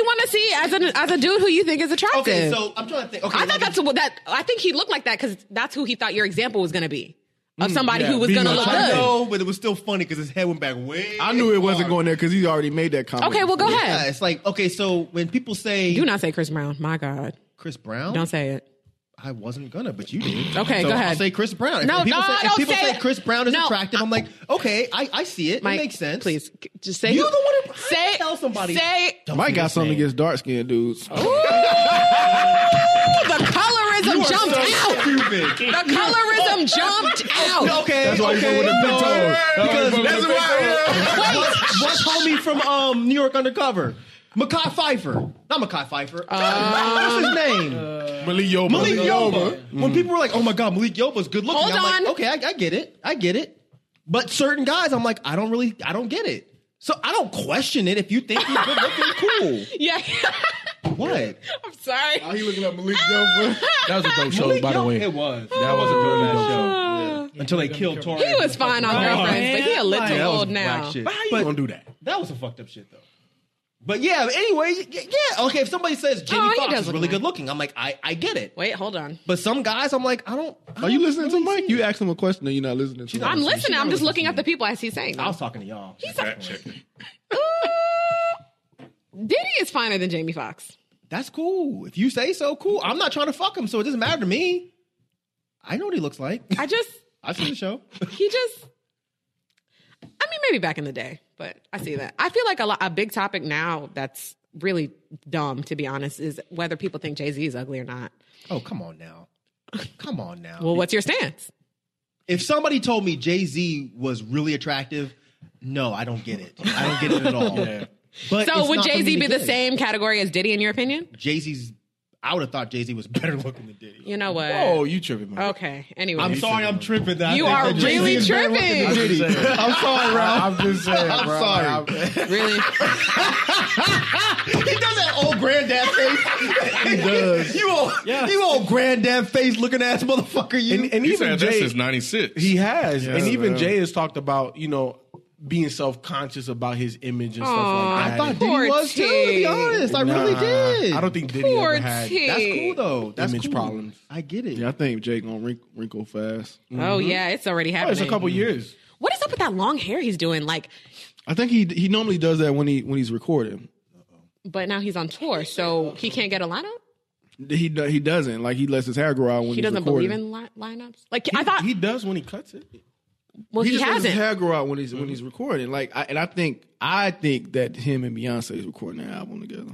B: want to see as an as a dude who you think is attractive.
F: Okay, so I'm trying to think. Okay,
B: I
F: like-
B: thought that's what that I think he looked like that because that's who he thought your example was going to be of somebody who was
G: being
B: going
G: a
B: to look
F: I
G: type.
B: good.
F: know, but it was still funny because his head went back way.
G: I knew it wasn't
F: far.
G: going there because he already made that comment.
B: Okay, well, go
F: Yeah,
B: ahead.
F: it's like okay, so when people say
B: Do not say Chris Brown. My God,
F: Chris Brown,
B: don't say it.
F: I wasn't gonna, but you did.
B: Okay,
F: So
B: go ahead.
F: I'll say Chris Brown. If
B: No,
F: people
B: no,
F: say, if
B: don't
F: people
B: say
F: say
B: it.
F: Chris Brown is
B: No,
F: attractive. I, am like, okay, I, I see it.
B: Mike,
F: it makes sense.
B: Please, c- just say
F: You're
B: who-
F: the one who- how
B: say
F: you tell somebody-
B: Say
F: Don't
G: Mike
F: do
G: got
F: this
G: something
F: thing.
G: against dark skinned dudes.
B: the colorism jumped out. The colorism jumped out.
F: Okay, that's
G: why you
F: okay.
G: go with the big toes.
F: Because
G: That's why.
F: what's homie from um New York Undercover? Makai Pfeiffer, not Makai Pfeiffer.
B: Uh,
F: What's his name?
H: Malik Yoba.
F: Malik Yoba. When people were like, "Oh my God, Malik Yoba's good looking,"
B: Hold
F: I'm like,
B: on.
F: "Okay, I, I get it, I get it." But certain guys, I'm like, I don't really, I don't get it. So I don't question it if you think he's good looking,
B: Yeah,
F: cool. What?
B: I'm sorry.
G: He looking at Malik Yoba.
H: That was a dope show,
F: Malik
H: by the
F: Yoba-
H: way.
E: It was.
H: That was a
B: Oh,
H: really dope show.
F: Until they killed Torres.
B: He was fine on girlfriends, but he a little
F: That was
B: old now.
F: Black shit.
H: But how you
F: But
H: gonna do that?
F: that was some fucked up shit though. But yeah, anyway, y- yeah, okay. If somebody says Jamie
B: Oh, he
F: Foxx
B: does
F: is
B: look
F: really
B: nice.
F: good looking, I'm like, I, I get it.
B: Wait, hold on.
F: But some guys, I'm like, I don't. I
G: Are you
F: don't
G: listening to
F: really
G: Mike?
F: see
G: You
F: it.
G: asked him a question and you're not listening to
B: I'm
G: him.
B: listening. I'm just looking at the people as he's saying.
F: I
B: them.
F: was talking to y'all.
D: Fact checking.
B: Diddy is finer than Jamie Foxx.
F: That's cool. If you say so, cool. I'm not trying to fuck him, so it doesn't matter to me. I know what he looks like.
B: I just,
F: I've seen the show.
B: he just, I mean, maybe back in the day, but I see that. I feel like a, lot, a big topic now that's really dumb, to be honest, is whether people think Jay Z is ugly or not.
F: Oh, come on now. Come on now.
B: Well, what's your stance?
F: if somebody told me Jay Z was really attractive, no, I don't get it. I don't get it at all. But
B: So
F: it's
B: would
F: not for
B: Jay
F: me
B: Z
F: to
B: be the
F: get it.
B: same category as Diddy in your opinion?
F: Jay Z's. I would have thought Jay Z was better looking than Diddy.
B: You know what?
H: Oh, you tripping, man.
B: okay. Anyway,
F: I'm sorry, I'm tripping. That I
B: You
F: think
B: are
F: that Jay-Z
B: really
F: is better looking than
B: tripping.
F: Diddy.
G: I'm sorry, Ralph. I'm just saying.
F: I'm sorry.
B: really.
F: he does that old granddad face. he does. you old, you old granddad face looking ass motherfucker. You.
H: And, and
D: He said
H: even
D: that
H: Jay,
D: since '96.
H: he has, and
G: Yeah,
H: even
G: yeah.
H: Jay has talked about you know being self conscious about his image and stuff
B: Aw,
H: like that.
F: I thought
H: And-
F: Diddy
B: Poor
F: was too. To
B: T.
F: be honest, I really
H: Nah,
F: did.
H: I don't think Diddy
B: Poor
H: ever had.
B: T.
H: That's
F: That's cool though. That's
H: Image
F: cool.
H: problems.
F: I get it.
G: Yeah, I think Jay gonna wrinkle, wrinkle fast.
B: Oh yeah, it's already
H: oh,
B: happening.
H: it's a couple years.
B: What is up with that long hair he's doing? Like,
G: I think he he normally does that when he when he's recording.
B: but now he's on tour, so he can't get a lineup.
G: He do- he doesn't like he lets his hair grow out when
B: He
G: he's
B: doesn't
G: recording.
B: believe in li- lineups. Like I thought.
H: He does when he cuts it.
B: Well,
G: he,
B: he,
G: just lets his
B: hasn't.
G: hair grow out when he's when he's recording. Like, I, and I think I think that him and Beyonce is recording an album together.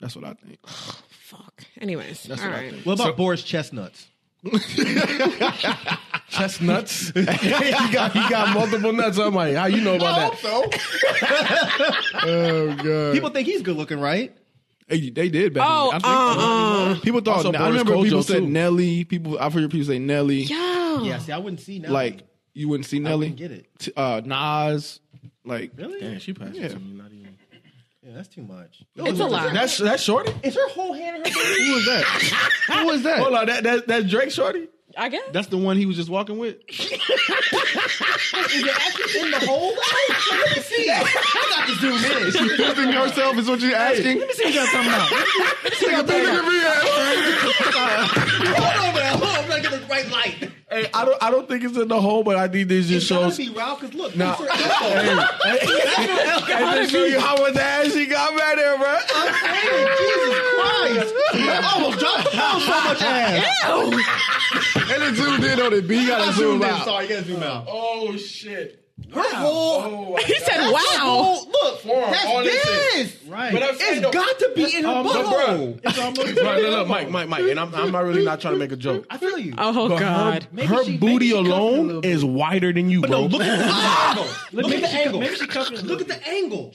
G: That's what I think.
B: Fuck. Anyways,
G: That's
B: all
G: what
B: right.
G: I think.
F: What about Boris Chestnuts?
H: Chestnuts. he got he got multiple nuts. I'm like, how you know about that?
G: oh god,
F: People think he's good looking, right?
G: Hey, they did back.
B: Oh,
G: in the,
B: uh, uh.
G: people thought.
H: Also,
G: I
H: Boris
G: remember people
H: Kojo,
G: said
H: too.
G: Nelly. People, I've heard people say Nelly.
B: Yo.
F: Yeah, see, I wouldn't see now.
G: Like you wouldn't see Nelly.
F: wouldn't get it.
G: T- uh, Nas. Like
F: really?
H: Damn, she passed
G: Yeah.
H: it to me. Not even.
F: Yeah, that's too much.
B: It's a lot.
H: That's that's shorty.
F: Is her whole hand in her face?
G: who was that? who was that?
H: Hold on, that that that's Drake shorty.
B: I guess.
G: That's the one he was just walking with.
F: Is it actually in the hole? Let me see. I got to zoom in.
G: She filming herself is what you're asking.
F: Let me see what y'all talking about. Let me see what y'all talking about. Hold on now. Hold on. I'm not getting the right light.
H: Hey, I don't I don't think it's in the hole, but I think this just
F: It's gotta
H: shows.
F: be Ralph, because look.
H: Nah.
F: Nah. Hey.
H: Hey, hey, just show you how much ass she got back there, bro.
F: Jesus Christ. I almost dropped the phone so much ass.
G: And it zoomed in on it. B got to zoom
F: in.
G: out.
F: Sorry, you gotta zoom out.
H: Oh shit!
F: Her whole.
B: He said, "Wow."
F: Oh, look.
H: Oh, all this
F: That's this.
E: Right.
H: But I'm
F: It's
H: saying, though-
F: got to be in her
E: almost-
F: butthole.
E: it's almost.
H: Right, look, look, Mike, Mike, Mike, and I'm, I'm not really not trying to make a joke.
F: I feel you.
B: Oh
H: But
B: God.
H: her, her
E: she- maybe
H: booty
E: she cuffed it a
H: alone
E: little bit.
H: is wider than you, bro.
F: Look at the angle. Ah! Look,
E: maybe
F: at the
E: she-
F: angle.
E: maybe she cuffed it a little
F: Look at
E: bit.
F: the angle.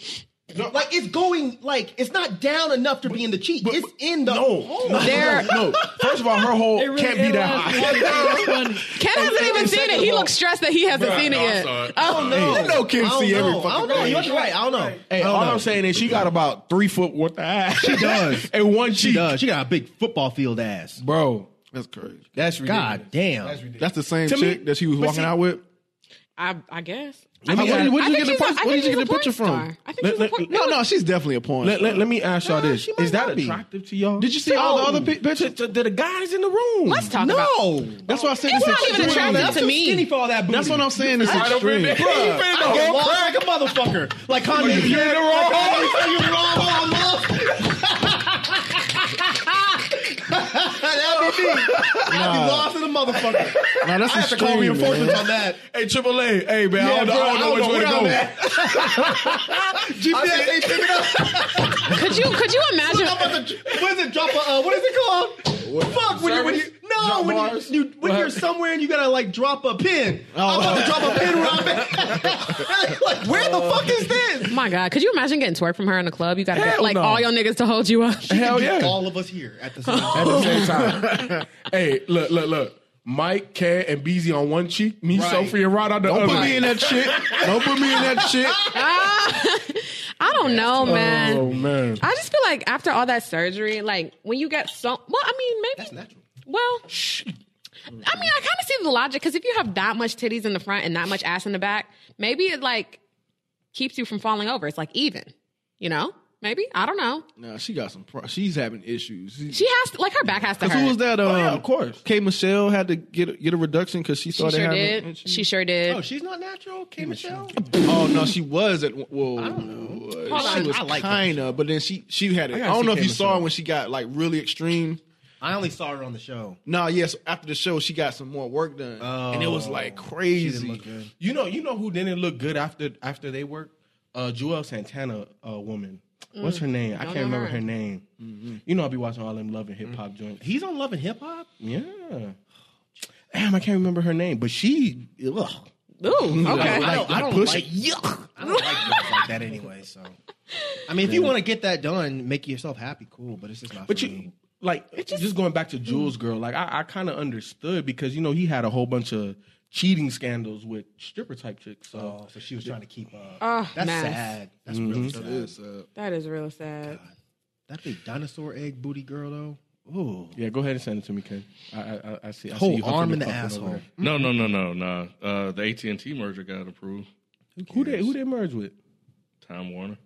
F: Like it's going like it's not down enough to be in the cheek. it's in the
H: no,
F: hole.
H: no,
B: There-
H: no, no. First of all, her hole
E: It really
H: can't be that
E: analyzed
H: high.
E: it. It's funny.
B: Ken hasn't even seen it. He looks stressed that he hasn't seen it yet. Oh no.
F: No,
H: You know kids
F: I don't
H: see
F: know.
H: every
F: I
H: fucking
F: don't know.
H: thing.
F: You're right. I don't know.
H: Hey, all I'm saying is she got about three foot worth of ass. She
F: does.
H: and one cheek,
F: She got a big football field ass.
H: bro.
G: That's crazy.
H: That's ridiculous.
F: God damn.
G: That's the same
H: To me-
G: chick that she was
H: but
G: walking
H: see-
G: out with.
B: I, I guess.
H: Let me
G: How-
H: ask-
G: where
B: I
G: did you
B: think
G: get the
B: she's a-
G: picture?
B: I
G: Where
B: think
G: did you
B: she's
G: get the
B: a
G: picture
B: porn
G: from?
B: star. I think she's a porn-
G: No, no, she's definitely a porn.
H: let, let,
G: star.
H: let me ask y'all
F: Nah,
H: this:
F: she might
H: Is that
F: not be.
H: attractive to y'all?
G: Did you see all the other pi-
H: pictures
G: pictures?
H: to, to the guys in the room?
B: Let's talk about.
F: No.
G: That's why I said
B: It's
G: this
B: not
G: is
B: even
G: extreme.
B: attractive to
F: Too
B: me.
F: skinny for all that booty.
G: That's what I'm saying. It's
H: I don't
G: extreme.
H: remember.
G: Bruh.
H: You finna
F: I
H: go
F: get lost
H: crack.
F: like a motherfucker. Like Kanye.
H: You in the wrong hole.
F: you wrong. I'm lost. That'd be me. I'd be lost in a motherfucker.
G: Nah, that's
F: I have to call
G: extreme,
F: reinforcements
G: man.
F: on that.
H: Hey, Triple A. Hey, man,
F: Yeah,
H: I, don't, know-
F: bro,
H: I don't know which way
F: where
H: to go.
F: I'm at. GPS ain't picking up.
B: Could you could you imagine? oh
F: I'm about to, what is it? Drop a uh, what is it called? Fuck when you when you
H: Service?
F: no
H: Drop
F: when you,
H: bars?
F: you when you're somewhere and you gotta like drop a pin. I'm about
H: Oh.
F: to drop a pin where I'm at. like where the fuck is this?
B: My God, could you imagine getting twerk from her in the club? You gotta get
H: Hell
B: like
H: no.
B: all your niggas to hold you up.
H: Hell yeah.
F: All of us here at the same
H: At
F: time.
H: the same time. hey, look, look, look. Mike, Ken, and BZ on one cheek. Me,
F: Right.
H: Sophie, and Rod on the
G: Don't
H: other.
G: put me in that shit. Don't put me in that shit.
B: I don't know, man.
H: Oh man.
B: I just feel like after all that surgery, like when you get so well, I mean maybe
F: That's natural.
B: Well, I mean, I kind of see the logic because if you have that much titties in the front and that much ass in the back, maybe it like keeps you from falling over. It's like even, you know? Maybe I don't know.
G: Nah, she got some. Pro- she's having issues. She-
B: She has to, like her back has to
G: Cause
B: hurt.
G: who was that?
F: Oh,
G: Um,
H: yeah, of course.
G: K. Michelle had to get a, get a reduction because she
B: She
G: started
B: sure
G: having.
B: did. She sure did.
F: Oh, she's not natural, K Michelle?
G: Oh no, she was at. Well, I
B: on,
G: she was
F: I like K.
G: kind of, but then she she had. It. I,
H: gotta
G: don't
H: see
G: know if
H: K.
G: you saw
H: Michelle.
G: when she got like really extreme.
F: I only saw her on the show.
G: Nah, yes. After the show, she got some more work done, and it was like
F: Oh, She
G: crazy.
F: didn't look good.
H: You know, you know who didn't look good after after they worked? Uh Joel Santana uh woman. What's her name? I can't
B: Mm. know
H: remember
B: her.
H: her name. You know I'll be watching all them love and hip hop joints.
F: He's on Love and Hip Hop?
H: Yeah. Damn, I can't remember her name, but she ugh.
B: Ooh, okay.
F: I don't, I don't
H: pussy.
F: like yuck. I don't like things like that anyway. So, I mean, if you want to get that done, make yourself happy, cool. But it's just not.
H: But
F: for
H: you
F: me.
H: like just, going back to
D: Mm.
H: Jules girl, like I, I kind of understood because you know he had a whole bunch of cheating scandals with stripper type chicks. So
F: Oh, so she was trying to keep up.
B: Oh,
F: That's
B: man.
F: sad. That's really sad.
B: That is real sad.
F: That big dinosaur egg booty girl though. Ooh,
H: yeah, go ahead and send it to me, Ken. I I, I- I see. I
F: Whole
H: see you
F: arm
H: huffing
F: in
H: and
F: the
H: puffing over
F: asshole.
H: there.
D: No, no, no, no, no. Uh, the AT and T merger got approved.
H: Who they who they merge with?
D: Time Warner.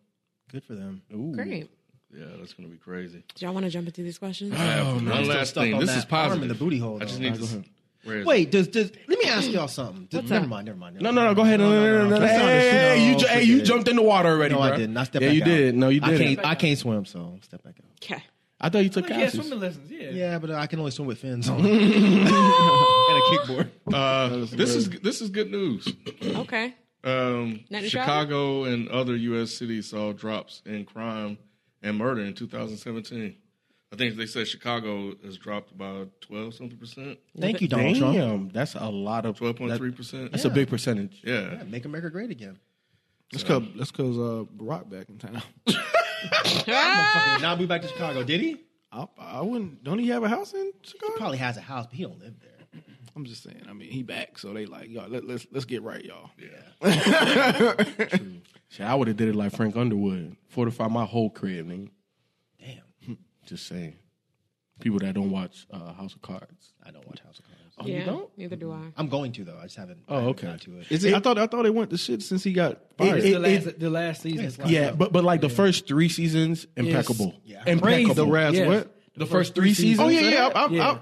F: Good for them.
H: Ooh.
B: Great.
D: Yeah, that's gonna be crazy.
B: Do y'all want to jump into these questions?
D: I have Oh, one last
F: stuck
D: thing.
F: on
D: This
F: that
D: is positive.
F: arm in the booty hole,
D: I just
F: though.
D: need
F: Alright,
D: to.
F: go
D: s- Where is it?
F: Wait, does does? Let me ask y'all something. Does- never mind. Never mind. never
H: No,
F: mind.
H: no, no. Go ahead. No, no, no, no. no,
F: That's not a-
H: Hey, hey, hey, you,
F: no,
H: ju- hey, you
F: forget it.
H: jumped in the water already.
F: No, I
H: bruh.
F: didn't. I stepped
H: Yeah,
F: back
H: you
F: out.
H: did. No, you
F: I
H: didn't.
F: can't, I can't swim, so I'll step back out.
B: Okay.
H: I thought you took
E: Yeah,
H: classes.
E: swimming lessons. Yeah.
F: Yeah, but I can only swim with fins on. and a kickboard.
D: Uh, this is this is good news.
B: Okay.
D: Um,
B: Net neutrality?
D: Chicago and other U.S. cities saw drops in crime and murder in 2017. I think they said Chicago has dropped about 12 something percent,
F: Thank you, Donald
H: Damn,
F: Trump.
H: that's a lot of
D: 12.3 percent.
H: That's a big percentage.
D: Yeah.
F: Make America great again.
G: That's cause that's cause uh, Barack back in town.
F: Now move back to Chicago. Did he?
G: I, I wouldn't. Don't he have a house in Chicago?
F: Probably has a house, but he don't live there.
G: I'm just saying. I mean, he back, so they like y'all. Let, let's let's get right, y'all.
H: Shit, I would have did it like Frank Underwood. Fortify my whole crib, nigga.
F: Damn.
H: Just saying. People that don't watch uh, House of Cards.
F: I don't watch House of Cards.
H: Oh,
B: yeah.
H: you don't?
B: Neither do I.
F: I'm going to though. I just haven't.
H: Oh,
F: I haven't
H: okay.
F: got to it.
G: Is it, I thought I thought they went to shit since he got fired.
H: It-
E: The
H: it-
E: last, the last season. is like-
H: yeah, but but like the first three seasons, impeccable.
F: Yeah.
H: impeccable.
G: the Raz
E: Yes.
G: what?
H: The first three seasons.
G: Oh yeah, yeah, I, I,
E: Yeah.
G: yeah. I,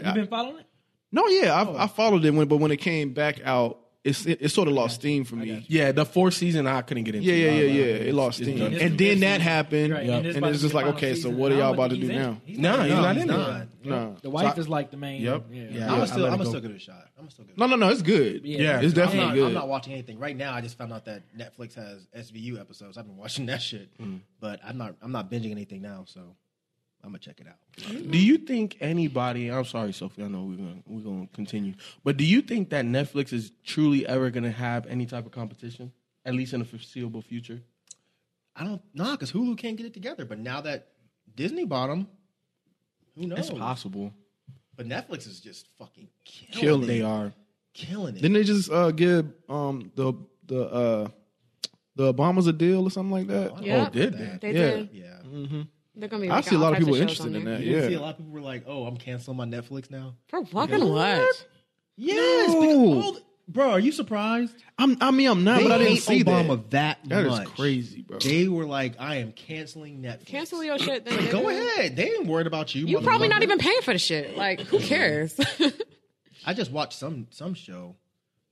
G: yeah.
E: You been following it?
G: no, yeah,
D: Oh.
G: I, I followed it when, but when it came back out, it's it, it sort of lost steam for me.
H: Yeah, the fourth season I couldn't get into.
G: Yeah, yeah,
H: I-
G: yeah, yeah.
H: I-
G: It lost steam,
H: done.
G: and then that happened,
E: Right.
H: Yep.
E: it's
G: and
E: about
G: it's
E: to be
G: just
E: the
G: like,
E: final
G: okay, so
E: season.
G: what
E: I
G: are y'all
E: don't
G: about to
E: think
G: do
E: he's
G: now?
E: in it. He's
H: No,
E: not-
H: he's not in it.
F: not.
G: No,
E: The wife is like the main.
H: Yep.
E: Yeah.
H: Yeah.
F: I'm
H: I
F: gonna still.
H: let
F: I'm gonna
H: it go.
F: still give it a shot. I'm gonna still give it.
G: no, no, no. It's good.
H: Yeah.
G: it's
F: I'm
G: definitely
F: not,
G: good.
F: I'm not watching anything right now. I just found out that Netflix has SVU episodes. I've been watching that shit,
H: Mm.
F: but I'm not. I'm not binging anything now, so I'm gonna check it out.
H: Do you think anybody? I'm sorry, Sophie. I know we're gonna we're gonna continue, but do you think that Netflix is truly ever gonna have any type of competition, at least in the foreseeable future?
F: I don't nah, because Hulu can't get it together. But now that Disney bought them, who knows?
H: It's possible.
F: But Netflix is just fucking killing,
G: Killing.
H: They
F: it.
H: are.
F: Killing it.
G: Didn't they just uh, give um the the uh the Obamas a deal or something like that?
B: Yeah.
H: Oh, did they?
B: They
G: Yeah.
B: did.
F: yeah.
B: They're gonna be.
G: I
B: making
G: see a
B: all
G: lot of
B: types
G: people
B: shows
G: interested
B: on
G: in
B: there.
G: that.
F: You didn't see a
G: Yeah,
F: lot of people were like, "Oh, I'm canceling my Netflix now."
B: For fucking what?
F: Yes,
G: No.
F: because all the- bro, are you surprised?
G: I'm, I mean, I'm not,
F: they
G: but I didn't
F: hate
G: see
F: Obama that,
G: That is
F: much.
G: crazy, bro.
F: They were like, "I am canceling Netflix."
B: Cancel your shit. Then
F: Go
B: nigga.
F: ahead. They ain't worried about you.
B: You probably not
F: motherfucker.
B: even paying for the shit. Like, who cares?
F: I just watched some some show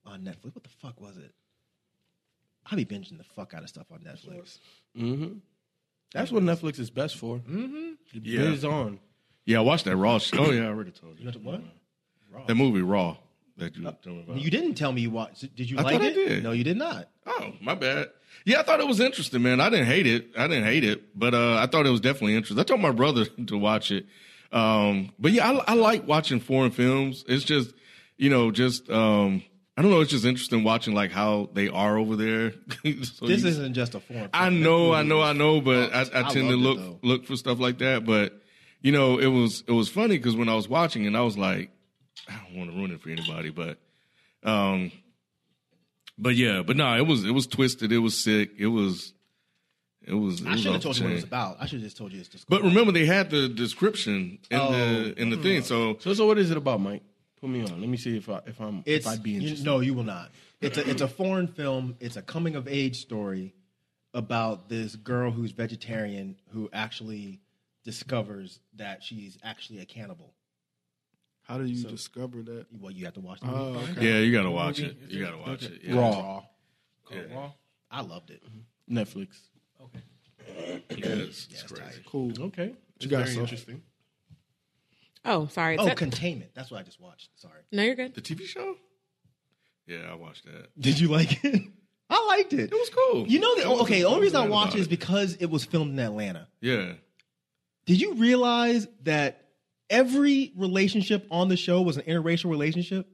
F: on Netflix. What the fuck was it? I be binging the fuck out of stuff on Netflix.
H: That's what Netflix is best for. Mm-hmm.
D: Yeah.
H: on.
D: Yeah, I watched that Raw. Sh- oh yeah, I already told you.
F: You know what?
D: That movie Raw that you told me about.
F: You didn't tell me you watched. Did you
D: I
F: like
D: thought I
F: it?
D: did.
F: No, you did not.
D: Oh, my bad. Yeah, I thought it was interesting, man. I didn't hate it. I didn't hate it, but uh, I thought it was definitely interesting. I told my brother to watch it. Um, but yeah, I, I like watching foreign films. It's just, you know, just um, I don't know. It's just interesting watching like how they are over there. So
F: This
D: you-
F: isn't just a foreign.
D: I
F: film.
D: know, I know, I know, but I, I
F: I
D: tend to
F: loved it,
D: look
F: though.
D: look for stuff like that. But you know, it was it was funny because when I was watching and I was like, I don't want to ruin it for anybody, but um, but yeah, but no, it was it was twisted, it was sick, it was it was. It
F: I
D: was
F: should
D: off
F: have
D: the
F: told you what it
D: chain.
F: was about. I should have just told you it's just.
D: But remember, they had the description in the
F: Oh.
D: in the thing, so
H: So, so what is it about, Mike? Put me on. Let me see if I if I'm
F: it's
H: if I'd be
F: you-
H: interested.
F: no, you will not. It's a it's a foreign film. It's a coming of age story about this girl who's vegetarian who actually discovers that she's actually a cannibal.
G: How did you discover that?
F: Well, you have to watch the movie.
G: Oh, okay.
D: yeah, you gotta watch it. You gotta watch it. Yeah.
H: Raw
F: I loved it.
H: Netflix.
D: Yeah, it's, it's crazy.
G: Cool.
H: Okay,
G: You guys interesting.
B: oh, sorry. It's
F: Oh,
B: it.
F: Containment. That's what I just watched. Sorry.
B: no, you're good.
D: The TV show. Yeah, I watched that.
F: Did you like it? I liked it.
D: It was cool.
F: You know, the, okay, the
D: I
F: only
D: was
F: reason I
D: mad
F: watched
D: about
F: it is because it was filmed in Atlanta.
D: yeah.
F: Did you realize that every relationship on the show was an interracial relationship?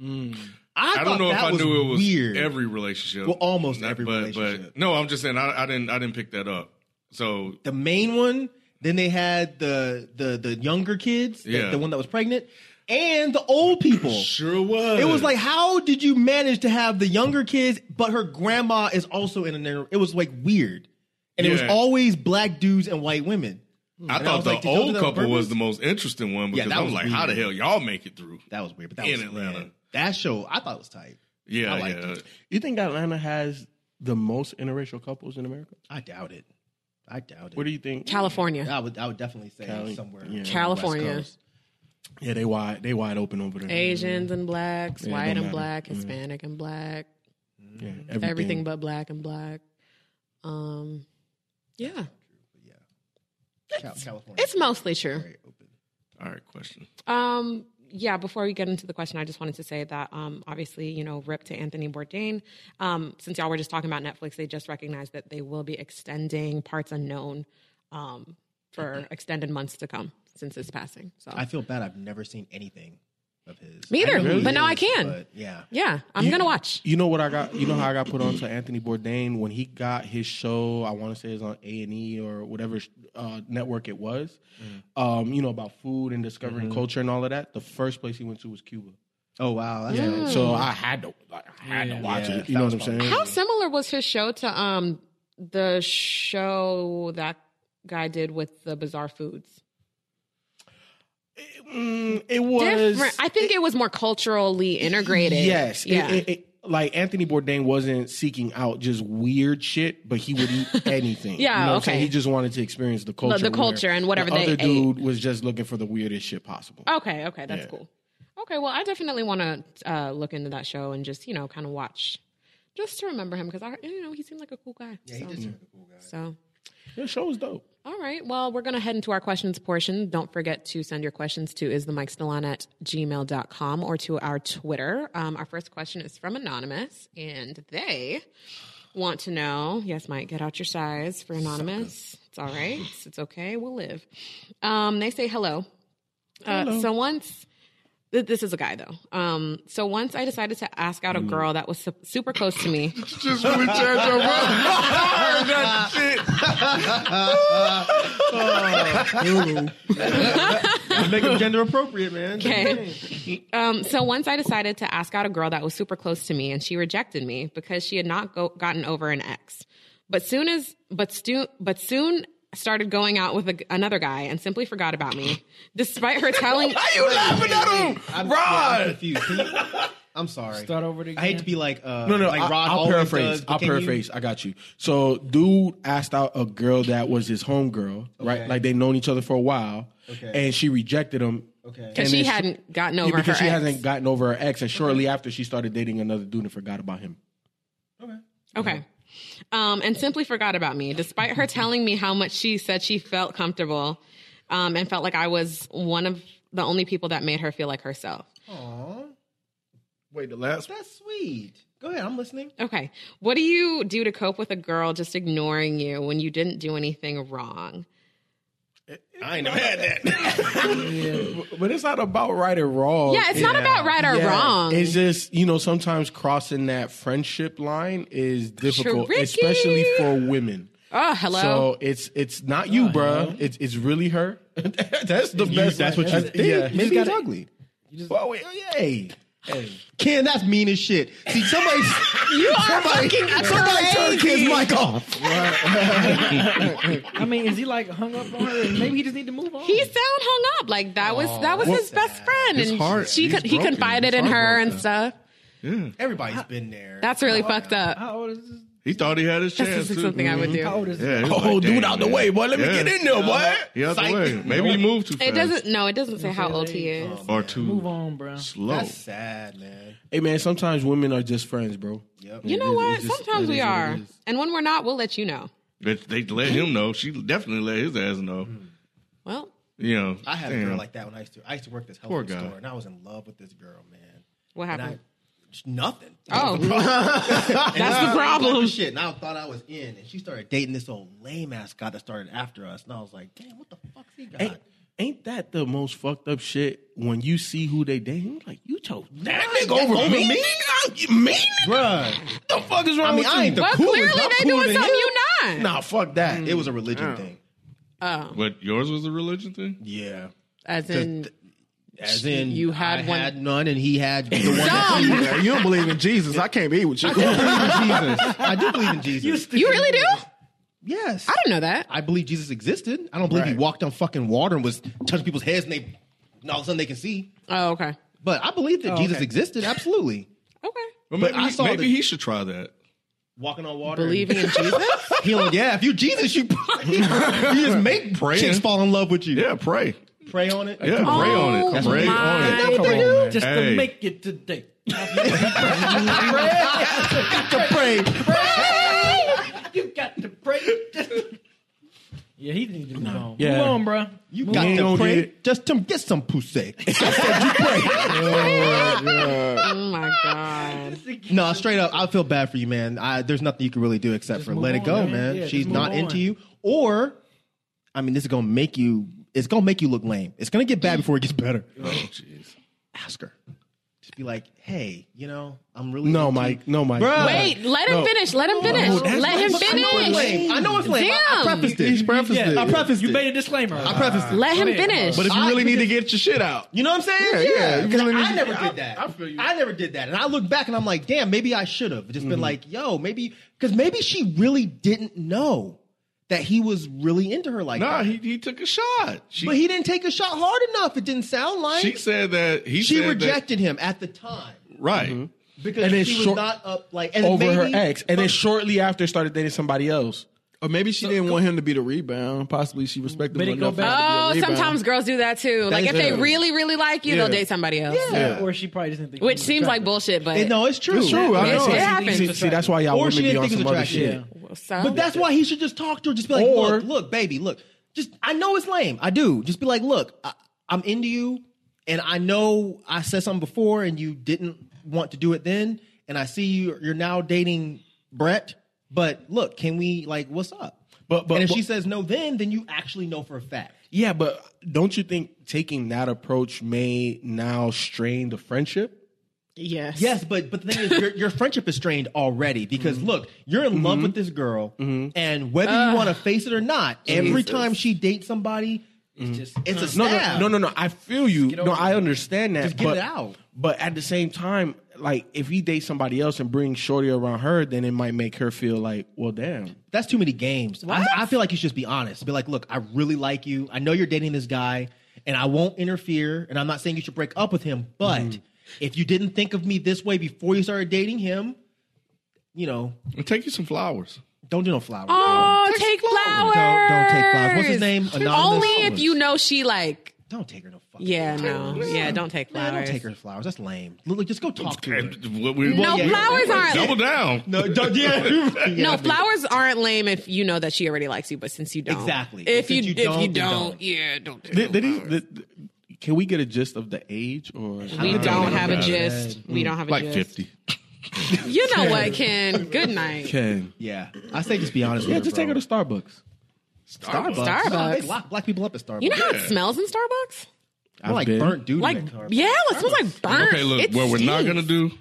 F: I,
D: Mm. I
F: thought
D: don't know if
F: that
D: I knew it was
F: weird.
D: every relationship.
F: Well, almost every
D: but,
F: relationship.
D: But no, I'm just saying I, I didn't I didn't pick that up. So
F: the main one. Then they had the the the younger kids, the,
D: Yeah.
F: the one that was pregnant, and the old people.
D: sure was.
F: It was like, how did you manage to have the younger kids, but her grandma is also in an? inter- It was like weird, and it was
D: Yeah.
F: always black dudes and white women.
D: I
F: and I
D: thought
F: was
D: the
F: like, did y'all do
D: old
F: that on
D: couple was
F: purpose?
D: the most interesting one because
F: that
D: I was,
F: was
D: like, how the
F: weird.
D: hell y'all make it through?
F: That was weird, but that
D: In
F: was
D: Atlanta.
F: man, that show I thought was tight.
D: yeah,
F: I liked
D: yeah.
F: it.
H: you think Atlanta has the most interracial couples in America?
F: I doubt it. I doubt it.
H: What do you think?
B: California.
F: I would I would definitely say
H: Cali-
F: somewhere
H: yeah.
B: California.
F: West Coast.
H: Yeah, they wide they wide open over there.
B: Asians and blacks,
H: Yeah,
B: white
H: don't
B: and
H: matter.
B: black, Hispanic and black,
H: Yeah,
B: Mm-hmm. everything. but black and black. Um, yeah. it's it's mostly true.
D: All right, question.
B: Um, yeah, before we get into the question, I just wanted to say that um, obviously, you know, rip to Anthony Bourdain. Um, since y'all were just talking about Netflix, they just recognized that they will be extending parts unknown um, for extended months to come since his passing. So,
F: I feel bad. I've never seen anything of his.
B: Me
F: I
B: either,
F: know who he
B: but now I
F: is,
B: can.
F: but yeah.
B: yeah, I'm going to watch.
H: You know what I got? You know how I got put on to Anthony Bourdain when he got his show. I want to say it's on A and E or whatever uh, network it was.
F: Mm.
H: Um, you know about food and discovering
F: Mm-hmm.
H: culture and all of that. The first place he went to was Cuba.
F: Oh wow. That's
B: Hmm.
H: Yeah. So I had to, like, I had to watch
F: Yeah,
H: it. You know what I'm saying?
B: How similar was his show to um, the show that guy did with the bizarre foods?
H: Mm, it was.
B: Different. I think it, was more culturally integrated.
H: Yes. it-
B: Yeah.
H: it- it- like Anthony Bourdain wasn't seeking out just weird shit, but he would eat anything.
B: Yeah,
H: You know what I'm saying?
B: okay.
H: He just wanted to experience the culture.
B: the culture
H: where
B: and whatever
H: the
B: they
H: other
B: ate. Uh,
H: dude was just looking for the weirdest shit possible.
B: Okay, okay, that's
H: Yeah.
B: cool. Okay, well, I definitely want to uh, look into that show and just you know kind of watch, just to remember him because I you know he seemed like a cool guy. Yeah, so. he did seem like a cool guy. So.
H: The show was dope.
B: All right. Well, we're going to head into our questions portion. Don't forget to send your questions to is the mic still on at gmail.com or to our Twitter. Um, our first question is from Anonymous, and they want to know yes, Mike, get out your size for Anonymous. It's all right. It's okay. We'll live. Um, they say hello. Uh, so once. th- This is a guy though. Um, so once I decided to ask out a girl that was su- super close to me.
D: Just really changed your mind. I heard that shit.
F: Make him gender appropriate, man.
B: Okay. Um, so once I decided to ask out a girl that was super close to me, and she rejected me because she had not go- gotten over an ex. But soon as but stu- but soon started going out with a g another guy and simply forgot about me, despite her telling.
D: laughing at him?
F: I'm, yeah, I'm
D: Rod!
F: confused. Can you- I'm sorry.
E: Start over again?
F: I hate to be like uh,
H: No, no,
F: like
H: I,
F: Rod
H: I'll
F: always
H: paraphrase.
F: does, but
H: I'll
F: can you-
H: paraphrase. I got you. So, dude asked out a girl that was his homegirl, right?
F: Okay.
H: Like they've known each other for a while,
F: Okay.
H: and she rejected him.
F: Okay.
H: And
B: Because she
H: then
B: hadn't gotten
H: yeah,
B: over
H: because
B: her
H: she
B: ex.
H: hasn't gotten over her ex, and shortly after she started dating another dude and forgot about him.
B: Okay. Um, and simply forgot about me, despite her telling me how much she said she felt comfortable um, and felt like I was one of the only people that made her feel like herself.
F: Aw,
D: Wait, the last one?
F: that's sweet. Go ahead. I'm listening.
B: Okay. What do you do to cope with a girl just ignoring you when you didn't do anything wrong?
D: I ain't never had that.
H: But it's not about right or wrong.
B: Yeah, it's not about right or
H: Oh, Yeah.
B: wrong.
H: It's just you know sometimes crossing that friendship line is difficult,
B: Tricky.
H: especially for women.
B: oh, hello.
H: So it's it's not you, bruh. It's it's really her. that's the best.
F: that's what Uh-huh. you
H: I
F: think. You just
H: Maybe it's
F: gotta-
H: ugly. Well, wait, hey, hey.
F: Ken, that's mean as shit. See, somebody, you are somebody, somebody turn Ken's mic off.
E: I mean, is he like hung up on her? And maybe he just need to move on.
B: he sound hung up. Like that was that was his best friend, and
D: heart-
B: she
D: he's
B: con- he
D: broken.
B: confided
D: His
B: in
D: heart
B: her
D: broken.
B: and stuff.
F: Everybody's been there.
B: That's really fucked up.
E: How old is this?
D: He thought he had his
B: This
D: chance.
B: is
D: too.
B: something I would do.
E: How old is
D: Yeah,
E: this?
D: he was
H: Oh,
D: like,
H: dude,
D: "Damn,
H: out the
D: man."
H: way, boy. Let me
D: Yeah.
H: get in there, boy.
D: He out the
F: Psych.
D: way. Maybe he moved too fast.
B: It doesn't. No, it doesn't say how old he is.
D: Or too
E: Move on, bro.
D: slow.
F: That's sad, man.
H: Hey, man. Sometimes women are just friends, bro.
F: Yep.
B: You know
H: It is-
B: what?
H: it's just-
B: Sometimes
H: it
B: we
H: is what it
B: are,
H: is.
B: and when we're not, we'll let you know.
D: But They let him know. She definitely let his ass know.
B: Well,
D: You know,
F: I had a
D: damn.
F: girl like that when I used to. I used to work this health
D: Poor
F: food
D: guy.
F: store, and I was in love with this girl, man.
B: what
F: And
B: happened?
F: I just nothing.
B: Oh,
F: That's
B: the problem.
F: Shit, and I thought I was in, and she started dating this old lame ass guy that started after us, and I was like, damn, what the fuck's he got?
H: Ain't, ain't that the most fucked up shit when you see who they dating? Like you chose that
F: Right,
H: nigga over,
F: over
H: me.
F: me?
H: nigga? You mean?
F: Bruh,
H: What the fuck is wrong
F: I mean,
H: with
F: I
H: you?
F: ain't the
B: well,
F: coolest.
B: clearly
F: I'm
B: they
F: cooler
B: doing
F: than
B: something
F: you.
B: you not.
H: Nah, fuck that.
F: It was a religion
D: Mm.
F: thing.
D: But yours was a religion thing?
F: Yeah.
B: As in,
F: As in,
B: You had
F: I
B: one-
F: had none, and he had the one.
B: dumb.
G: you don't believe in Jesus. I can't be with you.
F: I do believe in Jesus.
B: You really do? I
F: yes,
B: didn't know that.
F: I believe Jesus existed. I don't believe he walked on fucking water and was touching people's heads, and they, and all of a sudden they can see.
B: Oh, okay.
F: But I believe
B: Oh,
F: that Jesus
E: okay.
F: existed. Absolutely,
B: Okay.
D: Well,
F: But
D: maybe
F: I saw
D: maybe
F: the-
D: he should try that.
F: walking on water,
B: Believing in Jesus?
F: and healing. Yeah, if you Jesus, you you just make
D: Praying.
F: chicks fall in love with you.
D: Yeah, pray.
F: Pray on it.
D: Yeah, pray on it.
B: Oh
D: Pray on
B: my
D: it.
B: Come on,
F: man.
E: Just
D: Hey.
E: to make it today.
F: Got to pray.
E: You got to pray. Just Yeah, he needs to move on.
H: Yeah.
E: Move on, bro.
F: You
E: Move
F: got
E: on.
F: to
H: gonna
F: pray.
H: get it.
F: Just to get some pussy. I said you pray.
H: uh,
B: Oh my god.
F: no, straight up, I feel bad for you, man. I, there's nothing you can really do except for
E: move
F: let it
E: on,
F: go,
E: man.
F: man.
E: Yeah,
F: She's
E: just move
F: not
E: on.
F: into you, or I mean, this is gonna make you. It's gonna make you look lame. It's gonna get bad before it gets better.
D: Oh, jeez.
F: Ask her. Just be like, hey, you know, I'm really
H: No,
F: into you.
H: Mike. No, Mike.
F: Bruh.
B: Wait, let him finish. Let him finish. let him
F: I know it's
B: finish.
F: lame. I know it's lame. I, I
B: Damn.
F: prefaced it.
H: He's prefaced
E: Yeah,
H: it.
E: I prefaced You made a disclaimer.
F: I prefaced it.
B: Let him
E: Go ahead.
B: finish.
G: But if you
F: I
G: really
F: think
G: need to get your shit out,
F: You know what I'm saying?
G: Yeah, yeah. You
F: 'Cause
G: really need
F: I
G: to-
F: never
G: I-
F: did that.
G: I feel you.
F: I never did that. And I look back and I'm like, damn, maybe I should have just been
H: Mm-hmm.
F: like, yo, maybe because maybe she really didn't know that he was really into her like
D: Nah,
F: that.
D: he, he took a shot. She,
F: but he didn't take a shot hard enough. It didn't sound like
D: she said that he
F: She
D: said that-
F: rejected him at the time
D: right.
F: because
H: And then
F: she was
H: short-
F: not up like and
H: over
F: maybe,
H: her ex, and then shortly after started dating somebody else.
G: or maybe she didn't want him to be the rebound. Possibly she respected
E: But
G: him
E: it go
G: enough.
E: back-
G: not
B: oh,
G: to be a rebound.
B: sometimes girls do that too. Like if they
G: yeah.
B: really, really like you, they'll date somebody else.
F: Yeah.
E: Uh, Or she probably doesn't think.
B: Which
E: he was
B: seems like
E: attractive.
B: bullshit, but
F: And no, it's true.
H: It's true. I
B: Yeah,
H: know.
B: it happens.
H: See, see, that's why y'all
F: Or
H: women
F: she
H: be
F: didn't
H: on
F: think it
H: some
F: was
H: other
F: attractive.
H: shit.
F: Yeah.
B: Some-
F: But that's why he should just talk to her. Just be like,
H: Or-
F: look, look, baby, look. Just I know it's lame. I do. Just be like, look, I, I'm into you, and I know I said something before, and you didn't want to do it then, and I see you. You're now dating Brett, but look, can we like, what's up?
H: But- but-
F: and if she
H: but-
F: says no, then then you actually know for a fact.
H: Yeah, but don't you think taking that approach may now strain the friendship?
B: yes.
F: Yes, but but the thing is, your, your friendship is strained already because look, you're in love with this girl, and whether you want to face it or not, every time she dates somebody, it's just it's a
H: No,
F: stab.
H: no, no, no, no. I feel you.
E: over
H: No,
E: it.
H: I understand that.
F: Just get
H: but,
F: it out.
H: But at the same time, like if he dates somebody else and brings Shorty around her, then it might make her feel like, well, damn.
F: That's too many games. I, I feel like you should just be honest. Be like, look, I really like you. I know you're dating this guy, and I won't interfere. And I'm not saying you should break up with him, but if you didn't think of me this way before you started dating him, you know,
D: And take you some flowers.
F: don't do no flowers.
B: Oh, take
F: flowers.
B: flowers.
F: Don't- don't take flowers. What's his name? Anonymous?
B: Only if you know she like.
F: Don't take her no fucking.
B: Yeah, no. Yeah, don't take
F: Nah,
B: flowers.
F: don't take her flowers. That's lame. Look, look, just go talk to her.
D: And what we-
B: No,
F: yeah,
B: flowers aren't.
D: Double down.
F: No, don't, yeah.
B: No, flowers aren't lame if you know that she already likes you, but since you don't,
F: Exactly.
B: If
F: Since
B: you
F: you
B: if
F: don't,
B: you
F: you
B: don't,
F: don't.
B: yeah, don't. Take
H: Did, did he, did, can we get a gist of the age or
B: we
D: don't
B: don't
D: know
B: have a
D: about it.
B: gist. We don't have a
D: Like
B: gist.
D: 50.
B: You know what, Ken? Good night.
H: Ken?
F: yeah. I say just be honest.
H: Yeah,
F: with
H: just
F: her,
H: take her to Starbucks.
D: Starbucks.
F: Starbucks.
B: Starbucks.
F: They lock black people up at Starbucks.
B: You know how it smells in Starbucks?
F: We're like
H: been.
F: burnt dude. in
B: Like,
F: that car.
B: yeah, it smells like burnt.
D: Okay, look,
B: It
D: what we're not
B: stinks.
D: going to do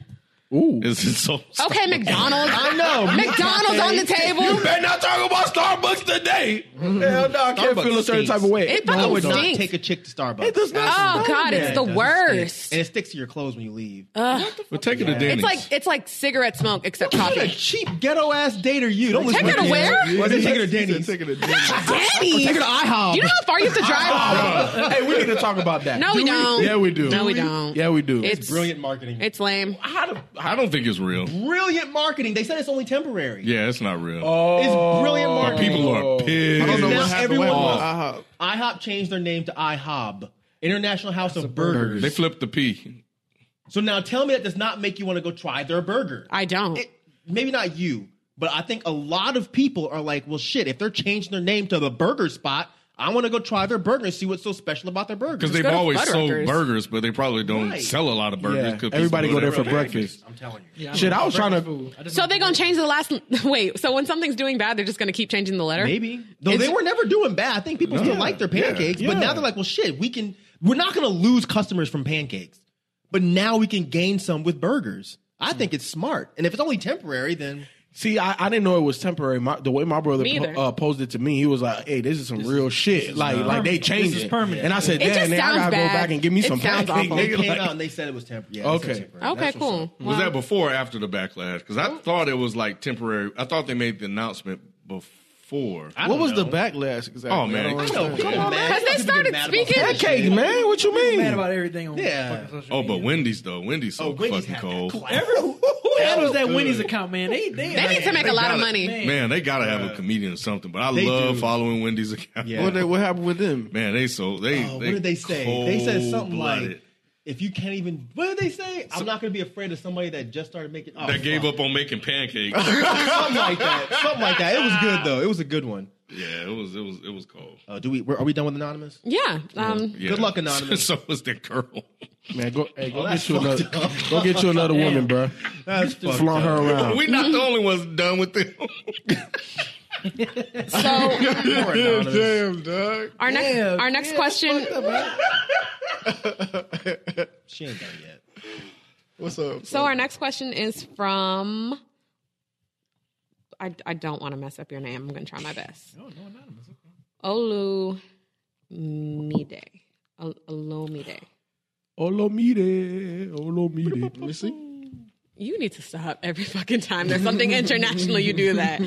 H: Ooh.
D: is insult.
B: Okay, McDonald's. I know.
H: Oh,
B: McDonald's on the table.
D: Better not talk about Starbucks today.
G: Hell no, I can't
F: Starbucks
G: feel a certain
F: stinks.
G: type of way.
B: It
F: I
B: fucking
F: would not
B: stinks.
F: take a chick to Starbucks.
H: It does not
B: Oh
H: smell
B: God,
H: bad.
B: it's the worst.
F: And it sticks to your clothes when you leave.
B: Uh,
D: We're taking a Denny's.
B: It's like it's like cigarette smoke except coffee.
F: cheap ghetto ass date are you? Don't
B: Take her to where?
F: Why they take her
G: She
F: to
G: said
F: Denny's?
G: take her to Denny's.
B: Danny.
F: Take her to IHOP.
B: You know how far you have to drive?
H: hey, we need to talk about that.
B: No, we don't.
H: Yeah, we do.
B: No, we don't.
H: Yeah, we do.
B: It's
F: Brilliant marketing.
B: It's lame.
D: I don't think it's real.
F: brilliant marketing. They said it's only temporary.
D: Yeah, it's not real.
F: Oh. It's brilliant
D: Our
F: marketing.
D: people are pissed.
G: I don't know
F: Now
G: what happened.
F: everyone
G: Wait,
F: knows.
G: uh,
F: IHOP changed their name to IHOB, International House of Burgers.
D: They flipped the P.
F: So now tell me that does not make you want to go try their burger.
B: I don't.
F: It- maybe not you, but I think a lot of people are like, well, shit, if they're changing their name to the burger spot, I want to go try their burger and see what's so special about their burger.
D: Because they've
B: go to
D: always
B: Fuddruckers.
D: sold burgers, but they probably don't
F: Right.
D: sell a lot of burgers.
H: Yeah,
D: 'cause
H: everybody
D: people
H: go there
D: don't
H: for
D: really like
H: breakfast.
F: I'm telling you.
E: Yeah, I
H: Shit,
E: don't
H: I was
E: know.
H: trying to-
E: Breakfast food. I just
B: So
E: don't
B: they're
E: know.
B: gonna change the last. Wait. So when something's doing bad, they're just gonna keep changing the letter.
F: Maybe. Though
B: It's-
F: they were never doing bad. I think people still like their pancakes, but now they're like, well, shit, we can, we're not going to lose customers from pancakes, but now we can gain some with burgers. I think it's smart. And if it's only temporary, then
H: See, I, I didn't know it was temporary. My, the way my brother
B: Me
H: po-
B: either.
H: uh, posed it to me, he was like, "Hey, this is some real shit. Like, like they changed
E: This is
H: it."
E: permanent.
H: And I said,
B: It just
H: "Damn, man, I
B: sounds
H: gotta go
B: bad.
H: back and give me
B: It
H: some
B: sounds
H: pancake."
B: awful.
F: they
H: nigga.
F: came
H: Like,
F: out and they said it was temporary. Yeah, they said
H: Okay.
F: temporary.
B: Okay.
F: That's what's
B: Cool.
F: up.
D: Was that before or after the backlash? Because I thought it was like temporary. I thought they made the announcement before.
G: what was the backlash exactly?
D: Oh, man.
G: I don't
D: I
F: I know,
G: understand.
F: come on, man.
B: Because they
F: You're supposed to be
B: started
F: mad about
B: speaking-
F: that shit.
H: Hey, man, what you mean?
E: mad about everything on
F: Yeah.
E: fucking social
D: oh,
E: media.
D: but Wendy's though. Wendy's so
F: Oh, Wendy's
D: fucking
F: had
D: cold.
F: That
E: Every, who who handles that Wendy's account, man? They they,
B: They need to make a lot
D: gotta-
B: of money.
D: Man, they gotta have a comedian or something. But I
F: They
D: love
F: do.
D: following Wendy's account.
F: Yeah.
G: What, they, what happened with them?
D: Man, they so they,
F: Oh, what did they say? They said something
D: cold-blooded.
F: like, "If you can't even," what did they say? I'm not going to be afraid of somebody that just started making. Oh,
D: that gave
F: fuck.
D: up on making pancakes.
F: something like that. Something like that. It was good though. It was a good one.
D: Yeah, it was it was it was cold.
F: Uh, do we? Are we done with anonymous?
B: Yeah. Um,
D: Yeah.
F: Good luck, anonymous.
D: so was the girl.
H: Man, go, hey, go
F: that's
H: get you another,
F: fucked up.
H: go get you another woman, bro.
F: That's fucked
H: Flaunt her
F: up.
H: around.
D: We're not the only ones done with them.
B: so
F: Poor anonymous.
D: dog.
B: our next our next question
F: She ain't done yet.
G: What's up?
B: So our next question is from. I, I don't want to mess up your name. I'm going to try my best. No, no, anonymous. Okay. Olumide. Ol- Olumide.
H: Olomide, Olomide. Let me see.
B: You need to stop every fucking time there's something international. You do that.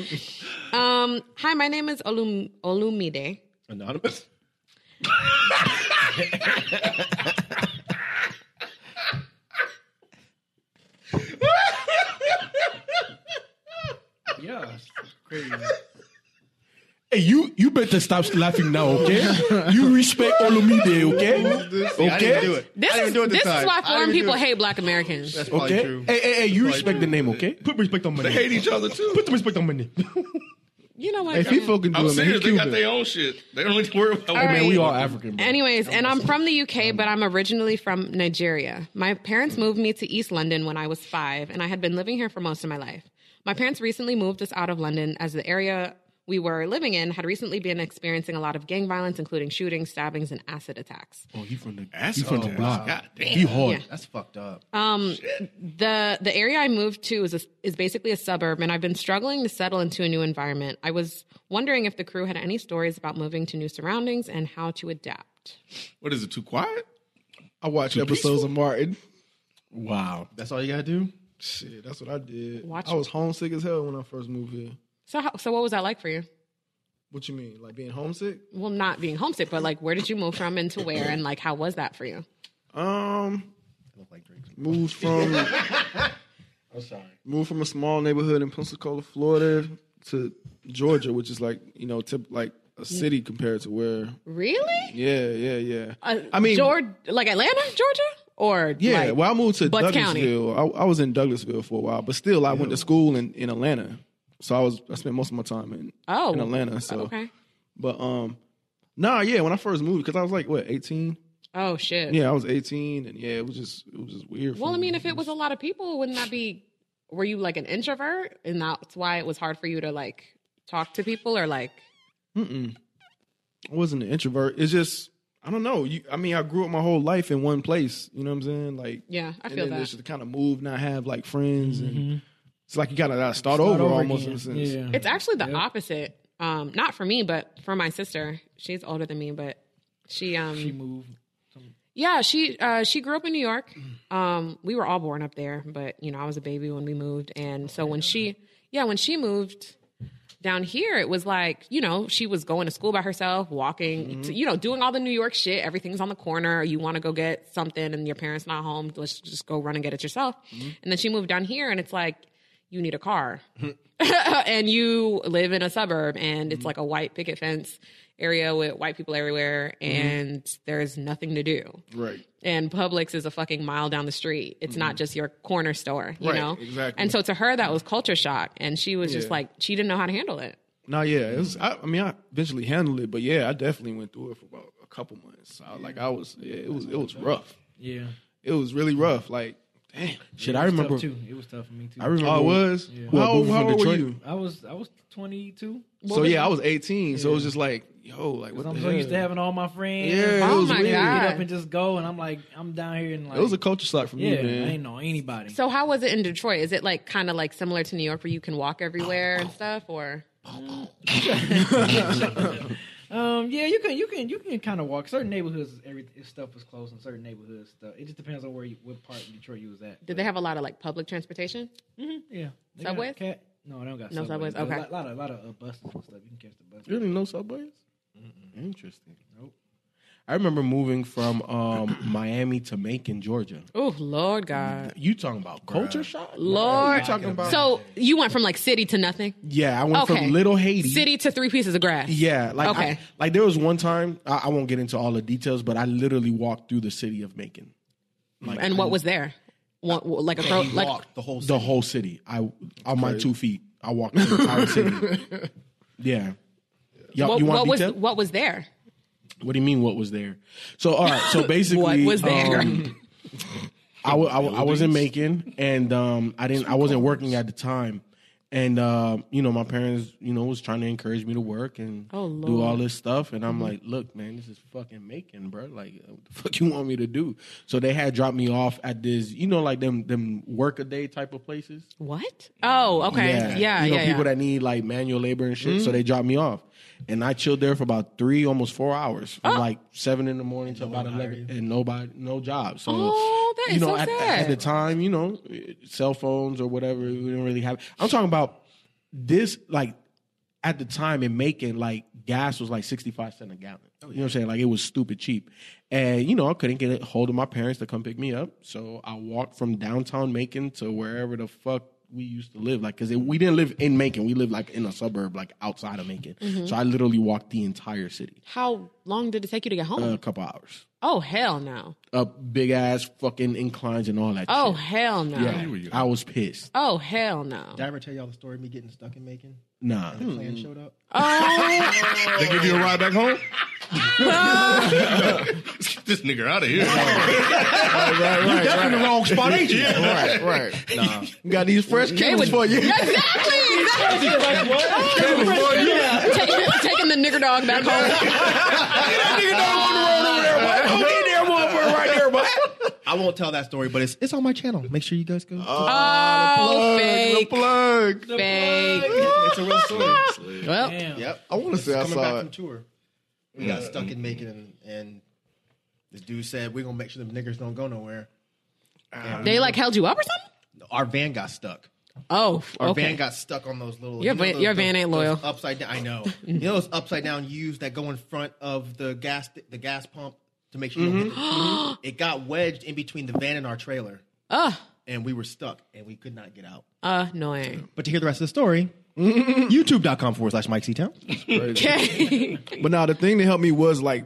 B: Um, hi, my name is Olum Olumide.
F: Anonymous.
E: Yeah, it's crazy.
H: Hey, you you better stop laughing now, okay? You respect Olomide, okay?
G: Okay.
F: I didn't do it.
B: This
G: I didn't
B: is
G: do it
B: this
G: this
B: is
G: time.
B: why
G: I
B: foreign
G: didn't do
B: people
G: it.
B: hate Black Americans.
G: That's probably
H: Okay?
G: true.
H: Hey, hey, hey, you respect the name, okay? Put respect on my
D: They
H: name.
D: hate each other too.
H: Put respect on my name.
B: You know what?
G: Hey, people can do
D: I'm
G: it, man.
D: serious.
G: He's
D: They got
G: Cuban.
D: their own shit. They don't need to worry about.
B: All
H: Man, we
B: right.
H: all African, bro.
B: Anyways, and I'm from the UK, but I'm originally from Nigeria. My parents moved me to East London when I was five, and I had been living here for most of my life. My parents recently moved us out of London as the area we were living in had recently been experiencing a lot of gang violence, including shootings, stabbings, and acid attacks.
H: Oh, he from the
D: That's
H: he from the
D: all.
H: block.
D: God damn.
H: He hard.
F: That's fucked up.
B: the the area I moved to is a, is basically a suburb, and I've been struggling to settle into a new environment. I was wondering if the crew had any stories about moving to new surroundings and how to adapt.
D: What is it? Too quiet?
G: I watched episodes of Martin.
H: Wow.
F: That's all you gotta do.
G: Shit, that's what I did.
B: Watch
G: I was homesick as hell when I first moved here.
B: So, how, so what was that like for you?
G: What you mean? Like being homesick?
B: well, not being homesick, but like, where did you move from and to where, and like, how was that for you?
G: Um, moved from. I'm sorry. Moved from a small neighborhood in Pensacola, Florida, to Georgia, which is like you know, tip like a city compared to where.
B: Really?
G: Yeah, yeah, yeah.
B: Uh,
G: I mean,
B: Georgia, like Atlanta, Georgia, or
G: yeah.
B: like-
G: well, I moved to
B: Butts County.
G: Douglasville. I, I was in Douglasville for a while, but still, I went to school in, in Atlanta. So I was I spent most of my time in
B: oh,
G: in Atlanta. So,
B: okay.
G: but um, nah, yeah. When I first moved, because I was like what 18.
B: Oh shit.
G: Yeah, I was 18, and yeah, it was just it was just weird.
B: Well,
G: for
B: I mean,
G: me.
B: if it was a lot of people, wouldn't that be? Were you like an introvert, and that's why it was hard for you to like talk to people, or like?
G: I wasn't an introvert. It's just I don't know. You, I mean, I grew up my whole life in one place. You know what I'm saying? Like,
B: Yeah, I
G: and
B: feel
G: then
B: that. Mm-hmm.
G: It's just the kind of move not have like friends, and it's like you gotta, gotta start, over, almost in a sense.
E: Yeah.
B: It's actually the opposite. Um, not for me, but for my sister. She's older than me, but she um she
E: moved
B: Yeah, she uh she grew up in New York. Um, we were all born up there, but you know, I was a baby when we moved, and so when she yeah when she moved down here, it was like you know she was going to school by herself, walking, to, you know, doing all the New York shit. Everything's on the corner. You want to go get something, and your parents not home. Let's just go run and get it yourself. And then she moved down here, and it's like you need a car and you live in a suburb and it's like a white picket fence area with white people everywhere and there's nothing to do.
G: Right.
B: And Publix is a fucking mile down the street. It's
H: Mm-hmm.
B: not just your corner store, you
G: Right,
B: know?
G: exactly.
B: And so to her that was culture shock and she was just
G: Yeah.
B: like she didn't know how to handle it.
G: No, yeah. It was, I, I mean, I eventually handled it, but yeah, I definitely went through it for about a couple months. I, like I was, yeah, it was, it was rough.
E: Yeah.
G: It was really rough. Like, damn.
H: Shit, I remember.
E: Tough too. It was tough for me too.
H: I remember.
G: Oh, it was. How, old-
H: Well,
G: how old were
H: Detroit-
G: you?
E: I was I was 22.
G: so yeah, I was 18. So it was just like, yo, like what
E: I'm
G: the
E: so
G: hell?
E: used to having all my friends.
G: Yeah,
B: Oh
G: it was
B: my
G: weird.
B: God.
E: Get up and just go, and I'm like, I'm down here and like,
G: It was a culture shock for me,
E: yeah,
G: man.
E: I ain't know anybody.
B: So how was it in Detroit? Is it like kind of like similar to New York where you can walk everywhere and stuff or
E: Um, yeah, you can you can you can kind of walk certain neighborhoods. Every stuff was close, and certain neighborhoods stuff. It just depends on where you, what part of Detroit you was at.
B: did they have a lot of like public transportation?
E: Yeah, They
B: Subways?
E: Got cat, no, they don't got
B: No subways,
E: There's
B: okay.
E: a lot, lot of lot of uh, buses and stuff. You can catch the bus.
H: You didn't know subways? Interesting. Nope. I remember moving from um, Miami to Macon, Georgia.
B: Oh Lord God.
H: You talking about culture shock?
B: Lord.
H: You talking about?
B: So you went from like city to nothing?
H: yeah, I went
B: Okay.
H: from Little Haiti.
B: City to three pieces of grass.
H: Yeah, like
B: Okay.
H: I- like there was one time I, I won't get into all the details, but I literally walked through the city of Macon,
B: And what was there? One, like a cro- like
F: Walk the whole.
H: the whole city. I on my two feet, I walked through the entire city. Yeah, Y'all,
B: what,
H: you want
B: what was
H: detail? What,
B: what was there?
H: do you mean? What was there? So all right. So basically,
B: What was there?
H: um, I, w- I, w- I was in Macon, and um, I didn't. I wasn't working at the time, and uh, you know, my parents, you know, was trying to encourage me to work and
B: Oh, Lord. Mm-hmm.
H: do all this stuff, and I'm like, look, man, this is fucking Macon, bro. Like, uh, what the fuck you want me to do? So they had dropped me off at this, you know, like them them work a day type of places.
B: What? Oh, okay. Yeah, yeah,
H: you know,
B: yeah. Mm-hmm.
H: people that need like manual labor and shit. So they dropped me off, and I chilled there for about three, almost four hours, from
B: Oh.
H: like seven in the morning to about eleven, and nobody, no job. So
B: Oh, that
H: you
B: is
H: know,
B: so
H: at,
B: sad.
H: at the time, you know, cell phones or whatever, we didn't really have. I'm talking about this, like at the time in Macon, like gas was like 65 cents a gallon. You know what I'm saying? Like it was stupid cheap. And you know, I couldn't get a hold of my parents to come pick me up. So I walked from downtown Macon to wherever the fuck we used to live. Like, cause it, we didn't live in Macon. We lived like in a suburb, like outside of Macon.
B: Mm-hmm.
H: So I literally walked the entire city. uh,
B: How long did it take you to get home?
H: A couple hours.
B: oh hell no.
H: Up big ass fucking inclines and all that
B: Oh
H: shit.
B: hell no.
H: Yeah, I was pissed.
B: Oh hell no.
E: Did I ever tell y'all the story of me getting stuck in Macon?
H: Nah.
E: Plan showed up.
B: Oh
D: They give you a ride back home? this nigga out of here.
F: You're definitely in the wrong spot, ain't you?
K: right, right. Nah.
F: You got these fresh kids for you.
B: exactly. exactly. Ta- taking the nigger dog back home.
F: I won't tell that story, but it's it's on my channel. Make sure you guys go.
B: Oh fake.
K: Plug.
B: Fake.
F: it's a real story.
B: Well
E: Damn.
F: Yep.
K: I want to say I
F: Coming
K: saw
F: back from
K: it.
F: tour, we got stuck in Macon, and, and the dude said, "We're gonna make sure them niggers don't go nowhere."
B: they like held you up or something?
F: Our van got stuck.
B: Oh,
F: Our
B: okay.
F: van got stuck on those little.
B: Your van-
F: those-
B: your van
F: those-
B: ain't loyal.
F: those Upside down. I know. you know those upside down U's that go in front of the gas the gas pump to make sure you don't hit it. it got wedged in between the van and our trailer,
B: Ugh.
F: and we were stuck, and we could not get out.
B: annoying.
F: But to hear the rest of the story, youtube.com forward slash Mike C Town.
B: Okay.
K: But now the thing that helped me was like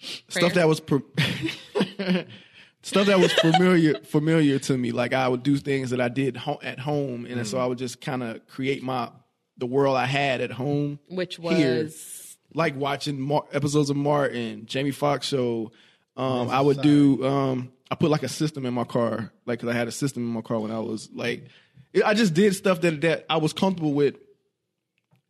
B: Prayer?
K: stuff that was pro- stuff that was familiar familiar to me. Like I would do things that I did ho- at home, and so I would just kind of create my the world I had at home,
B: Which
K: here.
B: was-
K: like watching Mar- episodes of Martin, Jamie Foxx show. Um, I would do. Um, I put like a system in my car, like 'cause I had a system in my car when I was like, it- I just did stuff that that I was comfortable with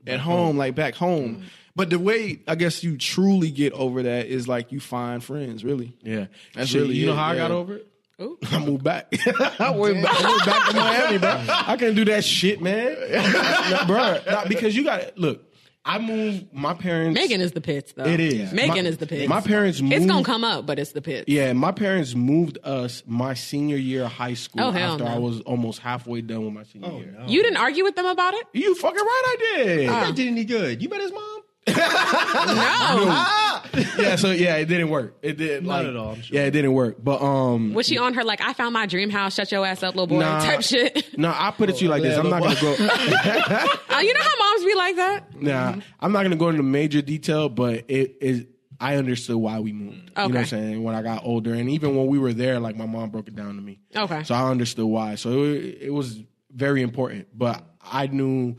K: at home, like back home. But the way I guess you truly get over that is like you find friends, really.
H: Yeah.
K: That's
H: Shit,
K: really
H: You know
K: it,
H: how I got
K: yeah.
H: over it?
B: Ooh.
H: I moved back. I went back, I went back to Miami, bro. I couldn't do that shit, man. Nah, bro, nah, because you got look. I moved my parents.
B: Megan is the pits though.
H: It is.
B: Megan
H: My-
B: is the pits.
H: My parents moved.
B: It's gonna come up, but it's the pits.
H: Yeah, my parents moved us my senior year of high school
B: Oh, hell
H: after
B: no.
H: I was almost halfway done with my senior
F: Oh,
H: year.
B: You didn't argue with them about it?
H: You fucking right, I did.
B: Ah.
F: That did any good. You met his mom?
B: No.
K: Ah!
H: yeah, so yeah, it didn't work. It did not like,
F: at all, I'm sure.
H: Yeah, it didn't work. But um,
B: Was she on her like I found my dream house, shut your ass up, little boy,
H: Nah.
B: type shit?
H: no, I put it to you like this. I'm not gonna go.
B: Uh, you know how moms be like that?
H: Nah, I'm not gonna go into major detail, but it is. I understood why we moved. You know what
B: Okay.
H: I'm saying? When I got older, and even when we were there, like my mom broke it down to me.
B: Okay.
H: So I understood why. So it, it was very important. But I knew,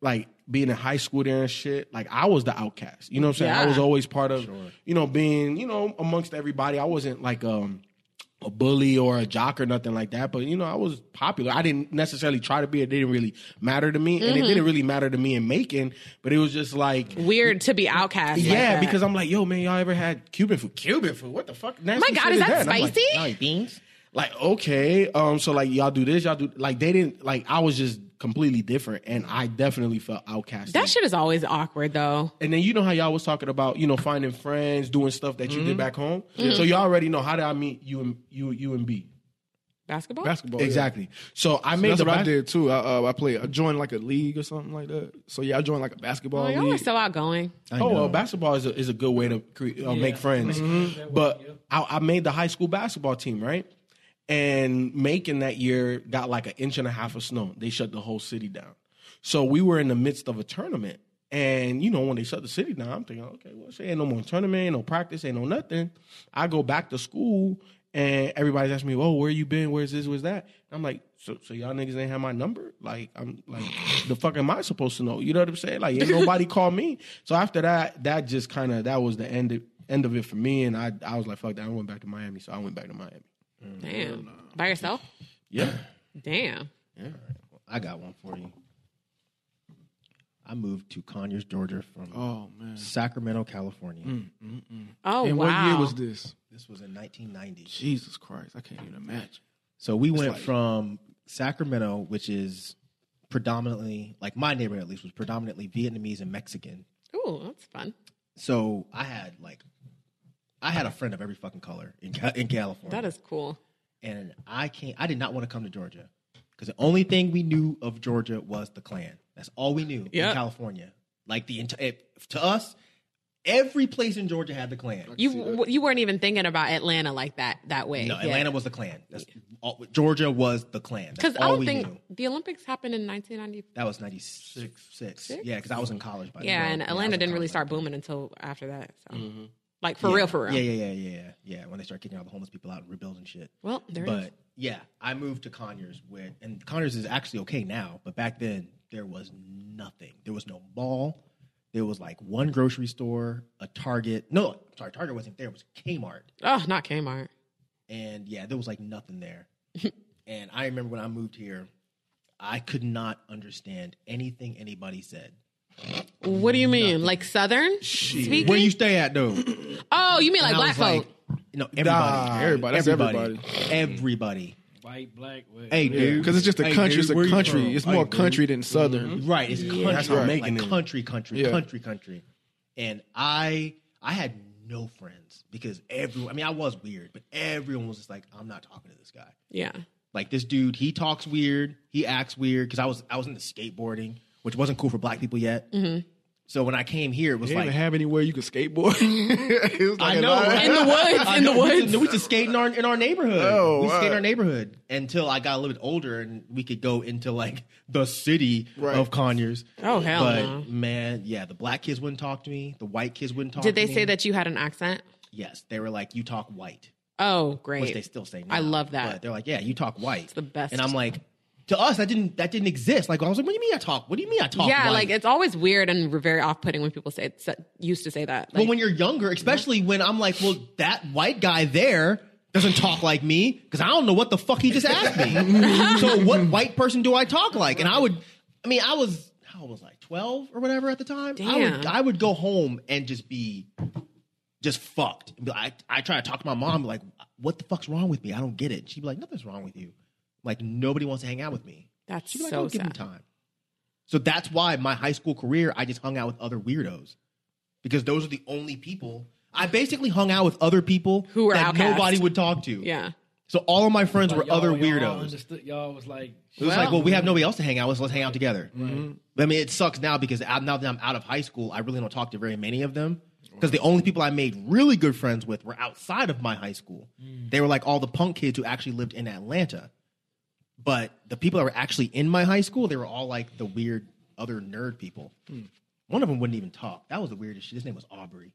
H: like, being in high school there and shit, like, I was the outcast. You know what I'm saying? I
B: Yeah.
H: was always part of, you know, being, you know, amongst everybody. I wasn't like, um, a bully or a jock or nothing like that. But you know, I was popular. I didn't necessarily try to be. It didn't really matter to me, and it didn't really matter to me in making. But it was just like,
B: Weird to be outcast. like
H: yeah,
B: that.
H: because I'm like, yo, man, y'all ever had Cuban food? Cuban food? What the fuck? Nasty
B: God,
H: shit
B: is that
H: And I'm
B: spicy?
H: Like, "Y'all eat beans? Like, okay, um, so like y'all do this, y'all do like they didn't like I was just completely different, and I definitely felt outcast.
B: that shit is always awkward though.
H: And then you know how y'all was talking about, you know, finding friends, doing stuff that you
K: Mm-hmm.
H: did back home.
B: Mm-hmm.
H: So y'all already know how did I meet you and you you and B.
B: Basketball?
K: Basketball, yeah.
H: Exactly. So I made
K: That's
H: the
K: what I
H: bas-
K: did too. I, uh, I played. I joined like a league or something like that. So yeah, I joined like a basketball
B: Oh, y'all are
K: league.
B: so outgoing.
H: Oh, well, basketball is a, is a good way to create, uh, make friends.
B: Mm-hmm.
H: But I, I made the high school basketball team, right? And Macon that year got like an inch and a half of snow. They shut the whole city down. So we were in the midst of a tournament. And, you know, when they shut the city down, I'm thinking, okay, well, shit, ain't no more tournament, ain't no practice, ain't no nothing. I go back to school and everybody's asking me, oh, where you been? Where's this? Where's that? I'm like, So, so y'all niggas ain't have my number. Like I'm like, the fuck am I supposed to know? You know what I'm saying? Like ain't nobody call me. So after that, that just kind of that was the end of, end of it for me. And I I was like, fuck that. I went back to Miami. So I went back to Miami.
B: Damn. By yourself?
H: Yeah.
B: Damn.
F: I got one for you. I moved to Conyers, Georgia from
K: Oh man.
F: Sacramento, California.
B: Oh
K: And
B: wow.
K: what year was this?
F: This was in 1990.
K: Jesus Christ, I can't even imagine.
F: So we went from Sacramento, which is predominantly, like my neighborhood at least, was predominantly Vietnamese and Mexican.
B: Ooh, that's fun.
F: So I had like, I had a friend of every fucking color in Ca- in California.
B: That is cool.
F: and I can't. I did not want to come to Georgia because the only thing we knew of Georgia was the Klan. That's all we knew
B: Yeah.
F: in California. Like the entire to us, every place in Georgia had the Klan.
B: You w- you weren't even thinking about Atlanta like that that way.
F: uh, no, Atlanta was the Klan. That's all, Georgia was the Klan. That's
B: Because I
F: all
B: don't
F: we
B: think
F: knew.
B: the Olympics happened in 1990.
F: That was ninety six. Six. Yeah, because I was in college. By
B: Yeah,
F: then.
B: and
F: I was
B: Atlanta
F: in
B: didn't really
F: college.
B: start booming until after that. So, like for real, for real.
F: Yeah, yeah, yeah, yeah, yeah. Yeah, When they start kicking all the homeless people out and rebuilding shit.
B: Well, there it
F: but
B: is.
F: yeah, I moved to Conyers, where and Conyers is actually okay now, but back then there was nothing. There was no mall. There was like one grocery store, a Target. No, sorry, Target wasn't there. It was Kmart,
B: Oh, not Kmart.
F: and yeah, there was like nothing there. and I remember when I moved here, I could not understand anything anybody said.
B: What do you mean? Like Southern speaking?
F: Where you stay at though?
B: oh, you mean like
F: And I
B: black
F: was
B: folk?
F: no, everybody,
K: everybody, that's
F: everybody, everybody.
E: White, black, what?
F: Hey, dude,
K: Because it's just a
F: Hey,
K: country.
F: dude,
K: It's
F: where
K: a
F: you
K: country.
F: from? Mm-hmm.
K: It's
F: Hey,
K: more
F: dude.
K: country than southern.
F: Right, it's country.
H: that's how I'm
F: like
H: making it.
F: country, country,
K: Yeah.
F: country, country. And I, I had no friends because everyone. I mean, I was weird, but everyone was just like, "I'm not talking to this guy."
B: Yeah.
F: Like this dude, he talks weird, he acts weird. Because I was, I was into skateboarding, which wasn't cool for black people yet.
H: Mm-hmm.
F: So when I came here, it was
K: They
F: like.
K: didn't have anywhere you could skateboard. It was like
F: I
K: a
F: know.
K: lot-
F: right?
B: In the woods.
F: I
B: In the
F: know, we
B: woods.
F: used to- We used to skate in our in our neighborhood.
K: Oh,
F: we used to skate in
K: wow.
F: our neighborhood until I got a little bit older and we could go into like the city
K: Right.
F: of Conyers.
B: Oh, hell
F: But
B: no.
F: man, yeah, the black kids wouldn't talk to me. The white kids wouldn't talk.
B: Did they
F: to
B: say
F: me.
B: that you had an accent?
F: Yes, they were like, "You talk white,"
B: Oh,
F: which
B: great.
F: they still say. Now,
B: I love that.
F: But they're like, "Yeah, you talk white." It's
B: the best.
F: And I'm like, to us, that didn't that didn't exist. Like I was like, "What do you mean I talk? What do you mean I talk?"
B: yeah,
F: white?
B: like it's always weird and very off-putting when people say used to say that.
F: But
B: Like,
F: when you're younger, especially when I'm like, well, that white guy there doesn't talk like me because I don't know what the fuck he just asked me. so what white person do I talk like? And I would, I mean, I was, how old was I? Twelve or whatever at the time. I would,
B: Damn.
F: I would go home and just be, just fucked. Be like- I, I try to talk to my mom like, what the fuck's wrong with me? I don't get it. She'd be like, nothing's wrong with you. Like nobody wants to hang out with me.
B: that's
F: She'd be like,
B: so
F: oh, give me
B: sad.
F: time. So that's why my high school career, I just hung out with other weirdos because those are the only people I basically hung out with other people
B: Who were
F: that
B: outcast.
F: nobody would talk to.
B: Yeah.
F: So all of my friends were
E: Y'all-
F: other
E: y'all
F: weirdos.
E: Understood, y'all was like,
F: It was like, well, Mm-hmm. we have nobody else to hang out with, so let's hang out together. But I mean, it sucks now because I, now that I'm out of high school, I really don't talk to very many of them because the only people I made really good friends with were outside of my high school. They were like all the punk kids who actually lived in Atlanta. But the people that were actually in my high school, they were all like the weird other nerd people. One of them wouldn't even talk. That was the weirdest shit. His name was Aubrey.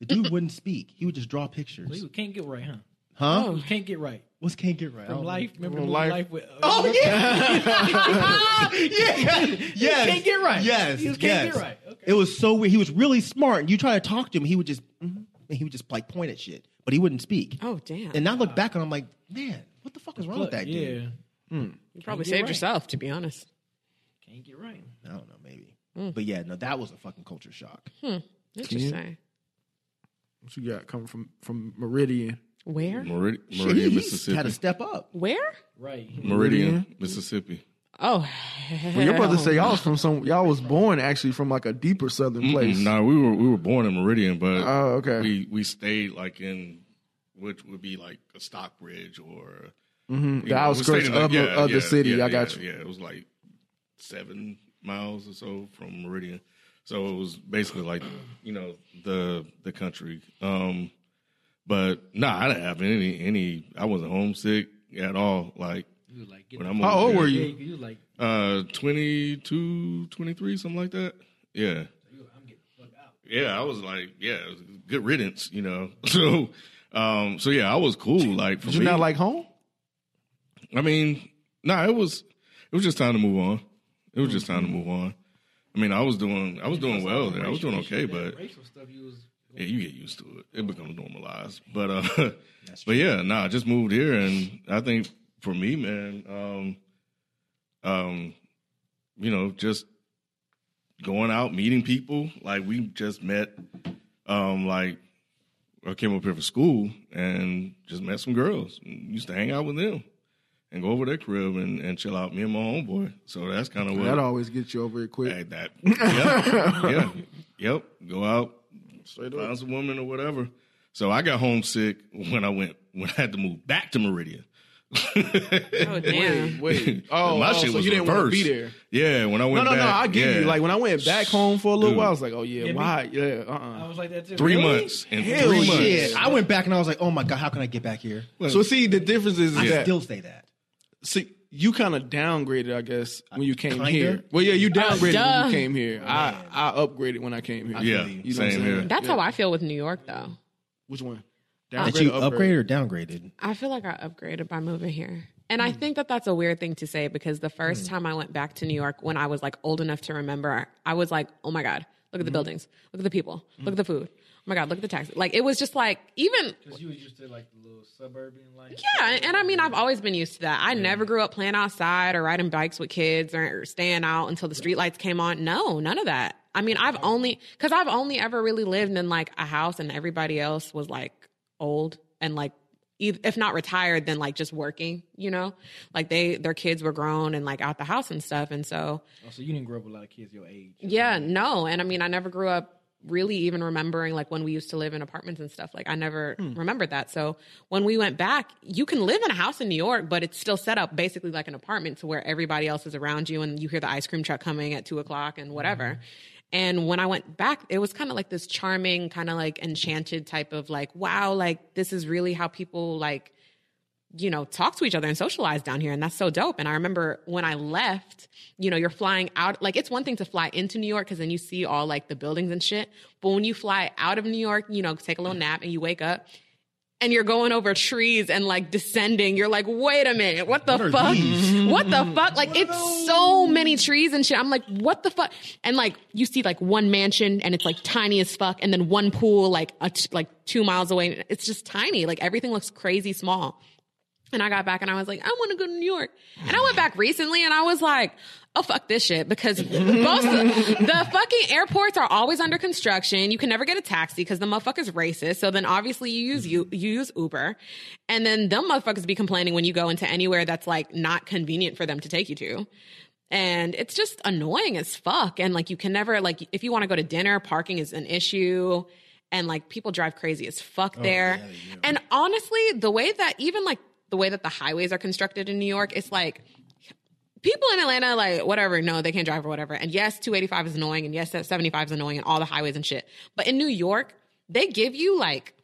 F: The dude wouldn't speak. He would just draw pictures.
E: you can't get right, huh?
F: Huh?
E: You can't get right.
F: What's can't get right? I
B: Oh,
E: From
F: don't know.
E: life, remember the movie
K: life.
E: life. with uh,
F: Oh yeah, yeah, yes.
E: can't get right.
F: Yes,
E: He just
F: yes.
E: can't get right. Okay.
F: It was so weird. He was really smart, and you try to talk to him, he would just mhm, and he would just like point at shit, but he wouldn't speak.
B: Oh damn.
F: And now I look back and I'm like, man, what the fuck is wrong with that
E: yeah.
F: dude?
B: you probably saved yourself, to be honest.
E: Can't get right.
F: I don't know, maybe. But yeah, no, that was a fucking culture shock.
B: Interesting.
K: What you got coming from from Meridian?
B: Where?
D: Meridian,
F: Shit, he-
D: Meridian
F: he
D: Mississippi.
F: had to step up.
B: Where?
E: Right.
D: Meridian, Mississippi.
B: Oh,
K: Well, your brother said y'all was from some. Y'all was born actually from like a deeper southern place.
D: No, we were we were born in Meridian, but
K: Oh, okay.
D: we we stayed like in which would be like a Stockbridge or you
K: Mm-hmm. The
D: know, we stayed
K: outskirts
D: in
K: of the, of the city.
D: yeah,
K: I got
D: yeah,
K: you.
D: Yeah, it was like seven miles or so from Meridian, so it was basically like you know the the country. Um, but no, nah, I didn't have any any. I wasn't homesick at all. Like
E: You was like, get
D: when
E: the
D: I'm
E: fuck
K: How old
D: over
K: were
E: out.
K: you?
E: You was like,
D: uh 22 23 something like that yeah yeah i was like yeah it was good riddance you know so um so yeah i was cool like for
K: Did you
D: me,
K: not like home?
D: i mean nah, it was it was just time to move on. It was just time to move on. I mean, I was doing I was doing well there. I was doing okay, but
E: racial stuff you was
D: yeah, you get used to it. It becomes normalized. But uh, but yeah, nah, I just moved here, and I think for me, man, um, um, you know, just going out, meeting people. Like we just met, um, like I came up here for school and just met some girls. Used to hang out with them and go over their crib and, and chill out. Me and my homeboy. So that's kind of what
G: That always gets you over here quick.
D: Hey, that. Yep. yeah. Yep. Go out, find some woman or whatever. So I got homesick when I went when I had to move back to Meridian.
B: Oh damn!
K: Wait. Oh,
D: my
K: oh,
D: shit
K: so
D: was
K: you didn't want to be
D: reversed.
K: there.
D: Yeah, when I
K: No,
D: went.
K: no, no.
D: back,
K: I get you.
D: yeah.
K: Like when I went back home for a little
D: Dude.
K: while, I was like, oh yeah,
E: me-
K: why? Yeah. Uh.
E: I
K: uh
E: was like that too.
D: three
E: Really?
D: months. In
F: Hell
D: three
F: shit.
D: months.
F: I went back and I was like, oh my God, how can I get back here?
K: So see, the difference is,
F: I
K: is that
F: still say that.
K: see, you kind of downgraded, I guess, when you came
F: Kinda?
K: here. Well,
H: Uh,
K: yeah, you downgraded
B: duh.
K: when you came here. I I upgraded when I came here.
D: Yeah,
F: you.
K: You know what I'm
D: same
K: saying?
D: here.
B: That's how I feel with New York, though.
K: Which one?
F: That you upgraded or downgraded?
B: I feel like I upgraded by moving here. And I think that that's a weird thing to say because the first time I went back to New York when I was like old enough to remember, I was like, oh my God, look at the buildings, look at the people, look at the food. Oh my God, look at the taxes. Like it was just like, even,
E: Because you was used to like the little suburban life.
B: yeah. And, and I mean, I've always been used to that. I never grew up playing outside or riding bikes with kids or, or staying out until the streetlights came on. No, none of that. I mean, I've only, because I've only ever really lived in like a house and everybody else was like old and like eith- if not retired then like just working you know like they their kids were grown and like out the house and stuff and so
E: Oh, so you didn't grow up with a lot of kids your age.
B: yeah no and i mean i never grew up really even remembering like when we used to live in apartments and stuff like i never remembered that so when we went back you can live in a house in new york but it's still set up basically like an apartment to where everybody else is around you and you hear the ice cream truck coming at two o'clock and whatever and when I went back, it was kind of like this charming, kind of like enchanted type of like, wow, like this is really how people like, you know, talk to each other and socialize down here. And that's so dope. And I remember when I left, you know, you're flying out, like it's one thing to fly into New York because then you see all like the buildings and shit. But when you fly out of New York, you know, take a little nap and you wake up and you're going over trees and like descending. You're like, wait a minute, what the fuck? What the fuck? Like it's so many trees and shit. I'm like, what the fuck? And like you see like one mansion and it's like tiny as fuck, and then one pool like a t- like two miles away. It's just tiny. Like everything looks crazy small. And I got back and I was like, I want to go to New York. And I went back recently and I was like, oh, fuck this shit because most of the fucking airports are always under construction. You can never get a taxi because the motherfucker's racist. So then obviously you use you, you use Uber. And then them motherfuckers be complaining when you go into anywhere that's like not convenient for them to take you to. And it's just annoying as fuck. And like you can never like if you want to go to dinner, parking is an issue and like people drive crazy as fuck there. And honestly, the way that even like the way that the highways are constructed in New York, it's like people in Atlanta like whatever, no, they can't drive or whatever. And yes, 285 is annoying and yes, that 75 is annoying and all the highways and shit. But in New York, they give you like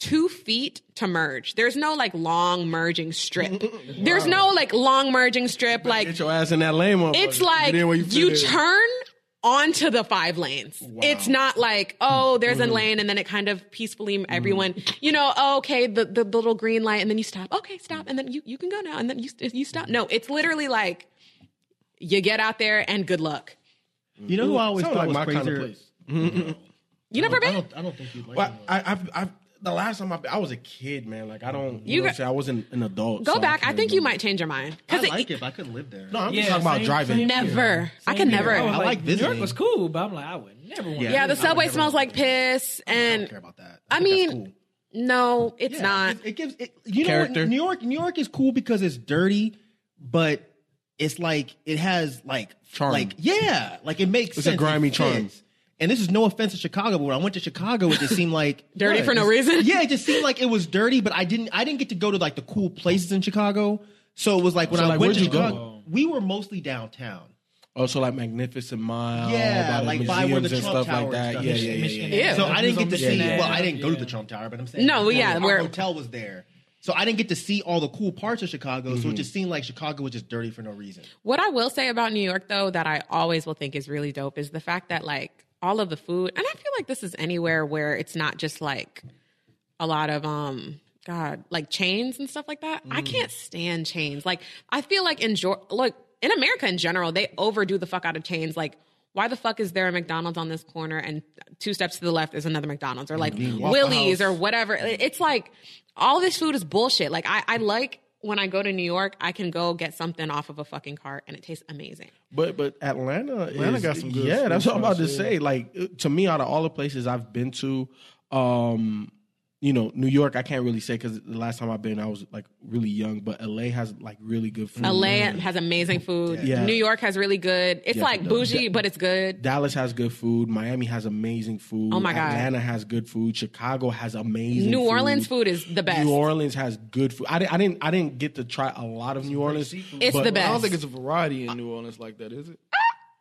B: two feet to merge. There's no like long merging strip. There's no like long merging strip like
H: Get your ass in that lane, motherfucker.
B: it's like
H: Get in where
B: you,
H: fit in.
B: turn onto the five lanes. It's not like, oh, there's a lane and then it kind of peacefully everyone, you know, oh, okay, the, the little green light and then you stop. Okay, stop. And then you, you can go now and then you, you stop. No, it's literally like you get out there and good luck.
F: You know who I always
H: Sound
F: thought
H: like
F: was
H: my
F: crazier?
H: kind of place.
B: You
F: Oh,
B: never
E: I
B: been?
E: don't, I don't think you'd like
H: Well,
E: it.
H: I, I've, I've, the last time I, I was a kid, man. Like I don't, you,
B: You
H: know what I'm
B: got-
H: saying? I wasn't an adult.
B: Go
H: so
B: back. I,
H: can't
B: think you
H: remember.
B: might change your mind.
F: I
B: Because it,
F: like it, but I couldn't live there.
H: No, I'm just
E: Yeah,
H: talking about
E: same-
H: driving.
E: same-
B: never. I
E: Same
B: could
E: here.
B: never.
E: Oh, was
F: I like
E: New York
F: visiting.
E: was cool, but I'm like, I would never want
H: Yeah.
E: to.
B: yeah, the
H: I would
B: subway
H: never
B: smells
H: want
B: like piss.
F: I don't care
B: And
F: about that.
B: I
F: think
B: mean,
F: that's cool.
B: no, it's
F: Yeah,
B: not.
F: It, it gives it, you know
H: Character.
F: what, New York. New York is cool because it's dirty, but it's like it has like
H: Charm.
F: Like yeah, like it makes
H: It's a
F: sense.
H: grimy
F: it
H: charm.
F: fits. And this is no offense to Chicago, but when I went to Chicago, it just seemed like
B: Dirty
F: what?
B: for no
F: Just-
B: reason?
F: Yeah, it just seemed like it was dirty, but I didn't. I didn't get to go to like the cool places in Chicago. So it was like when
H: So,
F: I
H: like,
F: went
H: where'd
F: to
H: you go?
F: Chicago, we were mostly downtown.
H: Also, Oh, like Magnificent Mile.
F: Yeah,
H: by the
F: like by where the
H: museums and
F: Trump
H: stuff
F: Tower
H: like that.
F: stuff
H: Yeah,
F: is.
H: yeah, yeah, yeah.
E: Michigan
B: Yeah.
F: So I didn't
E: It
F: get to
E: was
F: see.
E: on Michigan
F: Well, I
E: Ave.
F: didn't go to the
E: Yeah.
F: Trump Tower, but I'm saying
B: No,
F: our
B: yeah,
F: our
B: we're-
F: hotel was there, so I didn't get to see all the cool parts of Chicago.
K: Mm-hmm.
F: So it just seemed like Chicago was just dirty for no reason.
B: What I will say about New York, though, that I always will think is really dope is the fact that, like, all of the food, and I feel like this is anywhere where it's not just like a lot of, um, God, like chains and stuff like that. I can't stand chains. Like I feel like in Geor- like in America in general, they overdo the fuck out of chains. Like why the fuck is there a McDonald's on this corner and two steps to the left is another McDonald's or like Willie's or whatever? It's like all this food is bullshit. Like I, I like when I go to New York, I can go get something off of a fucking cart and it tastes amazing.
H: But but Atlanta,
K: Atlanta
H: is,
K: got some good
H: Yeah,
K: food
H: that's what I'm about to
K: choices.
H: say. Like uh, to me, out of all the places I've been to, um, you know, New York, I can't really say because the last time I've been, I was like really young. But LA has like really good food.
B: LA has amazing food.
H: Mm-hmm. Yeah.
B: New York has really good. It's
H: Yeah,
B: like
H: it does.
B: bougie, but it's good.
H: Dallas has good food. Miami has amazing food.
B: Oh my God.
H: Atlanta has good food. Chicago has amazing.
B: New Orleans food is the best.
H: New Orleans has good food. I didn't. I didn't. I didn't get to try a lot of New Orleans.
B: It's
H: but-
B: the best.
K: I don't think it's a variety in New Orleans like that, is it?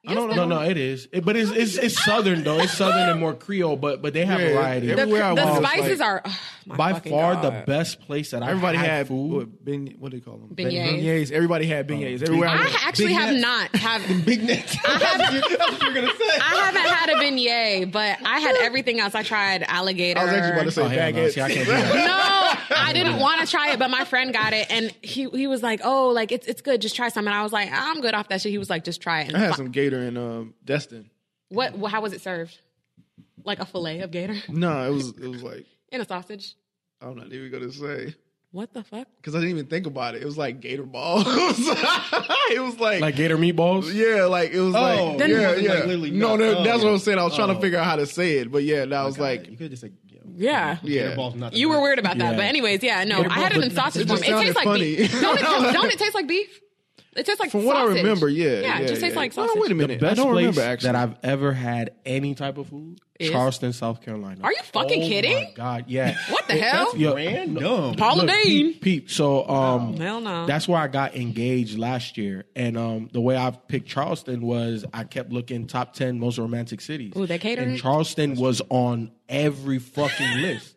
H: I don't know. No, no, it is. It, but it's, it's it's southern though. It's southern and more Creole. But but they have
K: Yeah,
H: variety.
B: the,
K: everywhere I
B: the
K: was,
B: spices
K: like,
B: are oh, my
H: By
B: fucking
H: far,
B: God.
H: the best place that
K: Everybody
H: I've had,
K: had
H: food. Oh,
K: What, ben, what do you call them? Ben-
B: Beignets.
K: Beignets. Everybody had beignets. Everywhere I,
B: I
K: went.
B: actually have not have
H: Big Nick.
B: I haven't had a beignet, but I had everything else. I tried alligator.
K: I was actually about to say
H: Oh, hell no.
K: baguettes.
H: See, I can't do that.
B: no, I didn't want to try it, but my friend got it, and he he was like, "Oh, like it's it's good, just try some." And I was like, "I'm good off that shit." He was like, "Just try it."
K: I had
B: And
K: some gator in um, Destin.
B: what? wh- How was it served? Like a fillet of gator
K: No, it was it was like
B: in a sausage.
K: I'm not even gonna say
B: What the fuck?
K: because I didn't even think about it. It was like gator balls. it was like,
H: like gator meatballs.
K: yeah, like it was
H: Oh,
K: like
H: then-
K: yeah,
H: Wasn't,
K: yeah.
H: like, literally
K: no,
H: not-
K: no, that's
H: oh.
K: what I'm saying. I was trying
H: Oh.
K: to figure out how to say it, but yeah, that was like
F: you could just say you know,
B: Yeah.
K: yeah.
F: gator balls, nothing.
B: You were weird about that,
H: Yeah.
B: but anyways, yeah, no, I had it in sausage form.
K: just
B: It tastes
K: sounded
B: like
K: funny.
B: beef. Don't it, taste, don't it taste like beef? It tastes like
K: From what I
B: sausage.
K: remember, yeah,
B: yeah, it just tastes like sausage.
K: Oh, wait a
H: The
K: minute,
H: best
K: I don't
H: place
K: remember actually.
H: that I've ever had any type of food.
B: Is?
H: Charleston, South Carolina.
B: Are you fucking
H: Oh
B: kidding?
H: My God, yeah.
B: What the hell?
H: Yo,
F: Random.
B: Paula
H: Look,
B: Deen.
H: Peep, peep. So um
B: Hell no.
H: that's where I got engaged last year. And um the way I picked Charleston was I kept looking top ten most romantic cities.
B: Ooh, they cater
H: And
B: it?
H: Charleston was on every fucking list.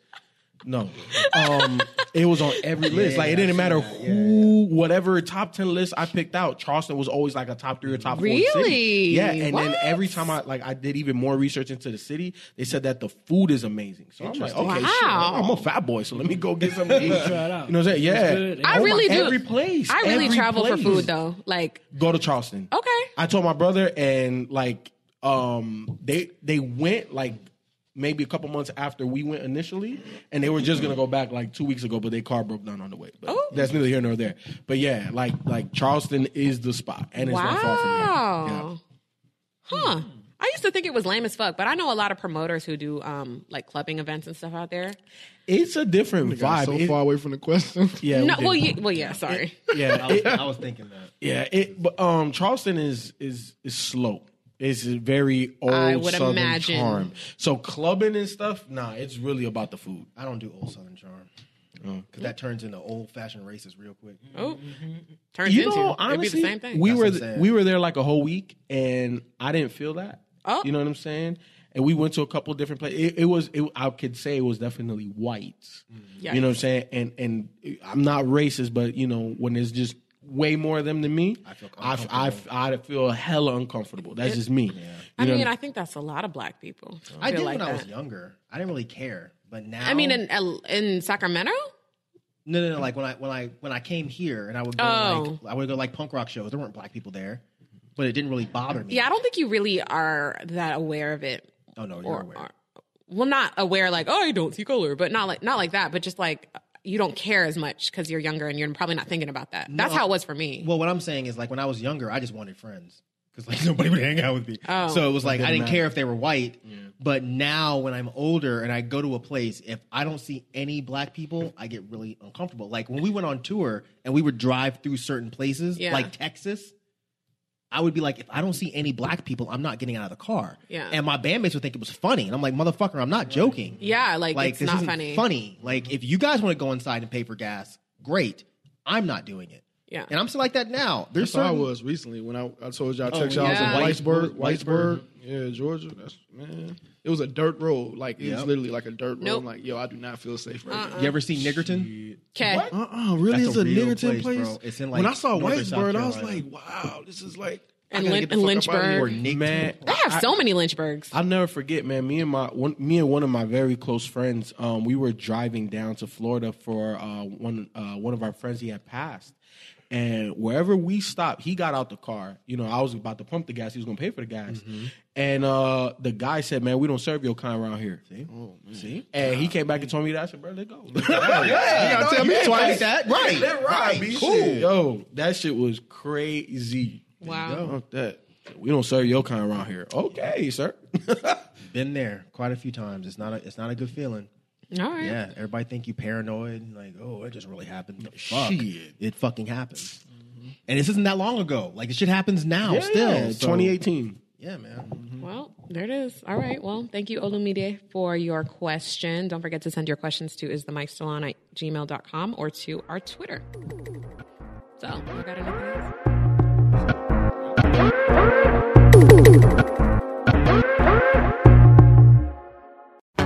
H: No. Um it was on every list. like it didn't matter who whatever top ten list I picked out, Charleston was always like a top three or top four. city.
B: Really?
H: Yeah. And then
B: What?
H: every time I like I did even more research into the city, they said that the food is amazing. So I'm like, okay, shit,
B: Wow.
H: I'm a fat boy, so let me go get something to eat.
E: out.
H: You know what I'm saying? Yeah.
E: good.
B: I
H: Oh,
B: really
H: my-
B: do.
H: Every place.
B: I really
H: every
B: travel for
H: place.
B: food though. Like,
H: Go to Charleston.
B: okay.
H: I told my brother and like um they they went like maybe a couple months after we went initially and they were just gonna go back like two weeks ago but their car broke down on the way but
B: Oh.
H: that's neither here nor there but yeah like like charleston is the spot and it's not far from here yeah.
B: Wow. Huh. I used to think it was lame as fuck, but I know a lot of promoters who do um like clubbing events and stuff out there.
H: it's a different vibe
K: so
H: It-
K: far away from the question.
H: yeah we
B: no,
H: did.
B: well, yeah, well, yeah. Sorry.
H: yeah
F: I was,
H: it-
F: I was thinking that.
H: Yeah, it but um Charleston is is is slow. It's a very old
B: I would
H: southern
B: imagine.
H: charm. So clubbing and stuff, nah, it's really about the food.
F: I don't do old Southern charm because that turns into old fashioned racist real quick.
B: oh, turns
H: You
B: into
H: know,
B: it'd be
H: honestly,
B: the same thing.
H: we
F: That's
H: were
F: what I'm saying.
H: we were there like a whole week, and I didn't feel that.
B: Oh.
H: You know what I'm saying? And we went to a couple different places. It, it was it, I could say it was definitely whites.
B: Yes.
H: You know what I'm saying? And and I'm not racist, but you know when there's just way more of them than me, I feel I, I, feel hella uncomfortable. That's just me.
B: I
H: You know
B: mean, I think that's a lot of black people.
F: I
B: feel
F: did
B: like
F: when I was
B: that.
F: younger. I didn't really care, but now
B: I mean, in L- in Sacramento,
F: no, no, no. Like when I when I when I came here and I would go
B: Oh.
F: like I would go like punk rock shows. There weren't black people there, but it didn't really bother me.
B: yeah, I don't think you really are that aware of it.
F: Oh no, you're
B: or,
F: aware.
B: or- well, not aware like oh, I don't see color, but not like not like that, but just like you don't care as much because you're younger and you're probably not thinking about that. That's how it was for me.
F: Well, what I'm saying is, like, when I was younger, I just wanted friends because like nobody would hang out with me.
B: Oh.
F: So it was like I didn't care if they were white. But now, when I'm older and I go to a place, if I don't see any black people, I get really uncomfortable. Like when we went on tour and we would drive through certain places,
B: Yeah.
F: like Texas. I would be like, if I don't see any black people, I'm not getting out of the car.
B: Yeah.
F: And my bandmates would think it was funny. And I'm like, motherfucker, I'm not joking
B: yeah, like,
F: like
B: it's
F: this
B: not
F: isn't
B: funny.
F: funny. Like if you guys want to go inside and pay for gas, great. I'm not doing it.
B: Yeah.
F: and I'm still like that now. There's
K: That's how I
F: certain, Oh,
K: was recently when I, I told y'all I text y'all
B: yeah.
K: I was in Whitesburg,
F: Whitesburg.
K: Whitesburg, yeah, Georgia. That's man, it was a dirt road. Like it was literally like a dirt road.
B: Nope. Uh-uh.
K: I'm like yo, I do not feel safe right
F: You ever seen Niggerton?
B: Okay.
K: now. Uh uh really,
F: That's
K: it's
F: a
K: a
F: real
K: Niggerton
F: place,
K: place.
F: bro. It's in, like,
K: when I saw
F: North or South
K: Whitesburg, I was
F: Carolina.
K: like, wow, this is like
B: and,
K: gotta
B: Lyn-
K: get the
B: and
K: fuck up outta here.
B: Lynchburg.
H: man.
B: They have so many Lynchburgs.
H: I'll never forget, man. Me and my one, me and one of my very close friends, um, we were driving down to Florida for uh, one uh, one of our friends. He had passed, and wherever we stopped, he got out the car. You know, I was about to pump the gas. He was gonna pay for the gas, and uh, the guy said, "Man, we don't serve your kind around here." See, see, and he came back and told me that. I said, "Bro, Oh, let go."
F: you gotta tell me twice that. Right.
H: right, cool. Yo, that shit was crazy.
B: Wow.
H: Fuck that. We don't serve your kind around here. Okay, sir.
L: Been there quite a few times. It's not a, it's not a good feeling.
B: All right.
L: Yeah, everybody think you paranoid. and Like, oh, it just really happened. The Fuck,
H: Shit.
L: it fucking happened. And this isn't that long ago. Like, the shit happens now. still, So-
H: 2018.
L: Yeah, man.
B: Well, there it is. All right. Well, thank you, Olumide, for your question. Don't forget to send your questions to is the mic still on at gmail.com or to our Twitter. So, you got anything else?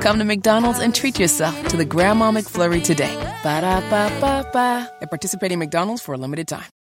A: Come to McDonald's and treat yourself to the Grandma McFlurry today. Ba-da-ba-ba-ba. At participating McDonald's for a limited time.